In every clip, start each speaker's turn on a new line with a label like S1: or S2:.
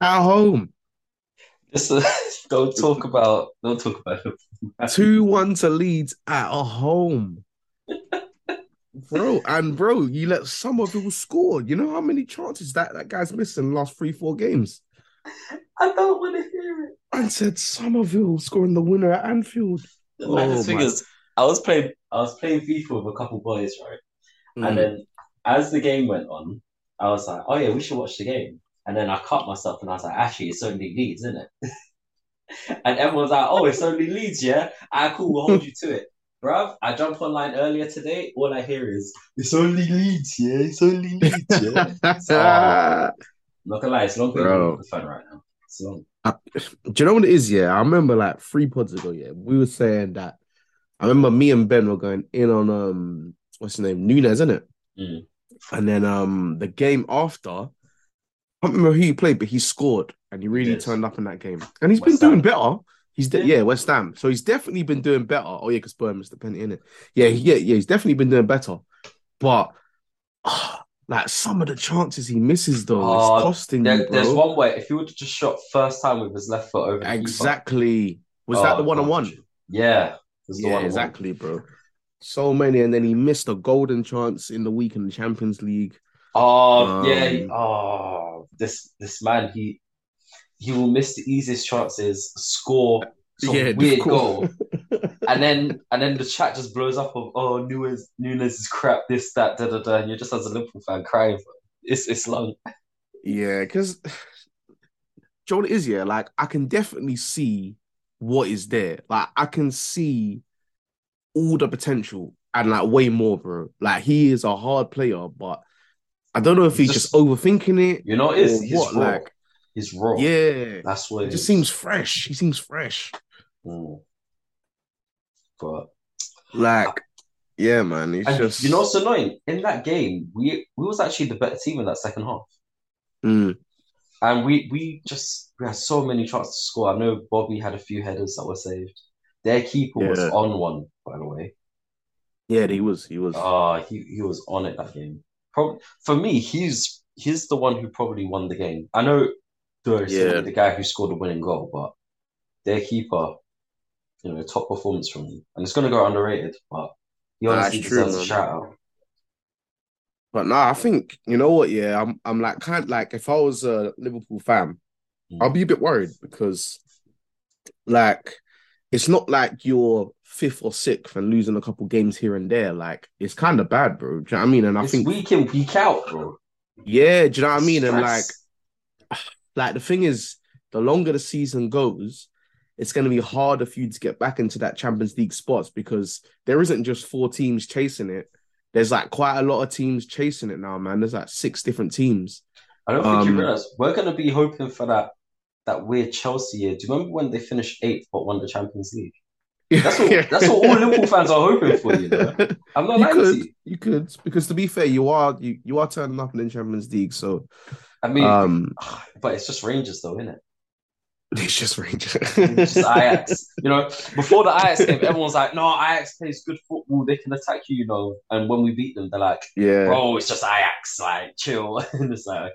S1: at home.
S2: Just uh, don't talk about don't talk about it.
S1: 2 1 to Leeds at a home. bro, and bro, you let Somerville score. You know how many chances that, that guy's missed in the last three, four games?
S2: I don't want to hear it.
S1: And said Somerville scoring the winner at Anfield.
S2: Like, the
S1: Oh,
S2: thing
S1: my-
S2: is, I was playing I was playing FIFA with a couple boys, right? And
S1: Mm.
S2: then as the game went on, I was like, oh yeah, we should watch the game. And then I cut myself and I was like, actually, it's only Leeds, isn't it? and everyone's like, oh, it's only Leeds, yeah? Ah, cool, we'll hold you to it. Bruv, I jumped online earlier today. All I hear is, it's only Leeds, yeah? It's only Leeds, yeah? So- Not gonna lie, it's long
S1: Bro.
S2: on the phone right now. It's long.
S1: Do you know what it is? Yeah, I remember like three pods ago. Yeah, we were saying that. I remember me and Ben were going in on um, what's his name, Nunes, isn't it?
S2: Mm.
S1: And then um, the game after, I can't remember who he played, but he scored and he really
S2: Yes.
S1: turned up in that game. And he's been
S2: West
S1: doing
S2: Ham.
S1: better. He's de- yeah.
S2: Yeah.
S1: West Ham, so he's definitely been doing better. Oh yeah, because Burn missed the penalty in it. Yeah, he- yeah, yeah. He's definitely been doing better, but ah, like some of the chances he misses though,
S2: Oh,
S1: it's costing
S2: There-
S1: you, Mm, bro.
S2: there's one way. If he would have just shot first time with his left foot over the keeper-
S1: Exactly. Was
S2: Oh,
S1: that the one on
S2: God.
S1: one?
S2: Yeah, that's the
S1: Yeah,
S2: one-on-one.
S1: exactly, bro. So many, and then he missed a golden chance in the week in the Champions League.
S2: Oh
S1: Um,
S2: yeah. he- Oh, this this man. He he will miss the easiest chances, score some
S1: Yeah,
S2: weird
S1: difficult.
S2: goal, and then and then the chat just blows up of oh Nunes Nunes is crap. This that da da da. And you're just as a Liverpool fan crying. For him. It's it's long.
S1: Yeah, because John is yeah, like I can definitely see what is there. Like I can see all the potential and like way more, bro. Like he is a hard player, but I don't know if he's just,
S2: Just-
S1: overthinking it.
S2: You know, it's
S1: Or
S2: he's
S1: what,
S2: raw.
S1: like-
S2: he's raw.
S1: Yeah,
S2: that's what
S1: it
S2: it
S1: just
S2: is.
S1: seems fresh. He seems fresh.
S2: Mm. But
S1: Like, yeah, man. It's
S2: and
S1: just
S2: you know what's annoying? In that game, we we was actually the better team in that second half.
S1: Mm,
S2: And we we just we had so many chances to score. I know Bobby had a few headers that were saved. Their keeper was
S1: Yeah.
S2: on one, by the way.
S1: yeah, he was. He was.
S2: Ah, he, he was on it that game. Prob for me, he's he's the one who probably won the game. I know Doris is
S1: Yeah.
S2: the guy who scored the winning goal, but their keeper, you know, top performance from him. And it's gonna go underrated, but he
S1: Nah,
S2: honestly
S1: it's true,
S2: deserves
S1: man.
S2: a shout out.
S1: But no, I think you know what? Yeah, I'm. I'm like kind like if I was a Liverpool fan,
S2: Mm.
S1: I'll be a bit worried because, like, it's not like you're fifth or sixth and losing a couple games here and there. Like, it's kind of bad, bro. Do you know what I mean? And I
S2: It's
S1: think,
S2: week in, week out, bro.
S1: yeah, do you know what I mean? And like,
S2: Stress.
S1: like the thing is, the longer the season goes, it's going to be harder for you to get back into that Champions League spots because there isn't just four teams chasing it. There's like quite a lot of teams chasing it now, man. There's like six different teams.
S2: I don't think
S1: Um,
S2: you realize we're gonna be hoping for that that weird Chelsea year. Do you remember when they finished eighth but won the Champions League? That's what that's what all Liverpool fans are hoping for. You know, I'm not
S1: you
S2: lying to
S1: could,
S2: you.
S1: you could, because to be fair, you are you, you are turning up in the Champions League, so
S2: I mean,
S1: um,
S2: but it's just Rangers though, isn't it?
S1: it's just Rangers.
S2: It's just Ajax. You know, before the Ajax game, everyone's like, "No, Ajax plays good football. They can attack you." You know, and when we beat them, they're like,
S1: yeah,
S2: "Bro, it's just Ajax. Like, chill." and it's like,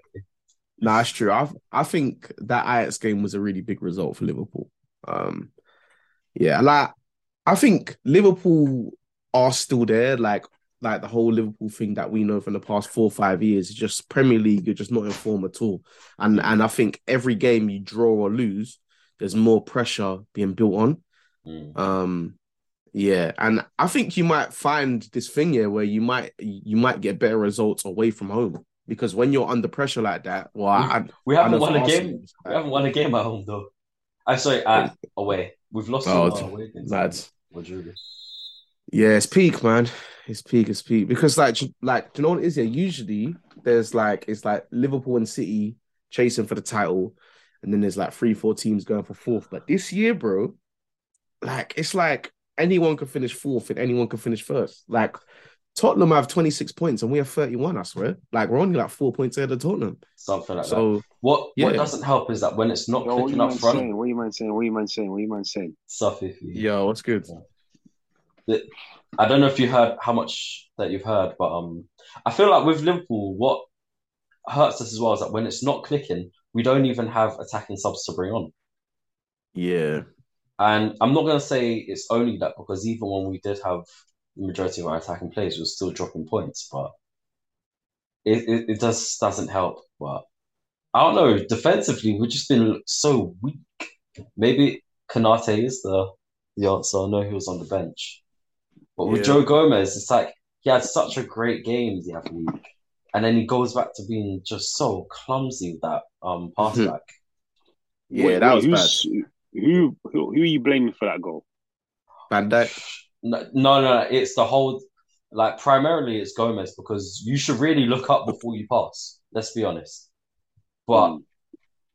S1: No, that's true. I I think that Ajax game was a really big result for Liverpool. Um, yeah, like I think Liverpool are still there. Like like the whole Liverpool thing that we know from the past four or five years. It's just Premier League. You're just not in form at all. And and I think every game you draw or lose, there's more pressure being built on.
S2: mm,
S1: Um, yeah, and I think you might find this thing here where you might you might get better results away from home because when you're under pressure like that, well, I,
S2: we
S1: I know
S2: haven't won
S1: for
S2: a
S1: Arsenal,
S2: game.
S1: it's
S2: We
S1: like,
S2: haven't won a game at home though. I'm sorry, at, away. We've lost
S1: Oh,
S2: all our away games.
S1: lads.
S2: Madrid.
S1: Yeah, it's peak, man. It's peak. It's peak because like j- like do you know what it is? Yeah, usually there's like it's like Liverpool and City chasing for the title, and then there's like three four teams going for fourth. But this year, bro, like it's like anyone can finish fourth and anyone can finish first. Like Tottenham have 26 points and we have 31, I swear. Like we're only like four points ahead of Tottenham.
S2: Something like that.
S1: So
S2: What
S1: Yeah.
S2: what doesn't help is that when it's not
S3: Yo, what you
S2: clicking up
S3: man
S2: front,
S3: saying? What you man saying? What you man saying? What you man saying?
S2: stuff if you.
S1: yo, what's good?
S2: I don't know if you heard how much that you've heard, but um, I feel like with Liverpool, what hurts us as well is that when it's not clicking, we don't even have attacking subs to bring on.
S1: Yeah.
S2: And I'm not going to say it's only that because even when we did have the majority of our attacking players, we were still dropping points, but it, it, it just doesn't help. But I don't know. Defensively, we've just been so weak. Maybe Kanate is the, the answer. I know he was on the bench. But with
S1: Yeah.
S2: Joe Gomez, it's like he had such a great game the other week. And then he goes back to being just so clumsy with that um pass
S1: Mhm.
S2: back.
S1: Yeah,
S3: Wait,
S1: that
S3: wait,
S1: was
S3: who's- Who, who who are you blaming for that goal?
S1: bad. Van Dijk.
S2: No, no, no, it's the whole like primarily it's Gomez because you should really look up before you pass. Let's be honest. But
S3: Mm,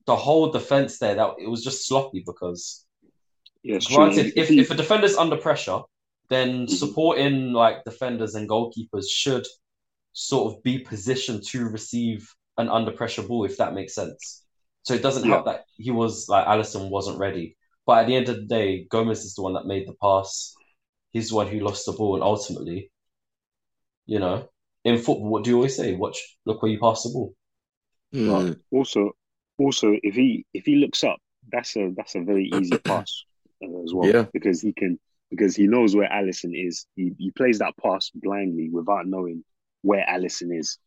S2: the whole defense there, that it was just sloppy because
S3: yeah, it's
S2: granted,
S3: true.
S2: if, if a defender's under pressure, then
S3: Mhm.
S2: supporting like defenders and goalkeepers should sort of be positioned to receive an under pressure ball, if that makes sense. So it doesn't help that he was like Allison wasn't ready. But at the end of the day, Gomez is the one that made the pass. He's the one who lost the ball, and ultimately, you know, in football, what do you always say? Watch, look where you pass the ball.
S1: Hmm.
S3: also also if he if he looks up, that's a that's a very easy pass uh, as well
S1: Yeah.
S3: because he can because he knows where Allison is. He he plays that pass blindly without knowing where Allison is.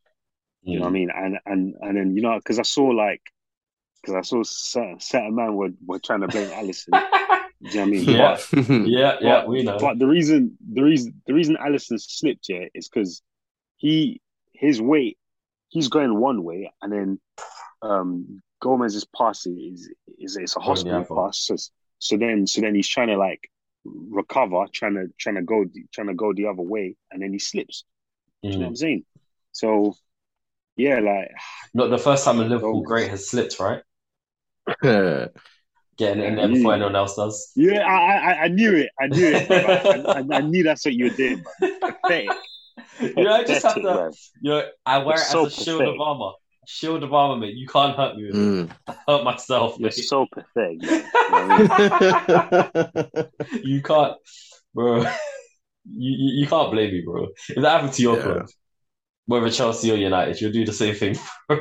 S3: You know
S2: Mm.
S3: what I mean? And and and then you know because I saw like because I saw certain, certain man were were trying to blame Allison. Do you know what I
S1: Hmm.
S3: mean?
S2: Yeah.
S3: But-
S2: Yeah, yeah, we know.
S3: But the reason, the reason, the reason Allison slipped here is because he, his weight, he's going one way, and then um Gomez's pass is is it's a hospital
S2: other.
S3: pass. So, so then, so then he's trying to like recover, trying to trying to go trying to go the other way, and then he slips. Do You know what
S2: Mm.
S3: I'm saying? So yeah, like
S2: Not the first time a Liverpool
S3: Gomez.
S2: great has slipped, right? Getting in there
S3: Yeah.
S1: Mm.
S2: before anyone else does.
S3: yeah, I I, I knew it, I knew it, brother. I, I, I knew that's what you were doing. man. Pathetic.
S2: You know, I just have
S3: Pathetic,
S2: to.
S3: man.
S2: You know, I wear
S3: It's
S2: it as
S3: so
S2: a shield of
S3: pathetic.
S2: armor. Shield of armor, mate. You can't hurt me. with it.
S1: Mm.
S2: I hurt myself,
S3: You're
S2: mate.
S3: so pathetic. man. You know what I mean?
S2: you can't, bro. You, you you can't blame me, bro. If that happened to your
S1: Yeah.
S2: club, whether Chelsea or United, you'll do the same thing, bro.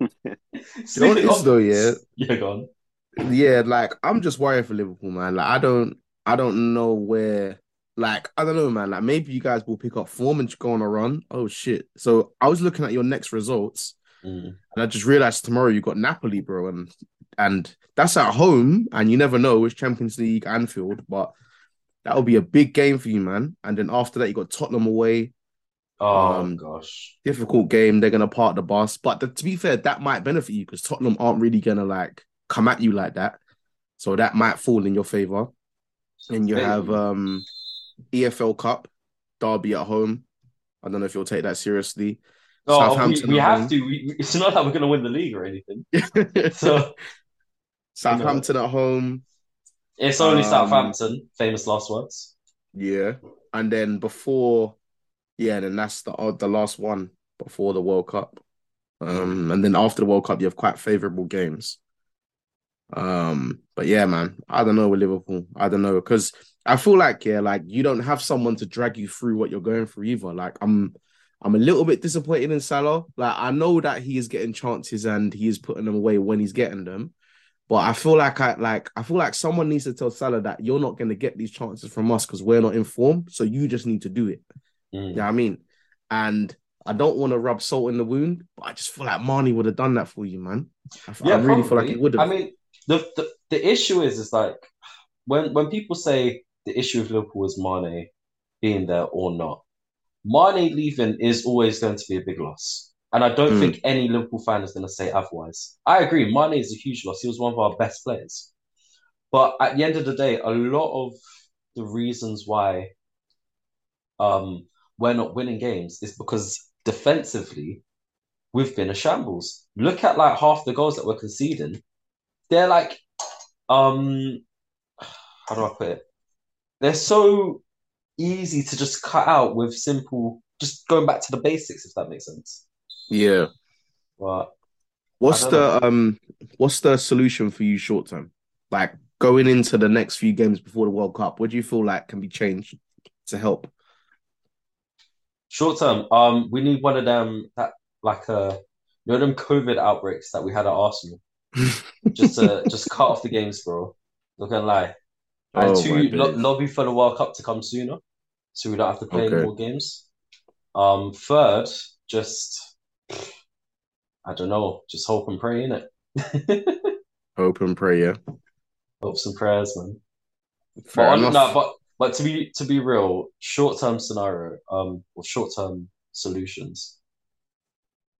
S1: You know what it is though, yeah.
S2: Yeah, go on.
S1: Yeah, like I'm just worried for Liverpool, man. Like I don't, I don't know where. Like I don't know, man. Like maybe you guys will pick up form and go on a run. Oh shit! So I was looking at your next results,
S2: Mm.
S1: and I just realized tomorrow you got Napoli, bro, and and that's at home, and you never know it's Champions League Anfield, but that'll be a big game for you, man. And then after that, you got Tottenham away,
S2: Oh
S1: Um,
S2: gosh.
S1: difficult game. They're gonna park the bus, but the, to be fair, that might benefit you because Tottenham aren't really gonna like come at you like that, so that might fall in your favor. And you
S2: Hey.
S1: have um EFL Cup, Derby at home. I don't know if you'll take that seriously.
S2: Oh, we,
S1: Southampton
S2: we
S1: at
S2: have
S1: home.
S2: to. We, it's not that we're going to win the league or anything. So
S1: Southampton at home.
S2: it's only
S1: Um,
S2: Southampton. Famous last words.
S1: Yeah. And then before, yeah, then that's the uh, the last one before the World Cup. Um, and then after the World Cup, you have quite favorable games. Um, but yeah, man, I don't know with Liverpool. I don't know because I feel like yeah, like you don't have someone to drag you through what you're going through either. Like I'm, I'm a little bit disappointed in Salah. Like I know that he is getting chances and he is putting them away when he's getting them, but I feel like I like I feel like someone needs to tell Salah that you're not going to get these chances from us because we're not informed. So you just need to do it.
S2: Mm.
S1: You know what I mean? And I don't want to rub salt in the wound, but I just feel like Marnie would have done that for you, man. I, f- I really feel like
S2: probably.
S1: it would have.
S2: I mean, the, the the issue is is like when when people say the issue of Liverpool is Mane being there or not, Mane leaving is always going to be a big loss, and I don't
S1: Mm.
S2: think any Liverpool fan is going to say otherwise. I agree, Mane is a huge loss. He was one of our best players, but at the end of the day, a lot of the reasons why um, we're not winning games is because defensively we've been a shambles. Look at like half the goals that we're conceding. They're like, um, how do I put it? They're so easy to just cut out with simple, just going back to the basics, if that makes sense.
S1: yeah.
S2: But
S1: What's
S2: I
S1: the
S2: don't know.
S1: um? What's the solution for you short term? Like going into the next few games before the World Cup, what do you feel like can be changed to help?
S2: short term, um, we need one of them that like a You know them COVID outbreaks that we had at Arsenal. just to just cut off the games, bro. Not gonna lie. I had
S1: Oh, my
S2: two lo-
S1: days.
S2: lobby for the World Cup to come sooner, so we don't have to play any
S1: Okay.
S2: more games. Um, third, just I don't know, just hope and pray in it.
S1: Hope and pray, yeah.
S2: Hopes and prayers, man.
S1: Fair
S2: but, on-
S1: enough.
S2: No, but but to be to be real, short term scenario, um, or short term solutions.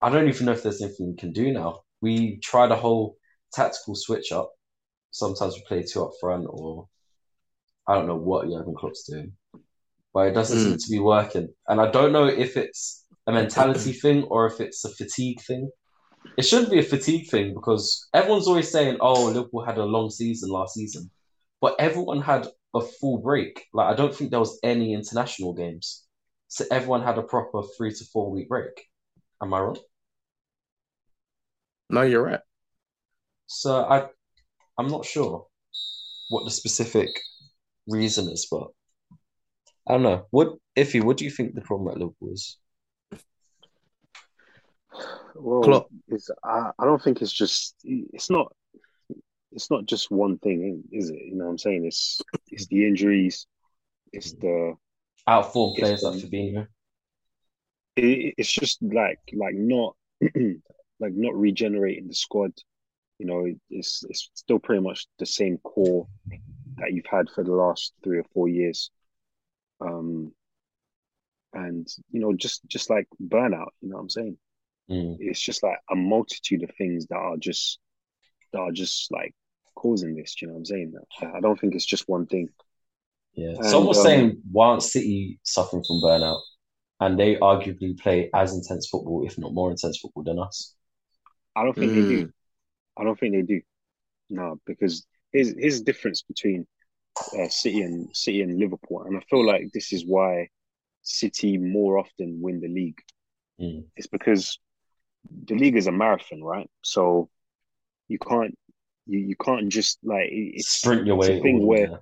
S2: I don't even know if there's anything we can do now. We tried a whole tactical switch up. Sometimes we play two up front, or I don't know what Jurgen Klopp's doing, but it doesn't seem to be working. And I don't know if it's a mentality thing or if it's a fatigue thing. It shouldn't be a fatigue thing because everyone's always saying, "Oh, Liverpool had a long season last season," but everyone had a full break. Like I don't think there was any international games, so everyone had a proper three to four week break. Am I wrong?
S1: no, you're right.
S2: So I, I'm not sure what the specific reason is, but I don't know. What, Iffy? What do you think the problem at Liverpool is?
S3: Well,
S1: Klopp.
S3: It's, I, I don't think it's just it's not it's not just one thing, is it? You know what I'm saying? It's it's the injuries, it's the
S2: Outform players
S3: It's-
S2: like Fabinho.
S3: it, it's just like like not like not regenerating the squad. You know, it's it's still pretty much the same core that you've had for the last three or four years. Um, and you know, just just like burnout. You know what I'm saying?
S2: Mm.
S3: It's just like a multitude of things that are just that are just like causing this. do You know what I'm saying? I don't think it's just one thing.
S2: Yeah.
S3: And,
S2: Someone was
S3: um,
S2: saying, why aren't City suffering from burnout? And they arguably play as intense football, if not more intense football than us.
S3: I don't think they do. I don't think they do. No, because here's here's the difference between uh, City and City and Liverpool, and I feel like this is why City more often win the league.
S2: Mm.
S3: It's because the league is a marathon, right? So you can't you, you can't just like it- it's
S2: Sprint your
S3: it's a
S2: way
S3: thing
S2: all the way
S3: where-
S2: there.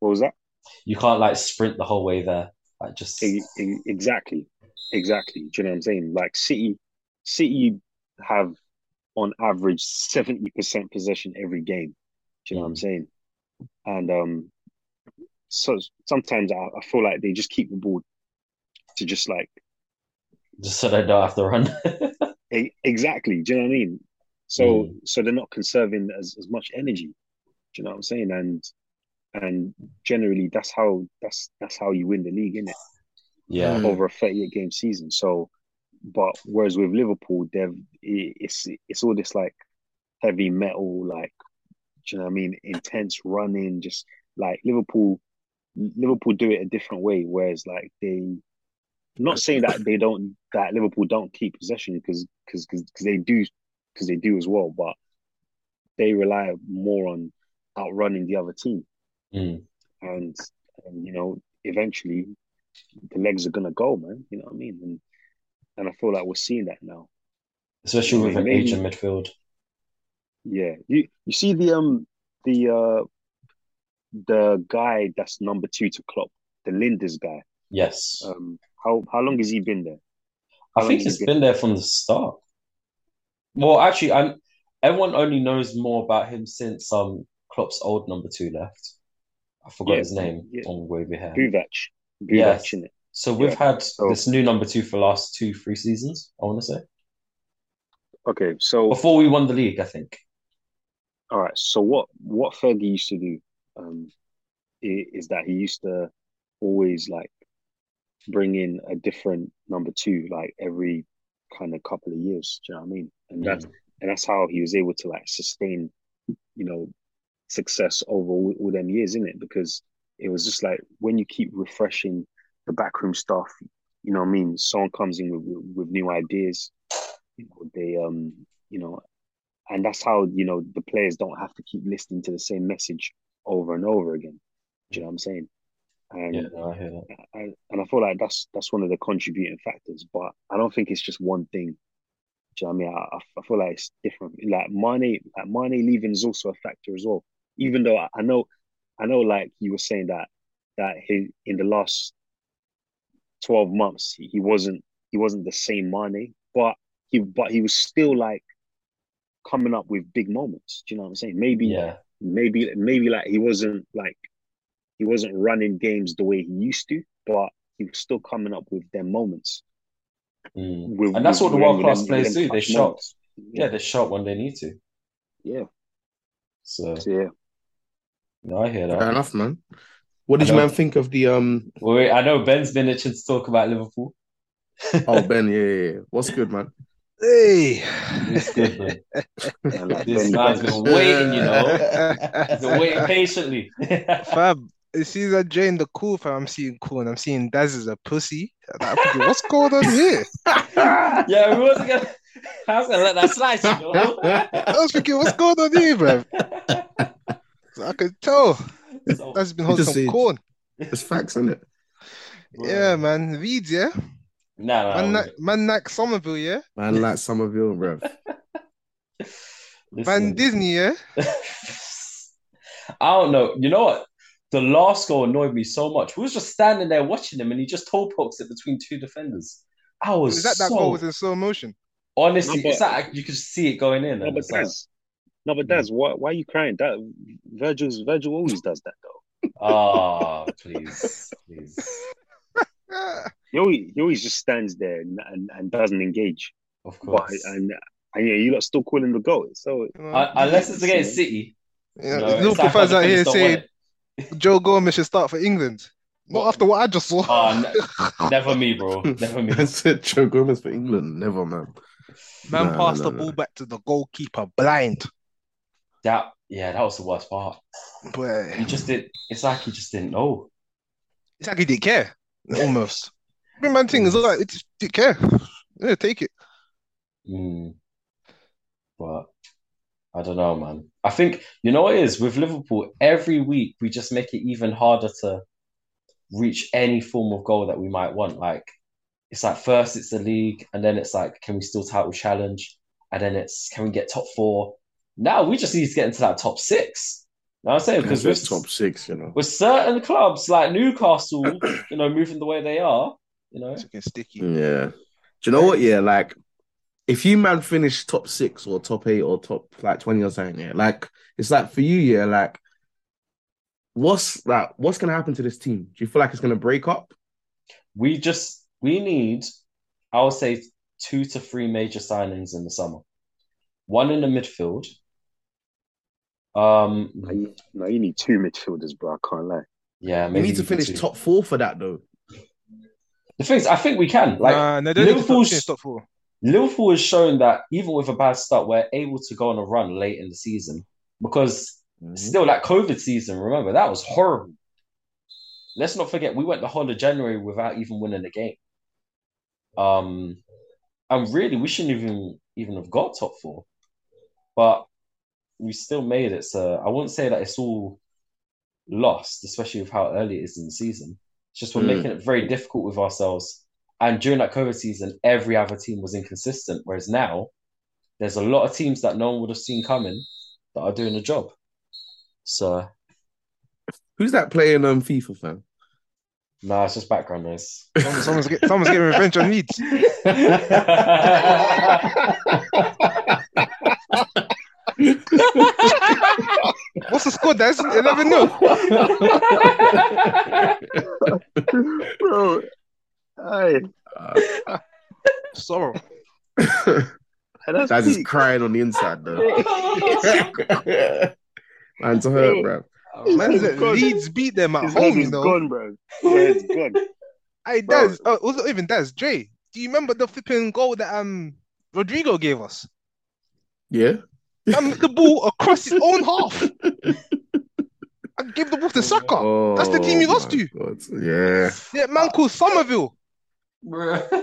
S3: what was that
S2: You can't like sprint the whole way there. Like just
S3: E- e- exactly exactly. Do you know what I'm saying? Like City, City have on average seventy percent possession every game. Do you know what I'm saying? And um, so sometimes I, I feel like they just keep the ball to just like
S2: just so they don't have to run.
S3: e- exactly. Do you know what I mean? So
S2: Mm.
S3: so they're not conserving as, as much energy. Do you know what I'm saying? And and generally that's how that's that's how you win the league, isn't it?
S2: yeah.
S1: Mm.
S3: over a 38 game season. So, but whereas with Liverpool, they've it- it's it's all this like heavy metal, like do you know what I mean, intense running, just like Liverpool. Liverpool do it a different way, whereas like they, not saying that they don't that Liverpool don't keep possession because because because they do because they do as well, but they rely more on outrunning the other team
S2: Mm.
S3: and, and you know eventually the legs are gonna go, man. You know what I mean? And and I feel like we're seeing that now.
S2: Especially with an
S3: Maybe-
S2: age in midfield.
S3: Yeah, you you see the um the uh the guy that's number two to Klopp, the Linders guy.
S2: Yes.
S3: Um, how how long has he been there?
S2: I think
S3: How long has
S2: it's
S3: he
S2: been there from the start. Well, actually, i everyone only knows more about him since um Klopp's old number two left. I forgot
S3: Yeah,
S2: his name
S3: yeah.
S2: on wavy hair.
S3: Kovac, Kovac,
S2: Yes.
S3: innit?
S2: So we've had
S3: so-
S2: this new number two for the last two, three seasons. I want to say
S3: Okay, so
S2: before we won the league, I think.
S3: all right, so what what Fergie used to do, um, i- is that he used to always like bring in a different number two like every kind of couple of years. Do you know what I mean? And that's and that's how he was able to like sustain, you know, success over all, all them years, in it? Because it was just like when you keep refreshing the backroom stuff, you know what I mean. Someone comes in with with new ideas, you know, they um, you know, and that's how you know the players don't have to keep listening to the same message over and over again. Do you know what I'm saying? And
S2: Yeah, no, I hear that.
S3: and, and I feel like that's that's one of the contributing factors. But I don't think it's just one thing. Do you know what I mean? I, I- I feel like it's different. Like Mane, like Mane leaving is also a factor as well. Even though I, I know, I know, like you were saying that that he in the last twelve months he, he wasn't he wasn't the same Mane, but he, but he was still like coming up with big moments. Do you know what I'm saying? Maybe,
S2: Yeah.
S3: maybe, maybe like he wasn't like he wasn't running games the way he used to, but he was still coming up with their moments.
S2: Mm.
S3: With,
S2: And that's
S3: with-
S2: what the
S3: with
S2: world class
S3: them-
S2: players
S3: them
S2: do. They
S3: clutch
S2: shot.
S3: moments.
S2: Yeah, they shot when they need to.
S3: Yeah,
S2: So
S3: so, yeah.
S2: no, I hear
S1: Fair
S2: that.
S1: enough, man. What did
S2: I
S1: you
S2: know.
S1: man think of the um?
S2: Well, wait, I know Ben's been itching to talk about Liverpool.
S1: Oh Ben, yeah, yeah, yeah. what's good, man?
S4: Hey,
S2: It's good, man.
S3: And, like,
S2: This
S3: Benny
S2: man's
S3: Benz.
S2: been waiting, you know. He's been waiting patiently.
S4: fam. It seems I'm drained the cool, fam. I'm seeing cool, and I'm seeing Daz is a pussy. I'm thinking, what's going on here?
S2: yeah, we wasn't gonna. I was gonna let that slide, you know.
S4: I was thinking, what's going on here, bruv? I could tell
S2: So,
S4: Daz has been holding
S1: Just
S4: some
S1: see-
S4: corn.
S1: It's facts, isn't it?
S2: bro.
S4: Yeah, man. Reeds, yeah.
S2: No, no,
S4: Man,
S2: no.
S4: na- man, like Somerville, yeah.
S1: Man, like Somerville, bro.
S4: Man,
S2: Listen.
S4: Disney, yeah.
S2: I don't know. You know what? The last goal annoyed me so much. We was just standing there watching him, and he just toe pokes it between two defenders. I was
S4: Is that that
S2: so-
S4: goal was in slow motion?
S2: honestly,
S3: No, but-
S2: it's like you could see it going in.
S3: No,
S2: and
S3: but
S2: it's like,
S3: Daz, no, but Daz, why, why are you crying? That Virgil's Virgil always does that though.
S2: Ah, please, please.
S4: Ah,
S3: He always, he always just stands there and, and, and doesn't engage.
S2: Of
S3: But,
S2: course.
S3: and and yeah, you lot still calling the goal. So
S4: you know,
S2: Uh, unless it's against City.
S4: you
S2: No,
S4: know, there's
S2: it's
S4: Liverpool
S2: like
S4: fans
S2: other
S4: out here
S2: players don't
S4: saying
S2: want it.
S4: Joe Gomez should start for England. Not
S2: What?
S4: after what I just saw.
S2: Oh, ne- never me, bro. Never me.
S1: I said Joe Gomez for England. Never, man.
S4: Man
S1: No, no,
S4: passed
S1: no,
S4: the
S1: no.
S4: ball back to the goalkeeper blind.
S2: That yeah, that was the worst part.
S4: But
S2: He just did. It's like he just didn't know.
S4: it's like he didn't care. Almost. Big man thing is like it just didn't care. Yeah, take it.
S2: Mm. But I don't know, man. I think you know what it is with Liverpool. Every week we just make it even harder to reach any form of goal that we might want. Like it's like first it's the league, and then it's like can we still title challenge, and then it's can we get top four. Now we just need to get into that top six. You know what I'm saying because
S1: Because
S2: we're
S1: we're top six, you know.
S2: with certain clubs like Newcastle, you know, moving the way they are, you know,
S4: It's looking sticky.
S1: Yeah. Do you know what? Yeah, like if you man finish top six or top eight or top like twenty or something, yeah, like it's like for you, yeah, like what's like what's gonna happen to this team? Do you feel like it's gonna break up?
S2: we just we need, I would say, two to three major signings in the summer. One in the midfield.
S3: no,
S2: Um,
S3: you, no, you need two midfielders, bro. I can't lie.
S2: yeah,
S1: We
S2: maybe
S1: need to
S2: even
S1: finish
S2: two.
S1: top four for that though.
S2: The things I think we can like
S4: nah, no, they don't need to stop
S2: Liverpool's-
S4: shooting, stop four.
S2: Liverpool has shown that even with a bad start, we're able to go on a run late in the season because
S1: Mm-hmm.
S2: Still, that COVID season, remember, that was horrible. Let's not forget, we went the whole of January without even winning a game. Um, and really, we shouldn't even even have got top four, but we still made it. So I wouldn't say that it's all lost, especially with how early it is in the season. It's just we're
S1: Mm.
S2: making it very difficult with ourselves. And during that COVID season, every other team was inconsistent. Whereas now, there's a lot of teams that no one would have seen coming that are doing the job. So
S1: Who's that playing um FIFA fan?
S2: nah, it's just background noise.
S4: Someone- Someone's, get, someone's getting revenge on Leeds. What's the score, Daz? 11 0.
S3: bro. Aye,
S4: Sorrow.
S3: and that's
S1: That's just
S3: peak.
S1: crying on the inside though. Man's hurt, bro.
S4: Man, said
S3: gone.
S4: Leeds beat them at
S3: His head
S4: home,
S3: is
S4: you know.
S3: gone, bro. Yeah, it's gone.
S4: Hey,
S3: Bro.
S4: Daz. Oh, it wasn't even Daz. Dre, do you remember the flipping goal that um Rodrigo gave us?
S1: Yeah.
S4: Man, the ball across his own half. I gave the ball to Saka. That's the team you
S1: Oh,
S4: lost
S1: my
S4: to.
S1: God. Yeah.
S4: Yeah, man called Somerville. Black
S1: Bro,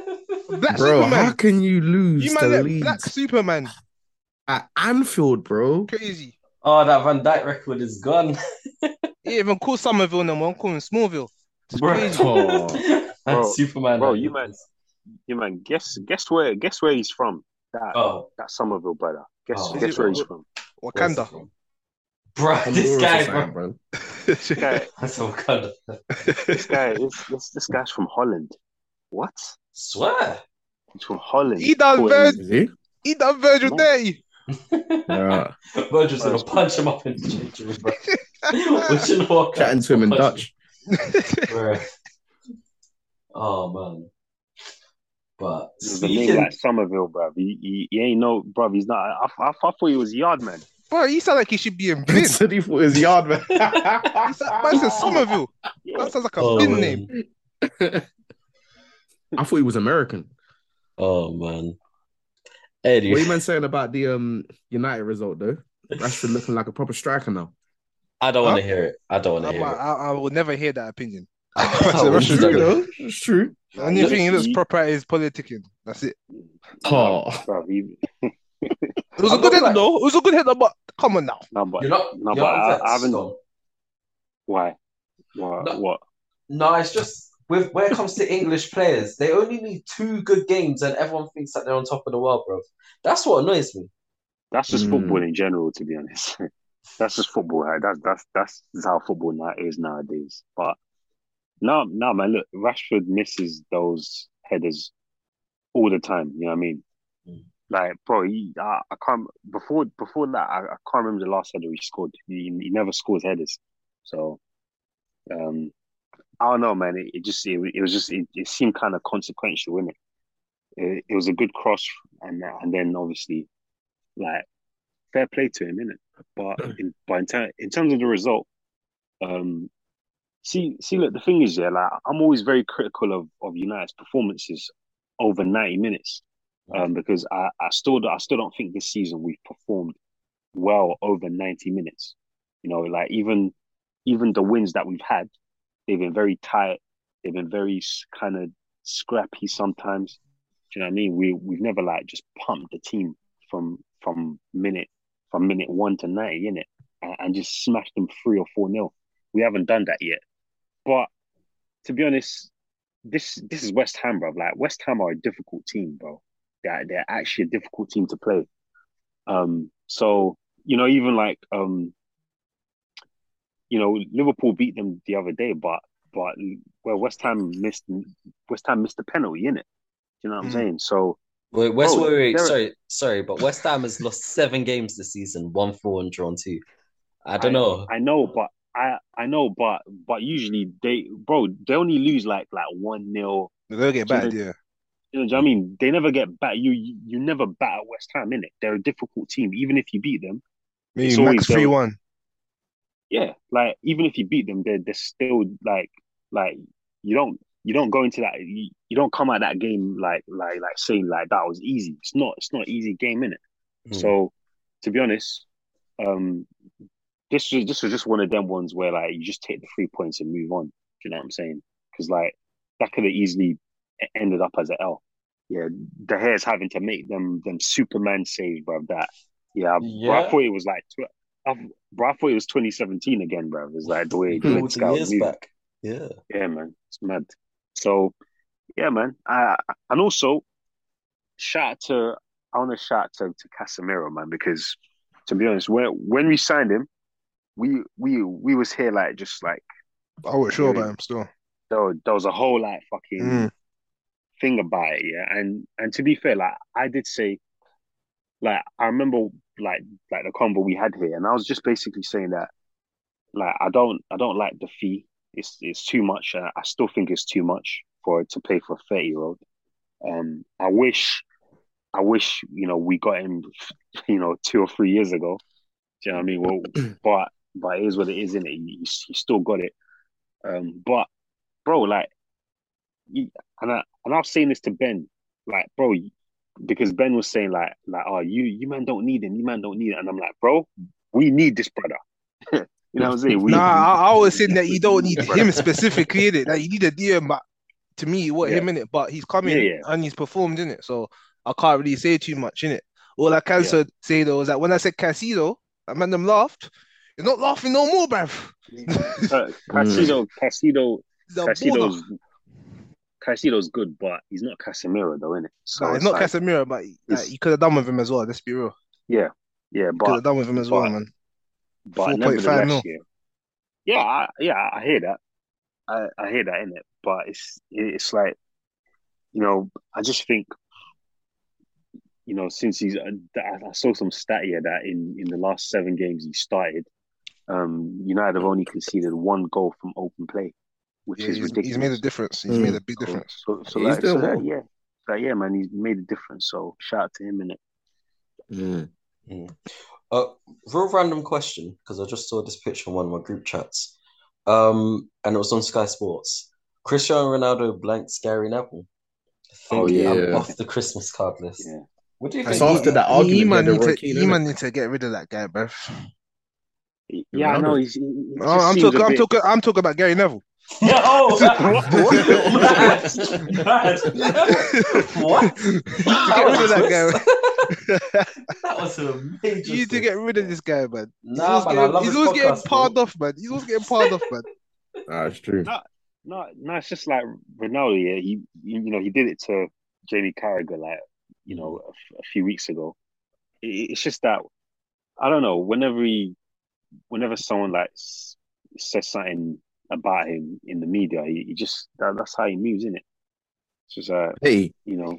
S1: how
S4: Superman.
S1: can you lose
S4: You
S1: to
S4: man let
S1: Leeds
S4: Black Superman.
S1: at Anfield, bro?
S4: Crazy.
S2: oh, that Van Dyke record is gone.
S4: He even called Somerville no more. I'm calling Smallville. It's
S2: Bro.
S4: crazy.
S1: Oh.
S2: And
S3: Bro,
S2: Superman.
S3: bro, you man- Yeah, man. Guess, guess where, guess where he's from. That,
S2: Oh,
S3: that Somerville brother. Guess,
S2: Oh.
S3: guess where he's from.
S2: where's
S4: Wakanda.
S2: it from? Bro,
S1: Honduras
S2: this guy,
S1: or something,
S2: bro.
S1: bro.
S3: This guy,
S2: That's Wakanda.
S3: this guy, this, this, this guy's from Holland. What?
S2: Swear.
S3: He's from Holland.
S4: He done
S3: Boy,
S4: very-
S1: Is he?
S4: He done Virgil
S3: No.
S4: dirty.
S1: Yeah.
S2: Virgil's gonna punch him up in the chin, Drew, bro. Which you know what?
S1: Chatting to him in Dutch.
S2: Bro. Oh man. But
S3: He's a name
S2: speaking,
S3: like Somerville, bruv. He, he, he ain't no, bruv. He's not. I, I, I thought he was yard man.
S4: Bro, he sound like he should be in Blin.
S1: Said he thought it was yard man.
S4: He sound- Man said Somerville.
S3: Yeah.
S4: That sounds like a
S2: oh,
S4: Blin
S2: man.
S4: name.
S1: I thought he was American.
S2: Oh man.
S1: What
S2: Anyway,
S1: you man saying about the um United result though? Rashford looking like a proper striker now.
S2: I don't want to
S4: Huh?
S2: hear it. I don't want to
S4: I'm
S2: hear
S4: like,
S2: it.
S4: I, I will never hear that opinion.
S2: I
S4: So
S2: wouldn't
S4: Russia's
S2: do
S4: good,
S2: Oh, it.
S1: though. It's true.
S4: The only thing he looks
S3: He-
S4: proper at is politicking. That's it.
S1: Oh.
S3: Bruv, he,
S4: It was
S2: I'm
S4: a
S2: not
S4: good header
S2: like-
S4: though. It was a good header, but come on now.
S3: no, but
S2: You're not.
S3: No,
S2: you're
S3: but
S2: not
S3: I-
S2: vexed,
S3: I haven't-
S2: though.
S3: why? What?
S2: No.
S3: What?
S2: No, it's just with when it comes to English players, they only need two good games, and everyone thinks that they're on top of the world, bro. That's what annoys me.
S3: That's just
S1: Mm.
S3: football in general, to be honest. that's just football. Right? That's that's that's just how football now is nowadays. But no, no, man. Look, Rashford misses those headers all the time. You know what I mean?
S2: Mm.
S3: Like, bro, he, I, I can't before before that. I, I can't remember the last header he scored. He, he never scores headers. So, um, I don't know, man. It, it just it, it was just it, it seemed kind of consequential, innit? It, it was a good cross, and and then obviously, like, fair play to him, innit? But in but in, ter- in terms of the result, um, see see, look, the thing is, yeah, like I'm always very critical of of United's performances over 90 minutes, um, because I I still don't- I still don't think this season we've performed well over 90 minutes. You know, like even even the wins that we've had they've been very tight. They've been very kind of scrappy sometimes. Do you know what I mean? We we've never like just pumped the team from from minute from minute one to ninety in it and, and just smashed them three or four nil. We haven't done that yet. But to be honest, this this is West Ham, bro. Like West Ham are a difficult team, bro. They're they're actually a difficult team to play. Um, so you know, even like um, you know, Liverpool beat them the other day, but but well, West Ham missed West Ham missed the penalty in it. You know what I'm
S4: Mm.
S3: saying? So
S2: Wait, West,
S3: Bro,
S2: wait, wait,
S3: there-
S2: sorry, sorry, but West Ham has lost seven games this season, one four and drawn two. I don't know.
S3: I know, but I I know, but but usually they bro they only lose like like one nil.
S4: They'll get
S3: So
S4: bad,
S3: they-
S4: yeah.
S3: You know what I mean? They never get back. You you, you never bat at West Ham in it. They're a difficult team, even if you beat them.
S4: Maybe
S3: it's
S4: max
S3: always
S4: three one.
S3: yeah, like even if you beat them, they're they're still like like you don't you don't go into that you, you don't come out that game like like like saying like that was easy. It's not it's not an easy game in it.
S2: Hmm.
S3: So to be honest, um, this was this was just one of them ones where like you just take the three points and move on. Do you know what I'm saying? Because like that could have easily e, ended up as an L. Yeah, the hair's having to make them them Superman saves, bruv. That yeah, Bro, I
S2: Yeah.
S3: thought it was like. Tw- I, bro, I thought it was 2017 again, bro. It's like the way the way
S2: All
S3: the
S2: the
S3: scouts
S2: Hmm. years
S3: move.
S2: back. Yeah.
S3: Yeah, man, it's mad. So, yeah, man. I, I- and also, shout out to I want to shout out to, to Casemiro, man, because to be honest, when when we signed him, we we we was here like just like
S4: I was sure
S3: Yeah.
S4: about him still.
S3: there, there was a whole like fucking
S4: Mm.
S3: thing about it, yeah. And and to be fair, like I did say, like I remember like like the convo we had here, and I was just basically saying that like I don't I don't like the fee. It's it's too much. Uh, I still think it's too much for to pay for a thirty year old. Um, I wish, I wish you know we got him, you know, two or three years ago. Do you know what I mean? Well, but but it is what it is, isn't it? He, he still got it. Um, but bro, like, you, and I and I've saying this to Ben, like, bro, because Ben was saying like like oh you you man don't need him, you man don't need it, and I'm like, bro, we need this brother. you know what I'm saying? We,
S4: Nah, I, I always
S3: we-
S4: said that you don't need him specifically in it. Like you need a DM, but to me, what
S3: Yeah.
S4: him in it. But he's coming
S3: Yeah, yeah.
S4: and he's performed in it, so I can't really say too much in it. All I can
S3: Yeah.
S4: so- say though is that when I said Casido, that man them laughed. You're not laughing no more, bruv.
S3: Uh, Casido, Casido,
S4: He's a baller.
S3: Casido's, Casido's good, but he's not Casemiro though, innit? So
S4: Nah,
S3: it's
S4: it's not
S3: like,
S4: Casemiro, but like,
S3: it's-
S4: you could have done with him as well. Let's be real.
S3: yeah, yeah,
S4: Could
S3: but
S4: have done with him as well,
S3: but-
S4: man.
S3: but
S4: 4.5 mil.
S3: nevertheless, yeah, yeah, I, yeah, I hear that, I, I hear that in it, but it's it's like, you know, I just think you know, since he's, I, I saw some stat here that in, in the last seven games he started, um, United have only conceded one goal from open play, which
S4: Yeah,
S3: is
S4: he's,
S3: ridiculous.
S4: he's made a difference. He's
S1: Mm.
S4: made a big difference.
S3: So, so,
S1: He's
S3: like, so
S1: doing
S3: like,
S1: well.
S3: yeah, like, yeah, man, he's made a difference. So shout out to him and it.
S2: Uh, real random question because I just saw this picture on one of my group chats, um, and it was on Sky Sports. Cristiano Ronaldo blanks Gary Neville. I think
S3: Oh, yeah.
S2: I'm off the Christmas card list.
S3: Yeah.
S2: What do you
S1: That's
S2: think?
S1: So after that argument,
S4: man
S1: yeah,
S4: need
S1: the Roy
S4: to,
S1: Keane,
S4: he man
S1: innit?
S4: need to get rid of that guy, bruv.
S3: Yeah, I
S1: Ronaldo.
S3: know. He's, he, he
S4: Oh,
S3: just
S4: I'm
S3: seems
S4: talking.
S3: a
S4: I'm
S3: bit-
S4: talking. I'm talking about Gary Neville.
S2: Yeah, oh, Mad.
S4: What?
S2: What?
S4: Get rid of that guy.
S2: guy. that was a major.
S4: You need to
S2: twist.
S4: get rid of this guy, man. He's
S2: Nah,
S4: always
S2: man, I
S4: getting,
S2: love
S4: he's
S2: his
S4: always getting
S2: podcast,
S4: pardoned
S2: though.
S4: off, man. He's always getting pardoned off, man.
S1: That's true.
S3: No, no, it's just like Ronaldo. Yeah, he, you you know, he did it to Jamie Carragher, like you know, a, f- a few weeks ago. It, it's just that I don't know. Whenever he, whenever someone like s- says something about him in the media, he, he just that, that's how he moves, isn't it? It's just uh,
S1: Hey,
S3: you know,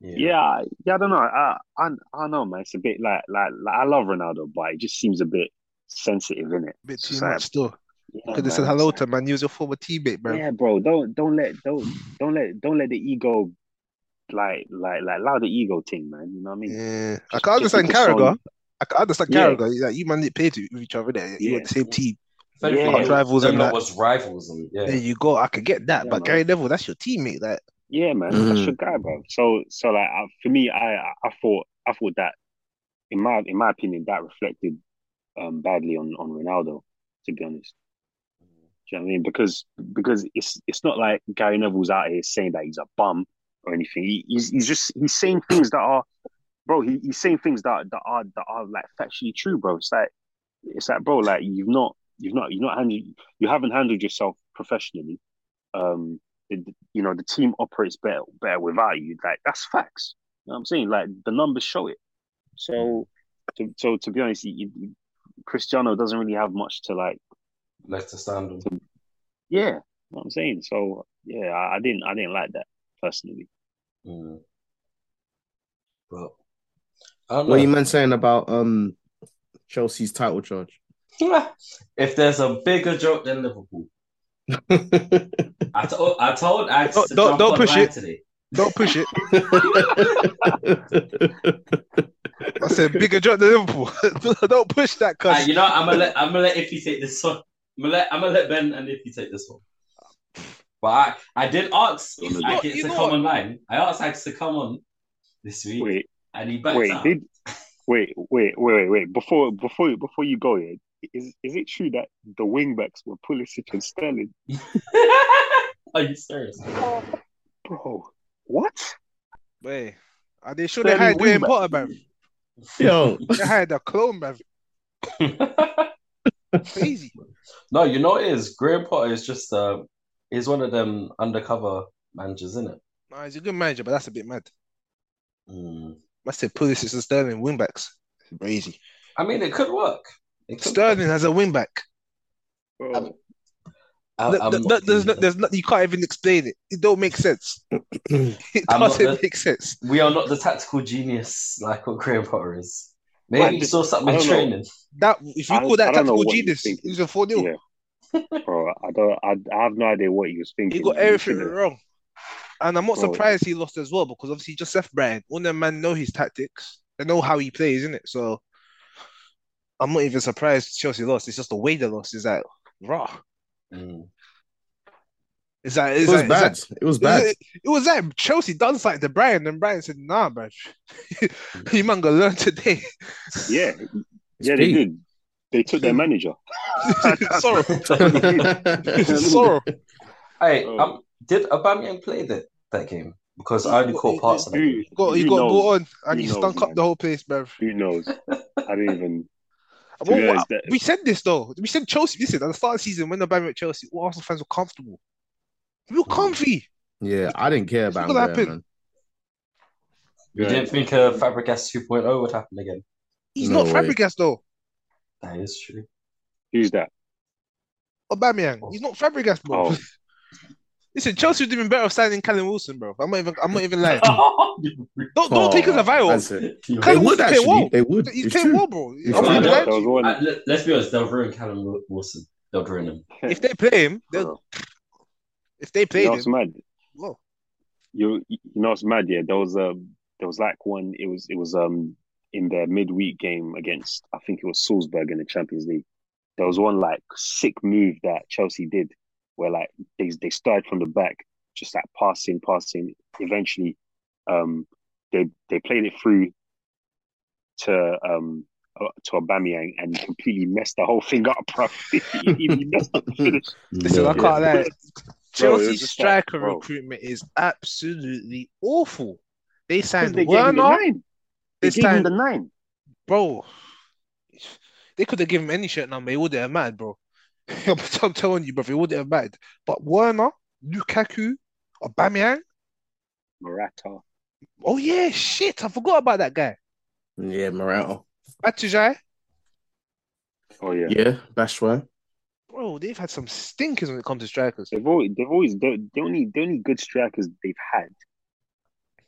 S3: yeah, I- yeah. I don't know. I, I, I don't know, man. It's a bit like, like, like I love Ronaldo, but it just seems a bit sensitive, innit?
S4: A bit
S3: It's
S4: too
S3: just
S4: much still.
S3: like, yeah,
S4: Could have
S3: man,
S4: said
S3: it's
S4: hello
S3: like-
S4: to man. He was your former teammate, bro.
S3: Yeah, bro. Don't don't let don't don't let don't let the ego like like like allow the ego thing, man. You know what I mean?
S4: Yeah.
S3: Just-
S4: I can
S3: just
S4: understand
S3: because
S4: Carragher.
S3: someone-
S4: I can understand
S3: Yeah.
S4: Carragher. Like, you man didn't play to each other there. You were
S3: Yeah.
S4: the same team.
S2: yeah.
S3: Yeah.
S4: Rivals and that.
S2: was rivals and yeah.
S4: There you go. I could get that.
S3: Yeah,
S4: but
S3: man.
S4: Gary Neville, that's your teammate. Like,
S3: Yeah, man. That's your guy, bro. So so like I, for me, I I I thought I thought that in my in my opinion that reflected um badly on on Ronaldo. To be honest, do you know what I mean? Because because it's it's not like Gary Neville's out here saying that he's a bum or anything. He, he's he's just he's saying things that are, bro. He, he's saying things that that are that are like factually true, bro. It's like it's like, bro, like you've not you've not you've not handled you haven't handled yourself professionally. Um, the- the- you know the team operates better better without you. Like that's facts. You know what I'm saying? Like the numbers show it. So to, so to be honest, you, you, Cristiano doesn't really have much to like.
S2: Left to stand on.
S3: Yeah, you know what I'm saying. So yeah, I, I didn't I didn't like that personally.
S2: Mm. But I don't
S1: what are you
S2: know.
S1: man saying about um Chelsea's title charge?
S2: if there's a bigger joke than Liverpool, I, to- I told I
S4: Don't- don't- don't push it.
S2: today.
S4: don't push it. I said, bigger job than Liverpool. don't push that,
S2: Uh,
S4: cuz.
S2: you know, I'm gonna let I'm gonna let Iffy take this one. I'm gonna let I'm gonna let Ben and Iffy take this one. But I, I did ask
S3: You know
S2: I
S4: what,
S2: get
S4: you
S2: to
S4: know
S2: come
S4: what?
S2: online. I asked Ike to come on this week,
S3: Wait,
S2: and he backed
S3: wait,
S2: out.
S3: did wait, wait, wait, wait, wait. Before before before you go, yeah, is is it true that the wingbacks were Pulisic and Sterling?
S2: Are you serious?
S3: Bro, what?
S4: Wait. Are they sure they
S1: Sterling
S4: hired Graham
S1: wingback.
S4: Potter, man?
S1: Yo,
S4: They hired a clone, man. Crazy.
S2: no, you know what it is. Graham Potter is just uh, is one of them undercover managers, isn't it?
S4: Nah, he's a good manager, but that's a bit mad.
S2: Mm.
S4: Must have Pulisic and Sterling wingbacks. Crazy.
S2: I mean, it could work. It could
S4: Sterling has a wingback.
S3: Bro,
S2: Um, I,
S4: Th-
S2: I'm
S4: th-
S2: not-
S4: th- there's no, there's no, you can't even explain it. It don't make sense. It
S2: I'm not
S4: doesn't
S2: the-
S4: make sense.
S2: we are not the tactical genius like what Graham Potter is. Maybe
S3: Right.
S2: he saw something
S3: I
S2: in
S3: don't know.
S2: training.
S4: That if you
S3: I-
S4: call
S3: I
S4: that
S3: don't know
S4: tactical
S3: what you're
S4: genius,
S3: thinking.
S4: he's a 4 0
S3: yeah, bro, I don't, I, I have no idea what he was thinking.
S4: He got everything
S3: should've-
S4: wrong. And I'm not
S3: Bro.
S4: surprised he lost as well because obviously Joseph Bryan, all them man know his tactics. They know how he plays, isn't it? So I'm not even surprised Chelsea lost. It's just the way they lost. Is that raw?
S2: Mm.
S4: Is that
S1: it
S4: is
S1: was
S4: that,
S1: bad.
S4: Is
S1: It was
S4: that,
S1: bad.
S4: It, it was that Chelsea done something to Bryan, and Bryan said, "Nah, bro, you man gonna learn today."
S3: Yeah,
S1: It's
S3: yeah, they
S1: peak.
S3: did. They took their manager.
S4: Sorry, sorry.
S2: Mm. Hey,
S3: Oh.
S2: um, did Aubameyang play that, that game? Because I only caught parts of it.
S3: Who,
S4: Got he
S3: who
S4: got
S3: knows?
S4: brought on and he
S3: Who knows,
S4: stunk up
S3: man?
S4: the whole place, bruv.
S3: Who knows? I didn't even. To
S4: What-
S3: be honest,
S4: what-
S3: that-
S4: we said this though. We said Chelsea. Listen, at the start of the season, when the ban at Chelsea, all Arsenal fans were comfortable. We were
S1: Mm.
S4: comfy.
S1: yeah, I didn't care about
S4: Look what
S1: Graham,
S4: happened.
S2: You
S3: Yeah.
S2: didn't think uh, Fabregas 2.0 would happen again?
S4: He's
S1: No
S4: not
S1: way.
S4: Fabregas though.
S2: That is true.
S3: Who's that?
S4: Aubameyang. He's not Fabregas, bro.
S3: Oh.
S4: Listen, Chelsea would have been better off signing Callum Wilson, bro. I'm not even. I'm not even lying. Don't don't think it's a viral.
S1: That's it. They
S2: uh,
S4: Callum
S1: would
S4: Wilson playing
S1: actually.
S4: well.
S1: They would.
S4: He's
S1: Oh, It's
S4: playing
S1: true.
S4: well, bro. I'm
S1: It's
S4: not
S1: true.
S4: even lying
S3: That
S4: to you.
S3: was one.
S2: Uh, let- let's be honest, they'll ruin Callum Wilson. They'll ruin him.
S4: If they play him, they'll-
S3: Bro,
S4: if they
S3: you
S4: played
S3: know
S4: him,
S3: what's mad?
S4: well,
S3: You you know what's mad? Yeah, there was um there was like one. It was it was um in their midweek game against I think it was Salzburg in the Champions League. There was one like sick move that Chelsea did where like they they started from the back, just like passing, passing. Eventually, um, they they played it through to um uh, to Aubameyang and completely messed the whole thing up, bro. he, messed up the finish.
S4: listen, I
S2: No.
S4: can't
S3: Bro,
S4: lie.
S3: it was
S4: Chelsea's
S3: just like,
S4: striker
S3: bro.
S4: recruitment is absolutely awful. They signed
S3: They gave him the
S4: Werner
S3: nine. They
S4: this
S3: gave him
S4: time,
S3: the nine.
S4: bro. They could have given him any shirt number. It wouldn't have mattered, bro. I'm, I'm telling you, bro. It wouldn't have mattered. But Werner, Lukaku, Aubameyang.
S3: Morata.
S4: Oh yeah, shit. I forgot about that guy.
S1: Yeah, Morata.
S4: Batujai.
S3: Oh yeah.
S1: Yeah, Bashwa.
S4: Bro, they've had some stinkers when it comes to strikers.
S3: They've always, they've always the, the only the only good strikers they've had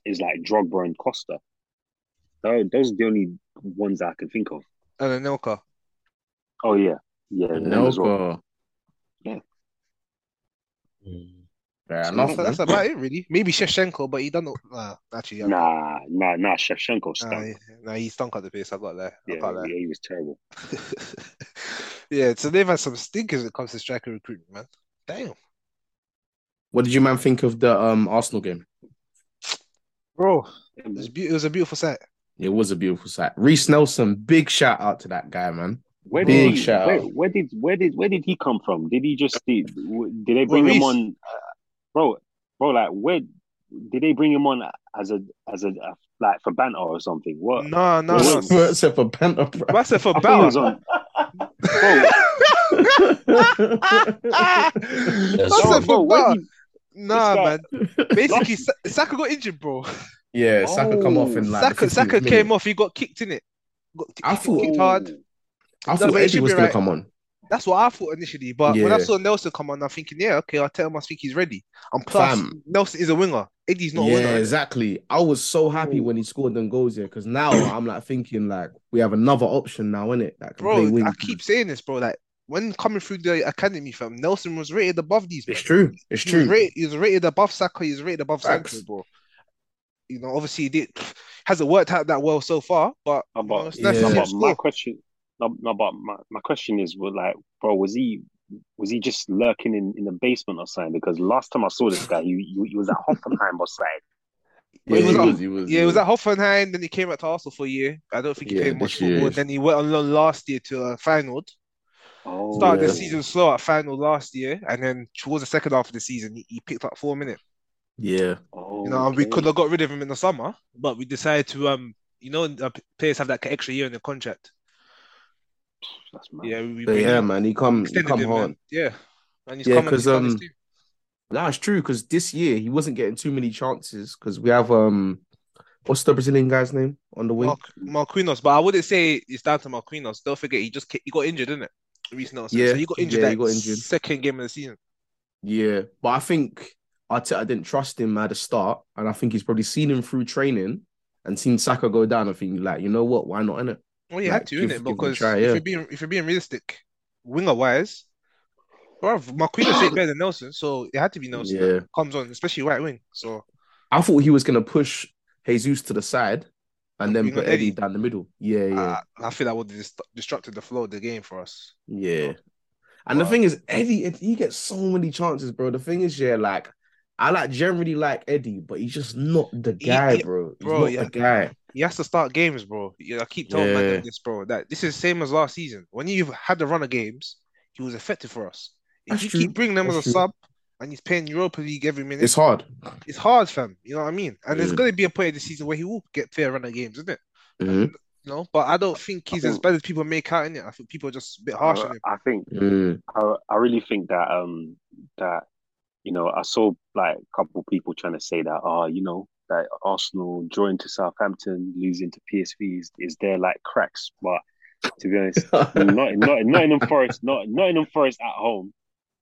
S3: is like Drogba and Costa. Tho- Those are the only ones I can think of.
S4: And Anelka.
S3: Oh yeah, yeah, them
S1: No
S3: as well.
S1: go.
S2: Mm.
S1: Fair
S3: So
S1: enough.
S4: That's,
S1: man.
S4: that's about it, really. Maybe Shevchenko, but he done. Nah, actually, yeah.
S3: Nah, nah, nah. Shevchenko
S4: Nah,
S3: stunk.
S4: he- nah, he stunk at the pace. I got there.
S3: yeah,
S4: I can't
S3: yeah,
S4: lie.
S3: he was terrible.
S4: yeah, so they've had some stinkers when it comes to striker recruitment, man. Damn.
S1: What did you man think of the um Arsenal game?
S4: Bro,
S3: Yeah,
S4: it
S3: man.
S4: was, beau- it was a beautiful sight.
S1: It was a beautiful sight. Reese Nelson, big shout out to that guy, man.
S3: Where
S1: Big
S3: did he,
S1: shout
S3: where,
S1: out.
S3: where did where did where did he come from? Did he just did, did they bring him
S4: Lloris.
S3: on, uh, bro? Bro, like where did they bring him on as a as a uh, like for banter or something? What?
S4: No, no,
S3: Well,
S4: no.
S1: What's up for Penta, bro?
S4: That's it for
S3: I thought he was
S4: Bauer.
S3: on. Bro,
S4: Ah!
S2: That's
S4: That's
S3: Bro,
S4: it
S2: wrong.
S3: bro,
S4: for
S3: where
S4: Bauer.
S3: did-
S4: Nah,
S3: guy-
S4: man. Basically, Sa- Saka got injured, bro.
S1: yeah, Saka come off in like the
S4: Saka,
S1: 15th
S4: Saka
S1: minute.
S4: came off. He got kicked in it. Got
S1: I
S4: he got
S1: thought-
S4: kicked hard.
S1: I
S4: That's
S1: thought
S4: what it
S1: Eddie
S4: should
S1: was
S4: be,
S1: gonna
S4: right?
S1: come on.
S4: That's what I thought initially, but when I
S1: Yeah.
S4: saw Nelson come on, I'm thinking, yeah, okay, Arteta must think he's ready. And plus,
S1: Fam.
S4: Nelson is a winger. Eddie's not a
S1: yeah,
S4: winner.
S1: exactly. I was so
S4: Mm.
S1: happy when he scored them goals here because now I'm like thinking like we have another option now, innit? That can play
S4: Bro,
S1: wing.
S4: I keep saying this, bro. Like when coming through the academy, fam, Nelson was rated above these. men.
S1: It's true. It's
S4: He was,
S1: true.
S4: rated, he was rated above Saka. He was rated above
S1: Facts.
S4: Sancho, bro. You know, obviously, he did hasn't worked out that well so far, but
S3: No,
S4: you
S3: but-
S4: know, it's nice to
S1: Yeah.
S4: see
S3: No,
S4: him
S3: but my
S4: score.
S3: question, no, no, but my, my question is, well, like, bro, was he was he just lurking in, in the basement or something? Because last time I saw this guy, he, he, he was at Hoffenheim or something.
S1: Yeah,
S4: It was
S1: he
S4: up.
S1: was, he was,
S4: Yeah, he was at Hoffenheim, then he came back to Arsenal for a year. I don't think he
S1: Yeah,
S4: played much
S1: this year.
S4: football. And then he went on loan last year to uh, Feyenoord.
S3: Oh,
S4: started
S1: yeah.
S4: the season slow at final last year, and then towards the second half of the season, he, he picked up four minutes.
S1: Yeah.
S3: Oh,
S4: You know, and we
S3: okay.
S4: could have got rid of him in the summer, but we decided to um, you know, uh, players have that extra year in the contract.
S3: That's mad.
S4: Yeah, we
S1: But
S4: we
S1: yeah, man, he come, he
S4: extended
S1: come
S4: him,
S1: hard.
S4: and- yeah, and he's
S1: Yeah,
S4: come and
S1: 'cause,
S4: he's done his
S1: um,
S4: thing.
S1: No, it's true because this year he wasn't getting too many chances because we have um, what's the Brazilian guy's name on the wing?
S4: Mark, Marquinhos, but I wouldn't say it's down to Marquinhos. Don't forget, he just ca- he got injured, didn't it? Reece Nelson.
S1: Yeah,
S4: so he got injured.
S1: yeah,
S4: that
S1: he got injured.
S4: Second game of the season.
S1: Yeah, but I think Arteta didn't trust him at the start, and I think he's probably seen him through training and seen Saka go down. I think like you know what, why not in it?
S4: Well, you
S1: Like,
S4: had to,
S1: give-
S4: innit?
S1: give it a
S4: Because
S1: try,
S4: if
S1: yeah.
S4: you're being if you're being realistic, winger wise, bro, Marquinhos ain't better than Nelson, so it had to be Nelson. that
S1: Yeah.
S4: comes on, especially right wing. So
S1: I thought he was gonna push Jesus to the side and then
S4: Bring
S1: put
S4: on Eddie. Ah,
S1: Eddie down the middle. Yeah, yeah,
S4: I, I feel that would have dist- disrupted the flow of the game for us.
S1: yeah. And
S4: Wow.
S1: the thing is, Eddie, he gets so many chances, bro. The thing is, yeah, like. I like generally like Eddie, but he's just not the
S4: He-
S1: guy,
S4: he-
S1: bro. He's
S4: bro,
S1: not
S4: yeah.
S1: the guy.
S4: He has to start games, bro. Yeah, I keep telling my
S1: Yeah.
S4: man this, bro. That this is same as last season. When you've had the run of games, he was effective for us. If
S1: That's
S4: you
S1: true.
S4: keep bringing them
S1: That's
S4: as
S1: true.
S4: a sub and he's playing Europa League every minute,
S1: It's
S4: it's,
S1: hard.
S4: hard, fam. You know what I mean? And there's
S1: Yeah.
S4: gonna be a point in the season where he will get fair run of games, isn't it?
S1: Mhm.
S4: You know, but I don't think he's
S1: Oh.
S4: as
S3: think-
S4: bad as people make out in it. I think people are just a bit harsh on him.
S3: I, I think
S1: Mm.
S3: I, I really think that um that you know I saw like a couple people trying to say that oh you know that Arsenal drawing to Southampton losing to PSV is, is there like
S1: mm-hmm.
S3: cracks but to be honest not not Nottingham Forest not Nottingham Forest at home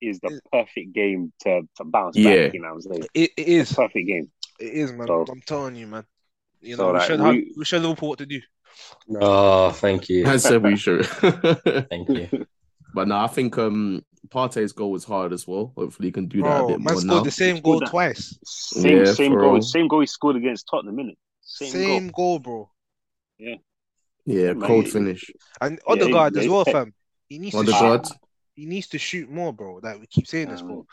S3: is the perfect game to, to bounce
S1: Yeah.
S3: back. You know what I'm saying?
S4: It, it is.
S3: Perfect game.
S4: It is, man.
S3: So-
S4: I'm telling you, man. You
S3: so,
S4: know, we,
S3: like,
S4: showed
S3: we-
S4: how, we showed Liverpool what to do.
S2: Oh, thank you.
S1: I said we should. but
S2: Thank you.
S1: no, I think um Partey's goal was hard as well. Hopefully, he can do that a
S4: Bro,
S1: bit
S4: man
S1: more
S4: scored
S1: now.
S4: the same
S3: Scored
S4: goal
S3: that.
S4: twice.
S3: Same
S1: Yeah,
S3: same
S1: for
S3: goal.
S1: real.
S3: Same goal he scored against Tottenham, innit? Same,
S4: Same,
S3: goal.
S4: goal. bro.
S1: yeah,
S3: man.
S1: cold finish.
S4: And
S3: Yeah,
S4: Odegaard
S3: yeah,
S4: as well,
S3: yeah.
S4: fam. He needs to shoot.
S1: Odegaard.
S4: He needs to shoot more, bro. Like we keep saying this,
S3: Um,
S4: bro,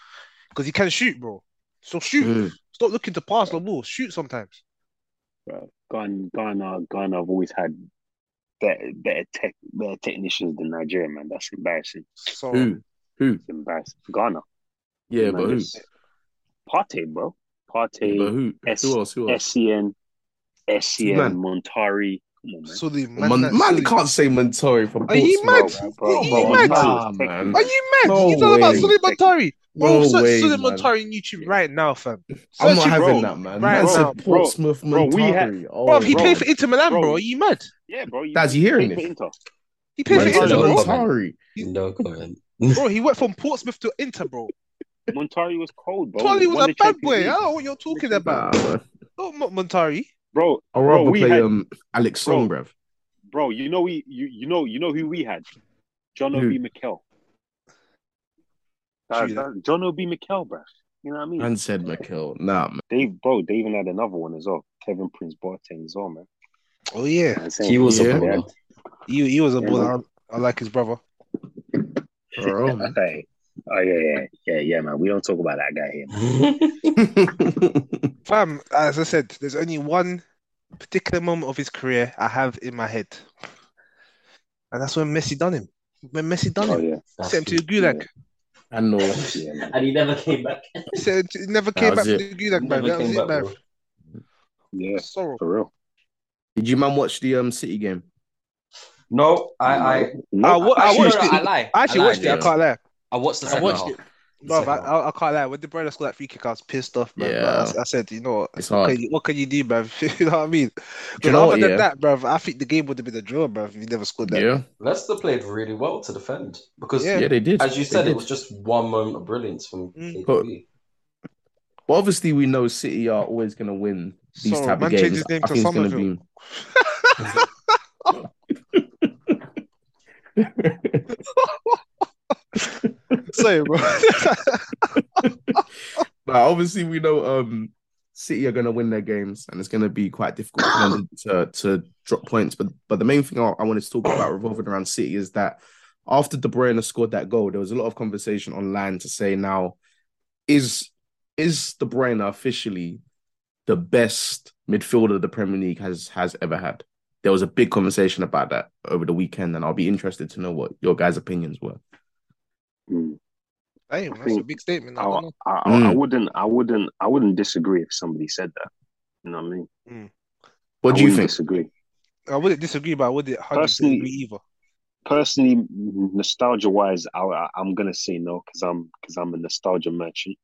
S4: because he can shoot, bro. So shoot.
S1: Mm.
S4: Stop looking to pass the ball. Shoot sometimes.
S3: Bro. Ghana, Ghana, Ghana have always had better, better tech, better technicians than Nigeria, man. That's embarrassing.
S4: So
S1: Who? Who?
S3: It's embarrassing. Ghana,
S1: Yeah,
S3: man,
S1: but who?
S3: it's- Partey, bro.
S1: But
S3: Partey,
S1: who?
S3: S-
S1: who else? Who else?
S3: Essien, Essien,
S1: Man.
S3: Montari. Come on, man.
S4: Sully, man,
S1: Man,
S4: that
S1: man
S4: Sully.
S1: can't say Montori from.
S4: Are you
S1: Portsmouth.
S4: mad?
S3: Bro,
S4: He-
S3: bro,
S4: he
S3: Montari was
S4: mad?
S1: Nah,
S3: technical.
S1: man.
S4: Are you mad?
S1: No
S4: you talking about
S1: way.
S4: Sully Montari? Bro,
S1: No
S4: search
S1: way,
S4: Sully
S1: man.
S4: Montari on YouTube right now, fam. Search
S1: I'm not
S4: him,
S1: having
S4: bro.
S1: that, man.
S4: Right
S1: man
S4: now,
S1: said
S3: bro.
S1: Portsmouth
S3: Bro, we had-
S1: Montari.
S4: Bro,
S1: Oh,
S4: he
S3: bro.
S4: played for Inter Milan, bro.
S3: Bro.
S4: Are you mad?
S3: Yeah, bro. You,
S1: Dad's hearing
S3: played for
S1: it.
S3: Inter.
S4: He
S1: Man
S4: played for
S1: said
S4: Inter, bro.
S2: Montari.
S1: Montari.
S2: No comment.
S4: Bro, he went from Portsmouth to Inter, bro.
S3: Montari was cold, bro.
S4: Tolly was
S3: Won
S4: a
S3: the
S4: bad
S3: Champions
S4: boy.
S3: League.
S4: I don't know what you're talking
S1: Nah,
S4: about.
S1: man.
S4: Not Mo- Montari.
S3: Bro,
S1: I'd
S3: Bro,
S1: rather
S3: we
S1: play
S3: had-
S1: um Alex
S3: Bro.
S1: Song, bruv.
S3: bro, you know we you, you know you know who we had? John
S1: Who?
S3: O'B Mikel. That-
S4: True
S3: that- John O'B Mikel, bro. You know what I mean?
S1: And said Mikel. Nah, man.
S3: they bro, they even had another one as well. Kevin Prince Boateng as well, man.
S4: Oh
S3: You know
S4: yeah,
S3: what I'm saying?
S2: He was
S1: Yeah.
S2: a baller.
S4: he he was a
S3: Yeah,
S4: baller. I, I like his brother.
S1: For real, man.
S3: Okay. Oh yeah, yeah, yeah, yeah, man. We don't talk about that guy here. man.
S4: Fam, as I said, there's only one particular moment of his career I have in my head, and that's when Messi done him. When Messi done
S3: Oh
S4: him,
S3: yeah,
S2: That's-
S4: sent him to the gulag.
S1: I know.
S3: yeah, man.
S2: and he never came back.
S4: Sent, he never
S1: That
S4: came
S1: was
S4: back to
S1: it.
S4: the gulag, man.
S2: Never
S4: That was
S2: came
S4: it,
S2: back,
S4: man.
S2: bro.
S3: yeah,
S4: Sorrow.
S3: for real.
S1: Did you man watch the um City game?
S2: No, I, I,
S3: No,
S4: I, wa- I
S2: actually,
S4: watched
S2: no, no,
S4: it.
S2: I lie.
S4: I actually
S2: I lie,
S4: watched it. I
S1: yeah.
S4: can't lie.
S2: I watched the
S1: I
S2: second
S1: watched
S2: half.
S1: it.
S4: Bro,
S2: Second
S4: I,
S2: half.
S4: I, I can't lie. When the brother scored that free kick, I was pissed off, man.
S1: Yeah.
S4: Like, I, I said, you know what?
S1: It's
S4: What
S1: hard.
S4: can you, what can you do, bruv? you know what I mean?
S1: Do you
S4: Because
S1: know
S4: other
S1: what?
S4: than
S1: Yeah.
S4: that, bruv, I think the game would have been a draw, bruv, if you never scored that.
S1: Yeah.
S2: Leicester played really well to defend because,
S4: Yeah.
S1: Yeah, they did.
S2: as you said,
S1: They
S2: it
S1: did.
S2: was just one moment of brilliance from
S4: Mm.
S2: KDB.
S1: Well, obviously, we know City are always going to win these
S4: Sorry,
S1: type
S4: man
S1: of
S4: changed
S1: games.
S4: his name
S1: I
S4: to
S1: think it's going to
S4: Somerville.
S1: be.
S4: Sorry, bro.
S1: But obviously, we know um, City are going to win their games, and it's going to be quite difficult for them to, to drop points. But but the main thing I, I wanted to talk about revolving around City is that after De Bruyne scored that goal, there was a lot of conversation online to say now is is De Bruyne officially the best midfielder the Premier League has has ever had? There was a big conversation about that over the weekend, and I'll be interested to know what your guys' opinions were.
S3: Mm.
S4: Hey, man, that's a big statement. I
S3: I,
S4: don't know.
S3: I, I,
S1: Mm.
S3: I wouldn't, I wouldn't, I wouldn't disagree if somebody said that. You know what I mean?
S1: What
S3: I
S1: do you
S3: wouldn't
S1: think?
S3: Disagree.
S4: I wouldn't disagree, but I wouldn't 100%
S3: Personally-
S4: agree either.
S3: personally, nostalgia wise, I, I- I'm gonna say no because I'm because I'm a nostalgia merchant.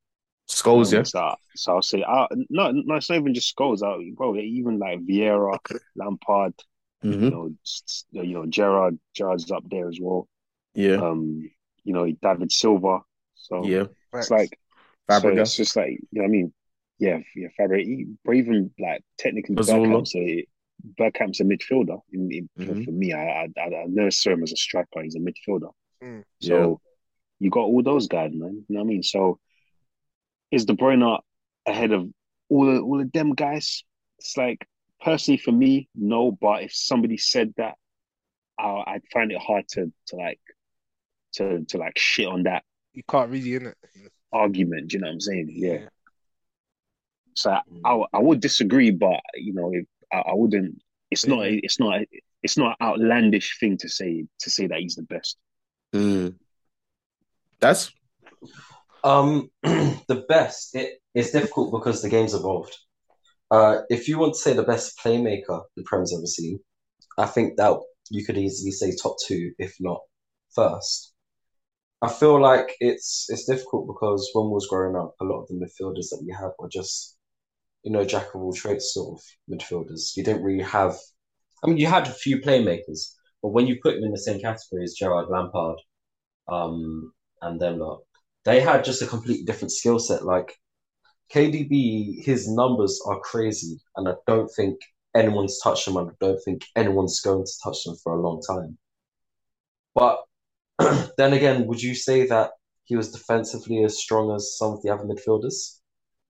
S1: Skulls, yeah.
S3: Um, so, so I'll say, I, no, no, it's not even just goals. I, bro, even like Vieira, Lampard,
S1: hmm
S3: you know, s- s- you know, Gerard, Gerard's up there as well.
S1: Yeah,
S3: Um, you know, David Silva. So
S1: yeah.
S3: it's
S4: Facts.
S3: like, Oh, so it's
S1: Fabregas.
S3: just like, you know, what I mean, yeah, yeah, Fabregas, but even like technically,
S1: Mazzola.
S3: Bergkamp's a Bergkamp's a midfielder. In, in, for-
S1: Mhm.
S3: For me, I, I I I never saw him as a striker. He's a midfielder.
S4: Mm.
S3: So you got all those guys, man. You know what I mean? So is De Bruyne ahead of all of, all of them guys? It's like personally for me, no. But if somebody said that, I, I'd find it hard to to like to to like shit on that
S4: You can't really, innit?
S3: argument. Do you know what I'm saying? Yeah. So I, I, I would disagree, but you know, if, I, I wouldn't. It's not. It's not. It's not an outlandish thing to say to say that he's the best.
S1: Mm. That's
S2: Um, the best. It, it's difficult because the game's evolved. Uh, if you want to say the best playmaker the Prem's ever seen, I think that you could easily say top two, if not first. I feel like it's it's difficult because when we was growing up, a lot of the midfielders that we have were just, you know, jack of all trades sort of midfielders. You didn't really have. I mean, you had a few playmakers, but when you put them in the same category as Gerard Lampard, um, and them lot, they had just a completely different skill set. Like KDB, his numbers are crazy, and I don't think anyone's touched him, and I don't think anyone's going to touch him for a long time. But then again, would you say that he was defensively as strong as some of the other midfielders?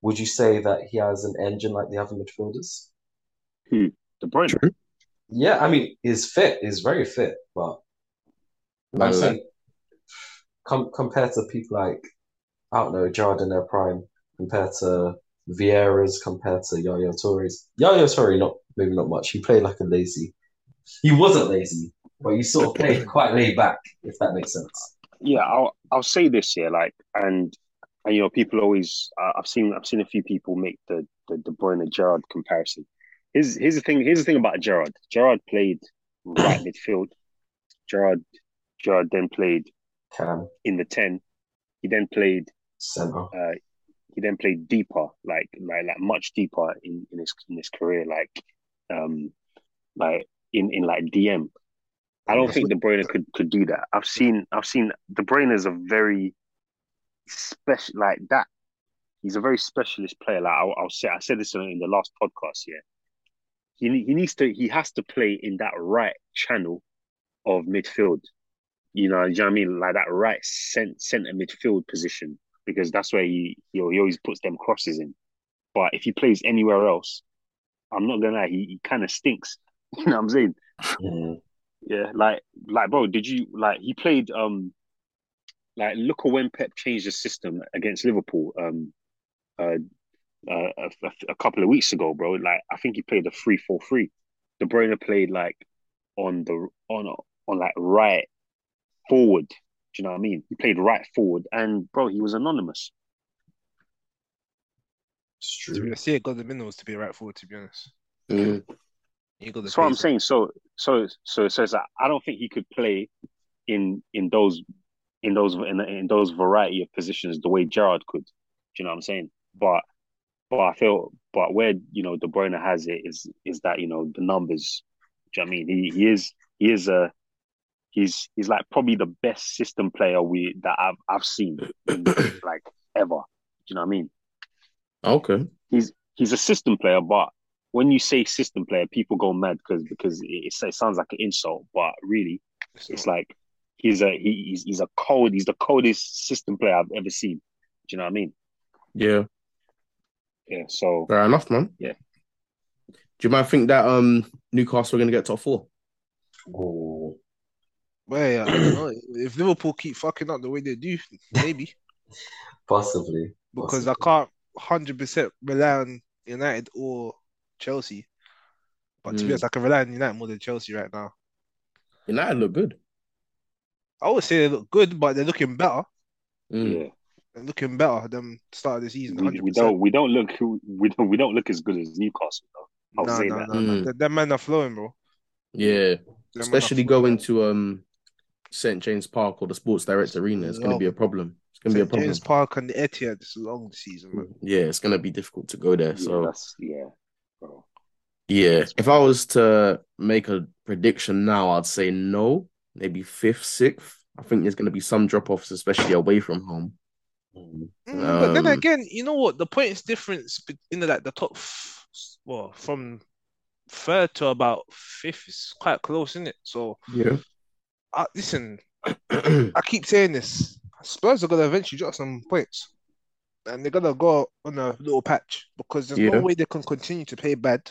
S2: Would you say that he has an engine like the other midfielders?
S3: The point.
S2: Yeah, I mean, he's fit. He's very fit, but I'm
S1: Man, like,
S2: saying, com- compared to people like I don't know Gerard in their prime, compared to Vieira's, compared to Yaya Toure's. Yaya Toure, not maybe not much. He played like a lazy. He wasn't lazy, but he sort of played quite laid back, if that makes sense.
S3: yeah, I'll I'll say this here, like, and and you know, people always uh, I've seen I've seen a few people make the the De Bruyne Gerard comparison. Here's here's the thing. Here's the thing about Gerard. Gerard played right midfield. Gerard Gerard then played
S2: Cam
S3: in the ten. He then played
S2: center.
S3: uh, he then played deeper, like like like much deeper in, in his in his career, like um like in, in like DM. I don't think De Bruyne could, could do that. I've seen I've seen De Bruyne is a very special like that. He's a very specialist player. Like I'll, I'll say I said this in, in the last podcast. Yeah, he ne- he needs to he has to play in that right channel of midfield. You know, you know what I mean, like that right cent, center midfield position because that's where he, he he always puts them crosses in. But if he plays anywhere else, I'm not gonna lie, he, he kind of stinks. You know what I'm saying?
S2: Mm.
S3: Yeah, like like bro, did you like he played um like look at when Pep changed the system against Liverpool um uh, uh a, a- a couple of weeks ago, bro. Like I think he played a 3-4-3. De Bruyne played like on the on on like right forward. Do you know what I mean? He played right forward and bro, he was anonymous.
S2: It's
S4: To be
S2: true.
S4: honest, yeah, got the minerals to be right forward. To be honest,
S1: mm,
S4: you got the.
S3: That's what I'm
S4: pace.
S3: saying. So, so, so, so it's like, I don't think he could play in in those in those in, in those variety of positions the way Gerard could. Do you know what I'm saying? But but I feel but where you know De Bruyne has it is is that you know the numbers. Do you know what I mean? He he is he is a he's he's like probably the best system player we that I've I've seen in, like ever. Do you know what I mean?
S1: okay.
S3: he's he's a system player, but when you say system player, people go mad because because it, it sounds like an insult, but really
S4: So-
S3: it's like he's a he, he's he's a cold he's the coldest system player I've ever seen. Do you know what I mean?
S1: Yeah,
S3: Yeah. So
S1: fair enough, man.
S3: Yeah.
S1: Do you mind think that um Newcastle are gonna get top four?
S2: Oh.
S4: Well, yeah, I don't know. If Liverpool keep fucking up the way they do, maybe
S2: Possibly.
S4: because I can't hundred percent rely on United or Chelsea. But to
S1: Mm.
S4: be honest, I can rely on United more than Chelsea right now.
S1: United look good.
S4: I would say they look good, but they're looking better.
S1: Mm.
S3: yeah,
S4: They're looking better than start of the season.
S3: we,
S4: 100%.
S3: we don't we don't look we don't we don't look as good as Newcastle though. I'll
S4: Nah,
S3: say
S4: nah,
S3: that.
S4: nah, nah.
S1: Mm.
S4: That, that man are flowing, bro.
S1: yeah.
S4: That man are
S1: especially
S4: flowing.
S1: going to um St James Park or the Sports Direct Arena. It's going to be a problem. It's going to be a
S4: St.
S1: problem.
S4: James Park and the Etihad this long season, man.
S1: Yeah, it's going to be difficult to go there.
S3: Yeah,
S1: So
S3: that's yeah. Bro.
S1: yeah, if I was to make a prediction now, I'd say no, maybe fifth, sixth. I think there's going to be some drop offs, especially away from home.
S2: Mm.
S4: Mm, but then
S1: Um,
S4: again, you know what? The points difference be- in the, like the top, f- well, from third to about fifth is quite close, isn't it? So,
S1: Yeah,
S4: uh, listen,
S1: yeah,
S4: I keep saying this. Spurs are gonna eventually drop some points, and they're gonna go on a little patch because there's
S1: Yeah.
S4: no way they can continue to play bad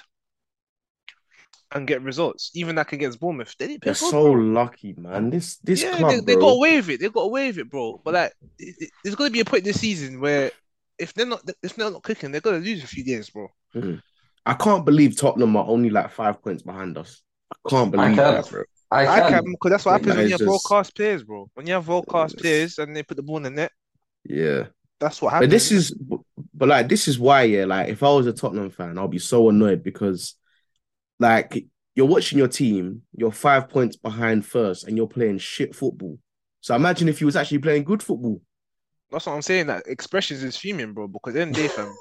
S4: and get results. Even like against Bournemouth, they didn't play
S1: they're
S4: good,
S1: so
S4: bro.
S1: lucky, man. This this
S4: yeah,
S1: club,
S4: they, they
S1: bro.
S4: got away with it. They got away with it, bro. But like, it, it- there's gonna be a point this season where if they're not if they're not clicking, they're gonna lose a few games, bro.
S1: I can't believe Tottenham are only like five points behind us. I can't believe
S2: I can't.
S1: that, bro.
S2: I
S4: I
S2: can.
S4: can because that's what happens
S1: That
S4: when you
S1: is
S4: have world
S1: um, just-
S4: class players, bro. When you have world class
S1: Yes.
S4: players and they put the ball in the net,
S1: Yeah.
S4: that's what
S1: But
S4: happens.
S1: this is, but like this is why, yeah. Like if I was a Tottenham fan, I'll be so annoyed because, like, you're watching your team, you're five points behind first, and you're playing shit football. So imagine if you was actually playing good football.
S4: That's what I'm saying. That expressions is fuming, bro. Because then they fam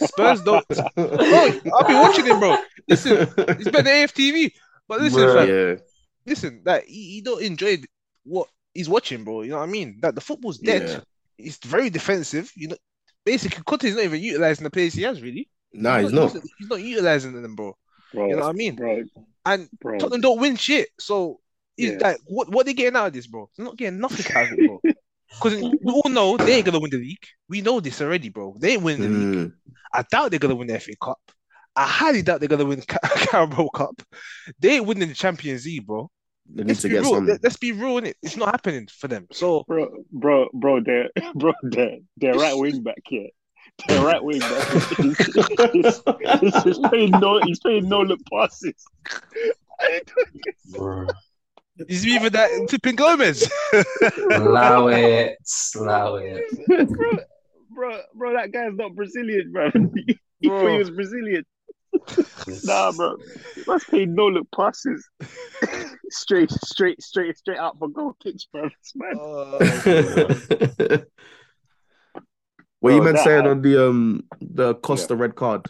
S4: Spurs don't. Bro, I'll be watching it, bro. Listen, it's better than AFTV. But listen,
S2: Bruh.
S4: fam,
S1: yeah,
S4: listen, that he, he don't enjoy what he's watching, bro. You know what I mean? That the football's dead.
S1: Yeah.
S4: he's very defensive. You know, basically, Conte's not even utilizing the players he has. Really,
S1: Nah, he's not.
S4: He's not utilizing them, bro.
S3: bro,
S4: You know what I mean?
S3: bro,
S4: And
S3: bro.
S4: Tottenham don't win shit. So it's
S3: Yeah.
S4: like, what what they getting out of this, bro? They're not getting nothing out of it, bro. Because we all know they ain't gonna win the league. We know this already, bro. They ain't winning the league.
S1: Mm.
S4: I doubt they're gonna win the FA Cup. I highly doubt they're gonna win the Ca- Carabao Cup. They ain't winning the Champions League, bro.
S1: They need
S4: Let's
S1: to
S4: be
S1: get
S4: real.
S1: some.
S4: Let- Let's be real, innit? It's not happening for them. So
S3: bro, bro, bro, their, bro, their, their right wing back here, their right wing back, he's, he's, he's, he's playing no, he's playing no look passes.
S2: Bro.
S4: is it even that tipping Gomez?
S2: Allow it. Allow it.
S3: bro, bro, bro, that guy's not Brazilian, bro. He thought he was Brazilian. Nah, bro, he must play no look passes. straight, straight, straight, straight out for goal kicks, bro. This man. Uh,
S1: what you
S3: Bro,
S1: meant
S3: that-
S1: saying on the um the Costa red card?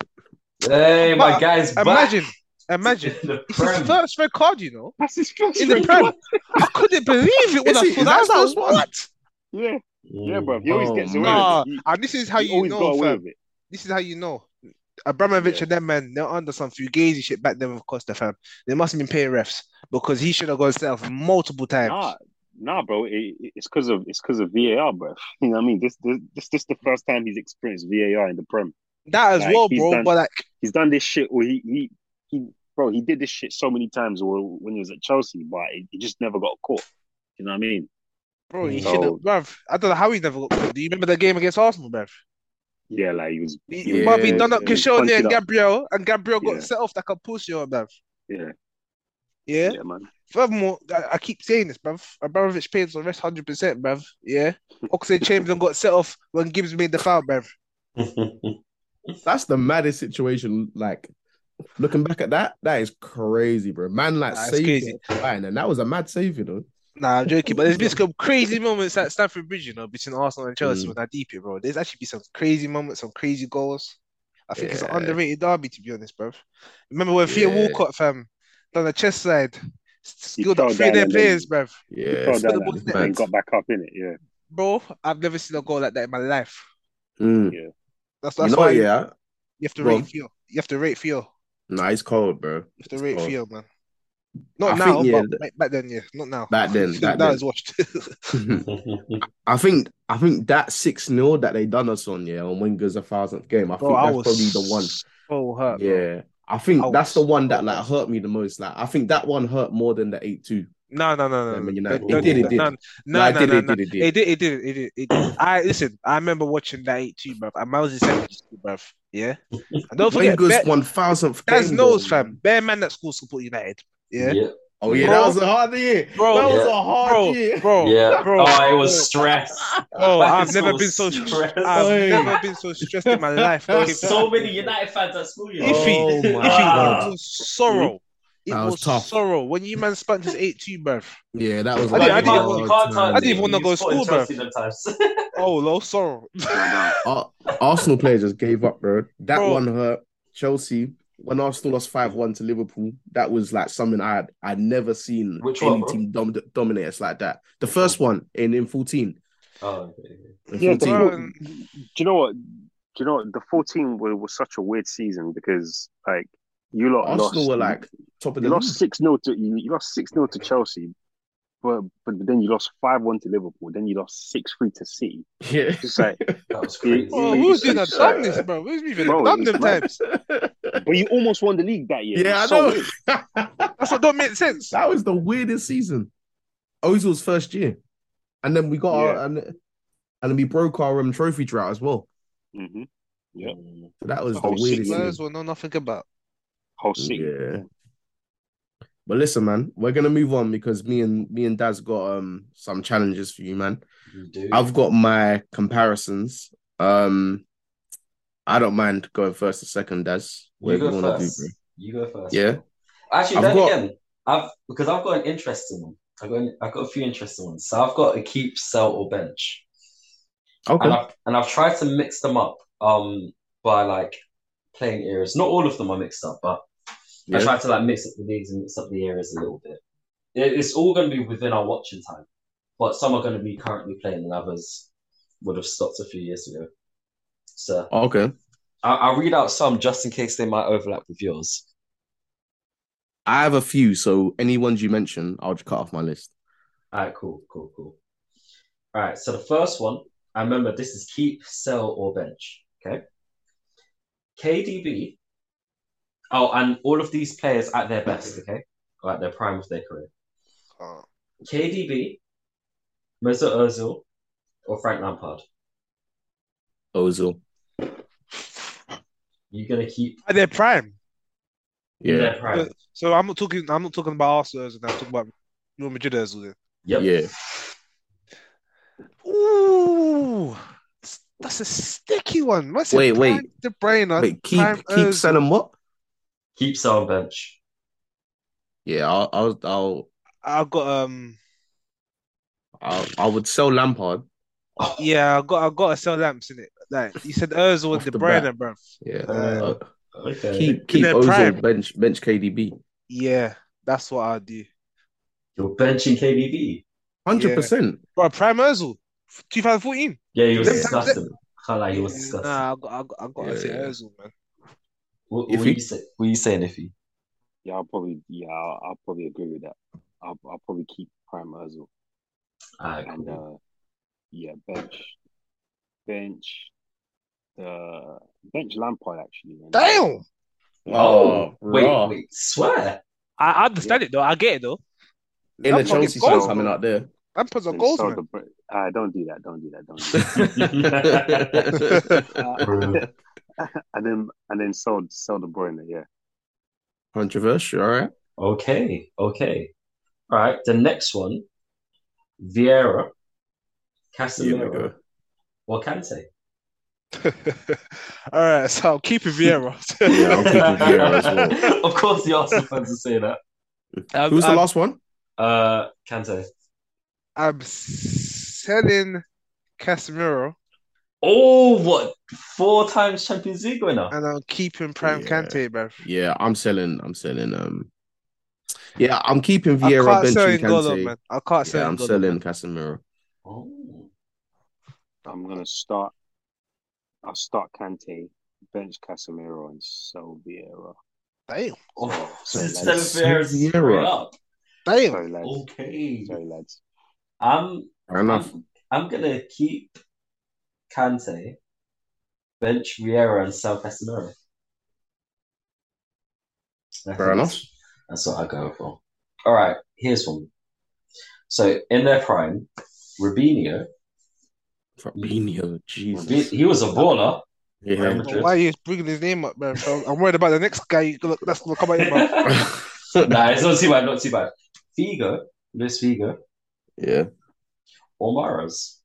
S2: Hey, my
S4: But
S2: guy's back.
S4: imagine, imagine.
S2: In the
S4: It's his
S2: Prem.
S4: first red card, you know,
S3: That's his first
S4: in the
S3: red
S4: Prem.
S3: card.
S4: I couldn't believe it when
S1: Is
S4: I
S1: he-
S4: saw
S1: is
S4: that.
S1: that
S4: I was
S1: his
S4: like,
S1: one?
S4: What?
S3: Yeah, yeah, bro. He
S2: Mm.
S3: always
S1: Oh,
S3: gets away
S4: Nah,
S3: with it.
S4: and this is
S3: He,
S4: how
S3: he
S4: you
S3: always got
S4: know,
S3: away
S4: fam.
S3: with it.
S4: This is how you know. Abramovich
S3: Yeah.
S4: and them man, they're under some fugazi shit back then with Costa fam. They must have been paying refs because he should have gone self multiple times.
S3: Nah, nah, bro. It, it- it's because of it's because of VAR, bro. You know what I mean? This this this, this the first time he's experienced VAR in the Prem.
S4: that as
S3: like,
S4: well,
S3: he's
S4: bro.
S3: done-
S4: But like,
S3: He's done this shit, or he he he, bro. He did this shit so many times or when he was at Chelsea, but he, he just never got caught. You know what I mean?
S4: bro, he
S3: No.
S4: should have, bruv. I don't know how he never got. caught. Do you remember the game against Arsenal, bruv?
S3: Yeah, like he was.
S4: He,
S1: Yeah,
S4: bruv, he done up
S3: yeah, he
S4: Kishone
S3: punched
S4: and
S3: it up.
S4: Gabriel, and Gabriel got
S3: Yeah.
S4: set off like a pussy, bruv.
S3: Yeah,
S4: Yeah.
S3: yeah, man.
S4: Furthermore, I, I keep saying this, bruv. Abramovich paid the rest 100%, bruv. Yeah. Oxlade Chamberlain got set off when Gibbs made the foul, bruv.
S1: That's the maddest situation. Like looking back at that, that is crazy, bro. Man, like
S4: That's
S1: saved
S4: crazy.
S1: it, fine, and that was a mad save, you know.
S4: Nah, I'm joking, but there's been some crazy moments at Stamford Bridge, you know, between Arsenal and Chelsea
S1: Mm.
S4: with that deep, bro. There's actually been some crazy moments, some crazy goals. I think it's an
S1: Yeah.
S4: underrated derby, to be honest, bro. Remember when Theo
S1: Yeah.
S4: Walcott, fam, done a chest side, skilled
S3: fell
S4: up three
S3: down
S4: of their
S3: and then-
S4: players, bruv.
S1: Yeah,
S3: Fell
S1: it's-
S3: down
S4: the ball's
S3: and
S1: net.
S3: then got back up in it. Yeah,
S4: Bro, I've never seen a goal like that in my life.
S1: Mm.
S4: That's
S1: you
S4: that's
S1: know,
S4: why
S1: what, yeah.
S4: you have to
S1: Go
S4: rate
S1: on.
S4: Theo. You have to rate Theo.
S1: Nah, he's cold, bro.
S4: You have to rate
S1: cold.
S4: Theo, man. Not
S1: I
S4: now,
S1: think, yeah,
S4: but back, back then, yeah, not now.
S1: Back then,
S4: Now
S1: back then.
S4: it's washed.
S1: I think I think that six 0 that they done us on, yeah, on Wenger's a thousandth game. I
S4: bro,
S1: think
S4: I
S1: that's
S4: was
S1: probably the one.
S4: so hurt. bro.
S1: Yeah, I think
S4: I
S1: that's the
S4: was-
S1: one
S4: I
S1: that like hurt me the most. Like, I think that one hurt more than the eight two.
S4: No, no, no, no.
S1: Yeah,
S4: no.
S1: Man United.
S4: Don't- don't
S2: It did,
S4: do
S2: it
S4: that.
S1: did.
S4: No, no,
S1: Nah, it
S4: no,
S1: did,
S4: no,
S1: it
S4: no.
S1: did, it did.
S4: It did, it did, it did, it did. I listen. I remember watching that E eight two, bruv. And I was in secondary school, bruv. Yeah, and don't forget,
S1: Wenger's
S4: Bear,
S1: one thousandth game.
S4: that's nose,
S1: bro.
S4: fam. Bear man at school support United. Yeah,
S2: yeah.
S1: Oh yeah,
S4: Bro.
S1: that was a hard year.
S4: Bro,
S1: that was
S2: yeah.
S1: a hard
S4: bro,
S1: year.
S4: bro,
S2: yeah.
S4: bro.
S2: oh, it was stress.
S4: Oh,
S2: Back
S4: I've
S2: in
S4: never
S2: school,
S4: been so.
S2: stress.
S4: I've
S1: Oi.
S4: never been so stressed in my life.
S2: There
S4: bro.
S2: were so many United fans at school. You know?
S4: Iffy.
S1: Oh
S4: Iffy,
S1: my
S4: it
S1: god.
S2: God.
S4: was sorrow. It
S1: That
S4: was,
S1: was tough.
S4: sorrow when you man spanked his eight two, bruv.
S1: Yeah, that was.
S4: I didn't- I
S1: like
S4: didn't-
S1: hard
S2: you can't
S1: time.
S4: I didn't even wanna go
S2: You spotted
S4: school, bro.
S2: Chelsea sometimes.
S4: Oh, low sorrow.
S1: Ar- Arsenal players just gave up, bro. That
S4: Bro.
S1: one hurt. Chelsea when Arsenal lost five one to Liverpool, that was like something I had I'd never seen
S2: Which
S1: any
S2: one, bro?
S1: team dom- dominate us like that. The first one in in fourteen.
S2: oh, okay.
S1: In
S3: yeah. but
S1: 14.
S4: bro.
S3: what- do you know what? Do you know what? The fourteen was, was such a weird season because like you lot
S1: Arsenal
S3: lost,
S1: were like top of the
S3: You
S1: league.
S3: lost six 0 to you, you lost six 0 to Chelsea, but but then you lost five one to Liverpool. Then you lost six three to City.
S1: Yeah.
S3: It's like,
S2: that was crazy.
S4: Bro, who's been a dumbness, bro? Who's even
S3: Bro,
S4: a
S3: it's
S4: dumbness
S3: mad.
S4: times?
S3: but you almost won the league that year.
S1: yeah, I
S3: It's so
S1: know.
S3: weird.
S4: That's what don't make sense.
S1: that was the weirdest season. Ozil's first year, and then we got our and and then we broke our um, trophy drought as well.
S3: Mhm. Yeah.
S2: Mm.
S1: So that was
S4: The
S1: the
S4: whole
S1: weirdest.
S4: Spurs
S1: season.
S4: will know nothing about.
S3: Whole City.
S1: Yeah. But listen, man, we're gonna move on because me and me and Dad's got um some challenges for you, man.
S2: You do.
S1: I've got my comparisons. Um, I don't mind going first or second, Daz.
S2: You
S1: Whatever you,
S2: go
S1: want to do,
S2: first.
S1: bro.
S2: You go first.
S1: Yeah.
S2: Actually,
S1: I've
S2: then
S1: got-
S2: again, I've because I've got an interesting one. I've got an- I've got a few interesting ones. So I've got a keep, sell, or bench,
S1: Okay.
S2: and I've and I've tried to mix them up um by like playing areas. Not all of them are mixed up, but
S1: Yeah.
S2: I tried to like mix up the leagues and mix up the areas a little bit. It- It's all going to be within our watching time, but some are going to be currently playing and others would have stopped a few years ago. So
S1: Oh, okay.
S2: I- I'll read out some just in case they might overlap with yours.
S1: I have a few, so any ones you mention, I'll just cut off my list.
S2: All right, cool, cool, cool. All right, so the first one, I remember this is keep, sell, or bench. Okay. KDB. Oh, and all of these players at their best, okay? Or at their prime of their career.
S4: Uh,
S2: KDB, Mesut Ozil, or Frank Lampard.
S1: Ozil.
S2: You're gonna keep
S4: at their prime.
S1: Yeah.
S2: their prime.
S4: So I'm not talking. I'm not talking about Arsenal and I'm talking about Real Madrid as well.
S2: Yep.
S1: Yeah.
S4: Ooh, that's- that's a sticky one. Man said
S1: Wait,
S4: prime
S1: wait.
S4: De Bruyne,
S1: Wait, keep
S4: prime
S1: keep
S4: Ozil.
S1: selling what?
S2: Keep sell and bench.
S1: Yeah, I'll I'll I'll,
S4: I've got um.
S1: I'll I would sell Lampard.
S4: Yeah, I got. I got to sell lamps in it. Like you said, Ozil
S1: Off
S4: and De
S1: the bat.
S4: Bruyne, bruv.
S1: Yeah.
S4: Uh,
S1: Uh,
S2: Okay.
S1: keep keep
S4: their
S1: Ozil
S4: prime.
S1: bench bench KDB.
S4: Yeah, that's what I do.
S2: You're benching KDB.
S1: Hundred percent.
S4: Bro, prime Ozil, 2014.
S2: Yeah, he was
S4: Them-
S2: disgusting. Can't lie, he was
S4: Yeah,
S2: disgusting.
S4: Nah, I got. I got. I got to say
S1: Yeah.
S4: Ozil, man.
S2: What,
S1: If
S2: what,
S1: he-
S2: you say, what you saying, Iffy?
S3: Yeah, I'll probably yeah, I'll, I'll probably agree with that. I'll, I'll probably keep Prime Ozil
S2: Ah,
S3: and
S2: cool.
S3: uh, yeah, bench, bench, uh, bench Lampard actually. man.
S4: Damn.
S2: Oh, wait,
S1: raw.
S2: wait, swear.
S4: I I understand it though. I get it though.
S1: In the
S4: Lampard
S1: Chelsea
S4: is goals,
S1: side coming out there.
S4: Lampard's a
S3: And
S4: goals
S3: so
S4: man.
S3: the Br- Ah, don't do that. Don't do that. Don't. Do that. Uh, and then and then sold sold the Bruyne. Yeah.
S1: Controversial, all right.
S2: Okay, okay. All right, the next one Vieira,
S1: Here we go.
S2: Casemiro, or Kante.
S4: All right, so I'm keeping Vieira.
S1: Yeah, I'm keeping Vieira as well.
S2: of course, the Arsenal fans will say that.
S4: I'm,
S1: Who's the
S4: I'm-
S1: last one?
S2: Uh, Kante.
S4: I'm selling Casemiro
S2: Oh, what? Four times Champions League winner.
S4: and I'm keeping Prime
S1: Yeah.
S4: Kante, bro.
S1: Yeah, I'm selling. I'm selling. Um, yeah, I'm keeping
S4: I
S1: Vieira
S4: can't sell
S1: benching
S4: N'Golo,
S1: Kante.
S4: man. I can't
S1: Yeah,
S4: sell
S1: I'm
S4: N'Golo,
S1: selling
S4: man.
S1: Casemiro.
S2: Oh,
S3: I'm gonna start. I'll start Kante, bench Casemiro, and sell Vieira.
S4: Damn,
S2: oh.
S3: So
S2: Just
S3: like-
S2: sell Vieira
S1: So Vieira.
S2: straight up.
S4: damn.
S3: Sorry, lads.
S2: Okay. Um,
S3: Sorry, lads.
S2: I'm
S1: Fair enough.
S2: I'm, I'm gonna keep Kante, bench Riera, and sell Casemiro. I
S1: Fair
S2: think
S1: enough.
S2: That's what I go for. All right, here's one. So in their prime, Rubinho,
S1: Fabinho,
S2: Rubi-
S1: Jesus.
S2: he was a baller.
S1: Yeah.
S4: Why are you bringing his name up, man? bro? I'm worried about the next guy you gonna- that's gonna come out. Your mouth.
S2: nah, it's not too bad. Not too bad. Figo, Luis Figo,
S1: yeah.
S2: or Mahrez.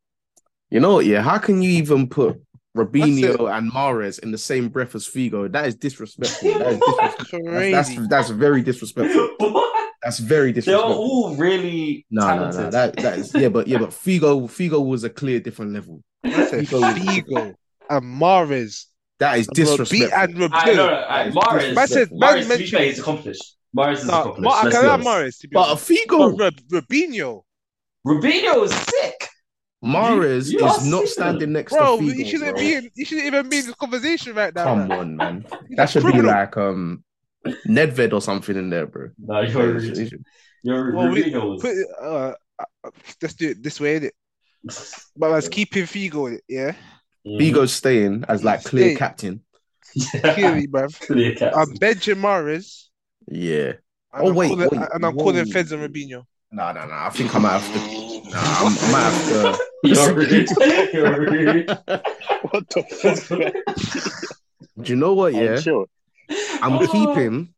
S1: You know, what, yeah. How can you even put
S4: That's
S1: Robinho and Mares in the same breath as Figo? That is disrespectful. That is disrespectful.
S4: Crazy.
S1: that's, that's that's very disrespectful.
S2: What?
S1: That's very
S2: They were
S1: disrespectful.
S2: all really
S1: No, no,
S2: talented.
S1: no. That that is yeah, but yeah, but Figo Figo was a clear different level.
S4: I said Figo and Mares
S1: That is
S4: Robi-
S1: disrespectful.
S4: and
S2: I know.
S4: Robinho.
S2: I,
S1: It's
S2: Mahrez,
S4: I said-
S2: Mahrez,
S4: man
S2: to be fair, he's accomplished. Mahrez is
S4: Nah,
S2: accomplished.
S4: Ma- I
S2: let's
S4: can
S2: be
S4: have
S2: honest.
S4: Mares to be
S1: but
S4: honest.
S1: Figo,
S4: But Rob- Robinho,
S2: Rubinho is sick.
S1: Mares
S2: you are
S1: is not
S2: sick.
S1: standing next
S4: bro,
S1: to Figo.
S4: you shouldn't
S1: bro.
S4: be. In, you shouldn't even be in this conversation right now.
S1: Come
S4: man.
S1: on, man. That should be
S4: Criminal.
S1: like um Nedved or something in there, bro.
S2: No, you're
S1: It
S2: rude.
S1: should-
S2: You're
S4: Well, we-
S2: Rubinho was.
S4: Put it, uh, uh, uh, let's do it this way, innit? But let's
S2: Yeah.
S4: keep him Figo in it, yeah?
S1: Figo's staying as like clear
S4: Stay.
S1: captain.
S4: Clearly, bruv.
S2: Clear captain.
S4: I'm benching Mares.
S1: Yeah.
S4: And
S1: Oh,
S4: I'm
S1: wait,
S4: calling,
S1: wait,
S4: And I'm calling
S1: whoa.
S4: Feds and Robinho.
S1: No, no, no. I think I might have to. Nah, I'm- I might have to.
S2: You're rude. You're rude.
S3: What the fuck? man?
S1: Do you know what?
S3: Hey,
S1: Yeah,
S3: chill.
S2: Oh,
S1: I'm keeping.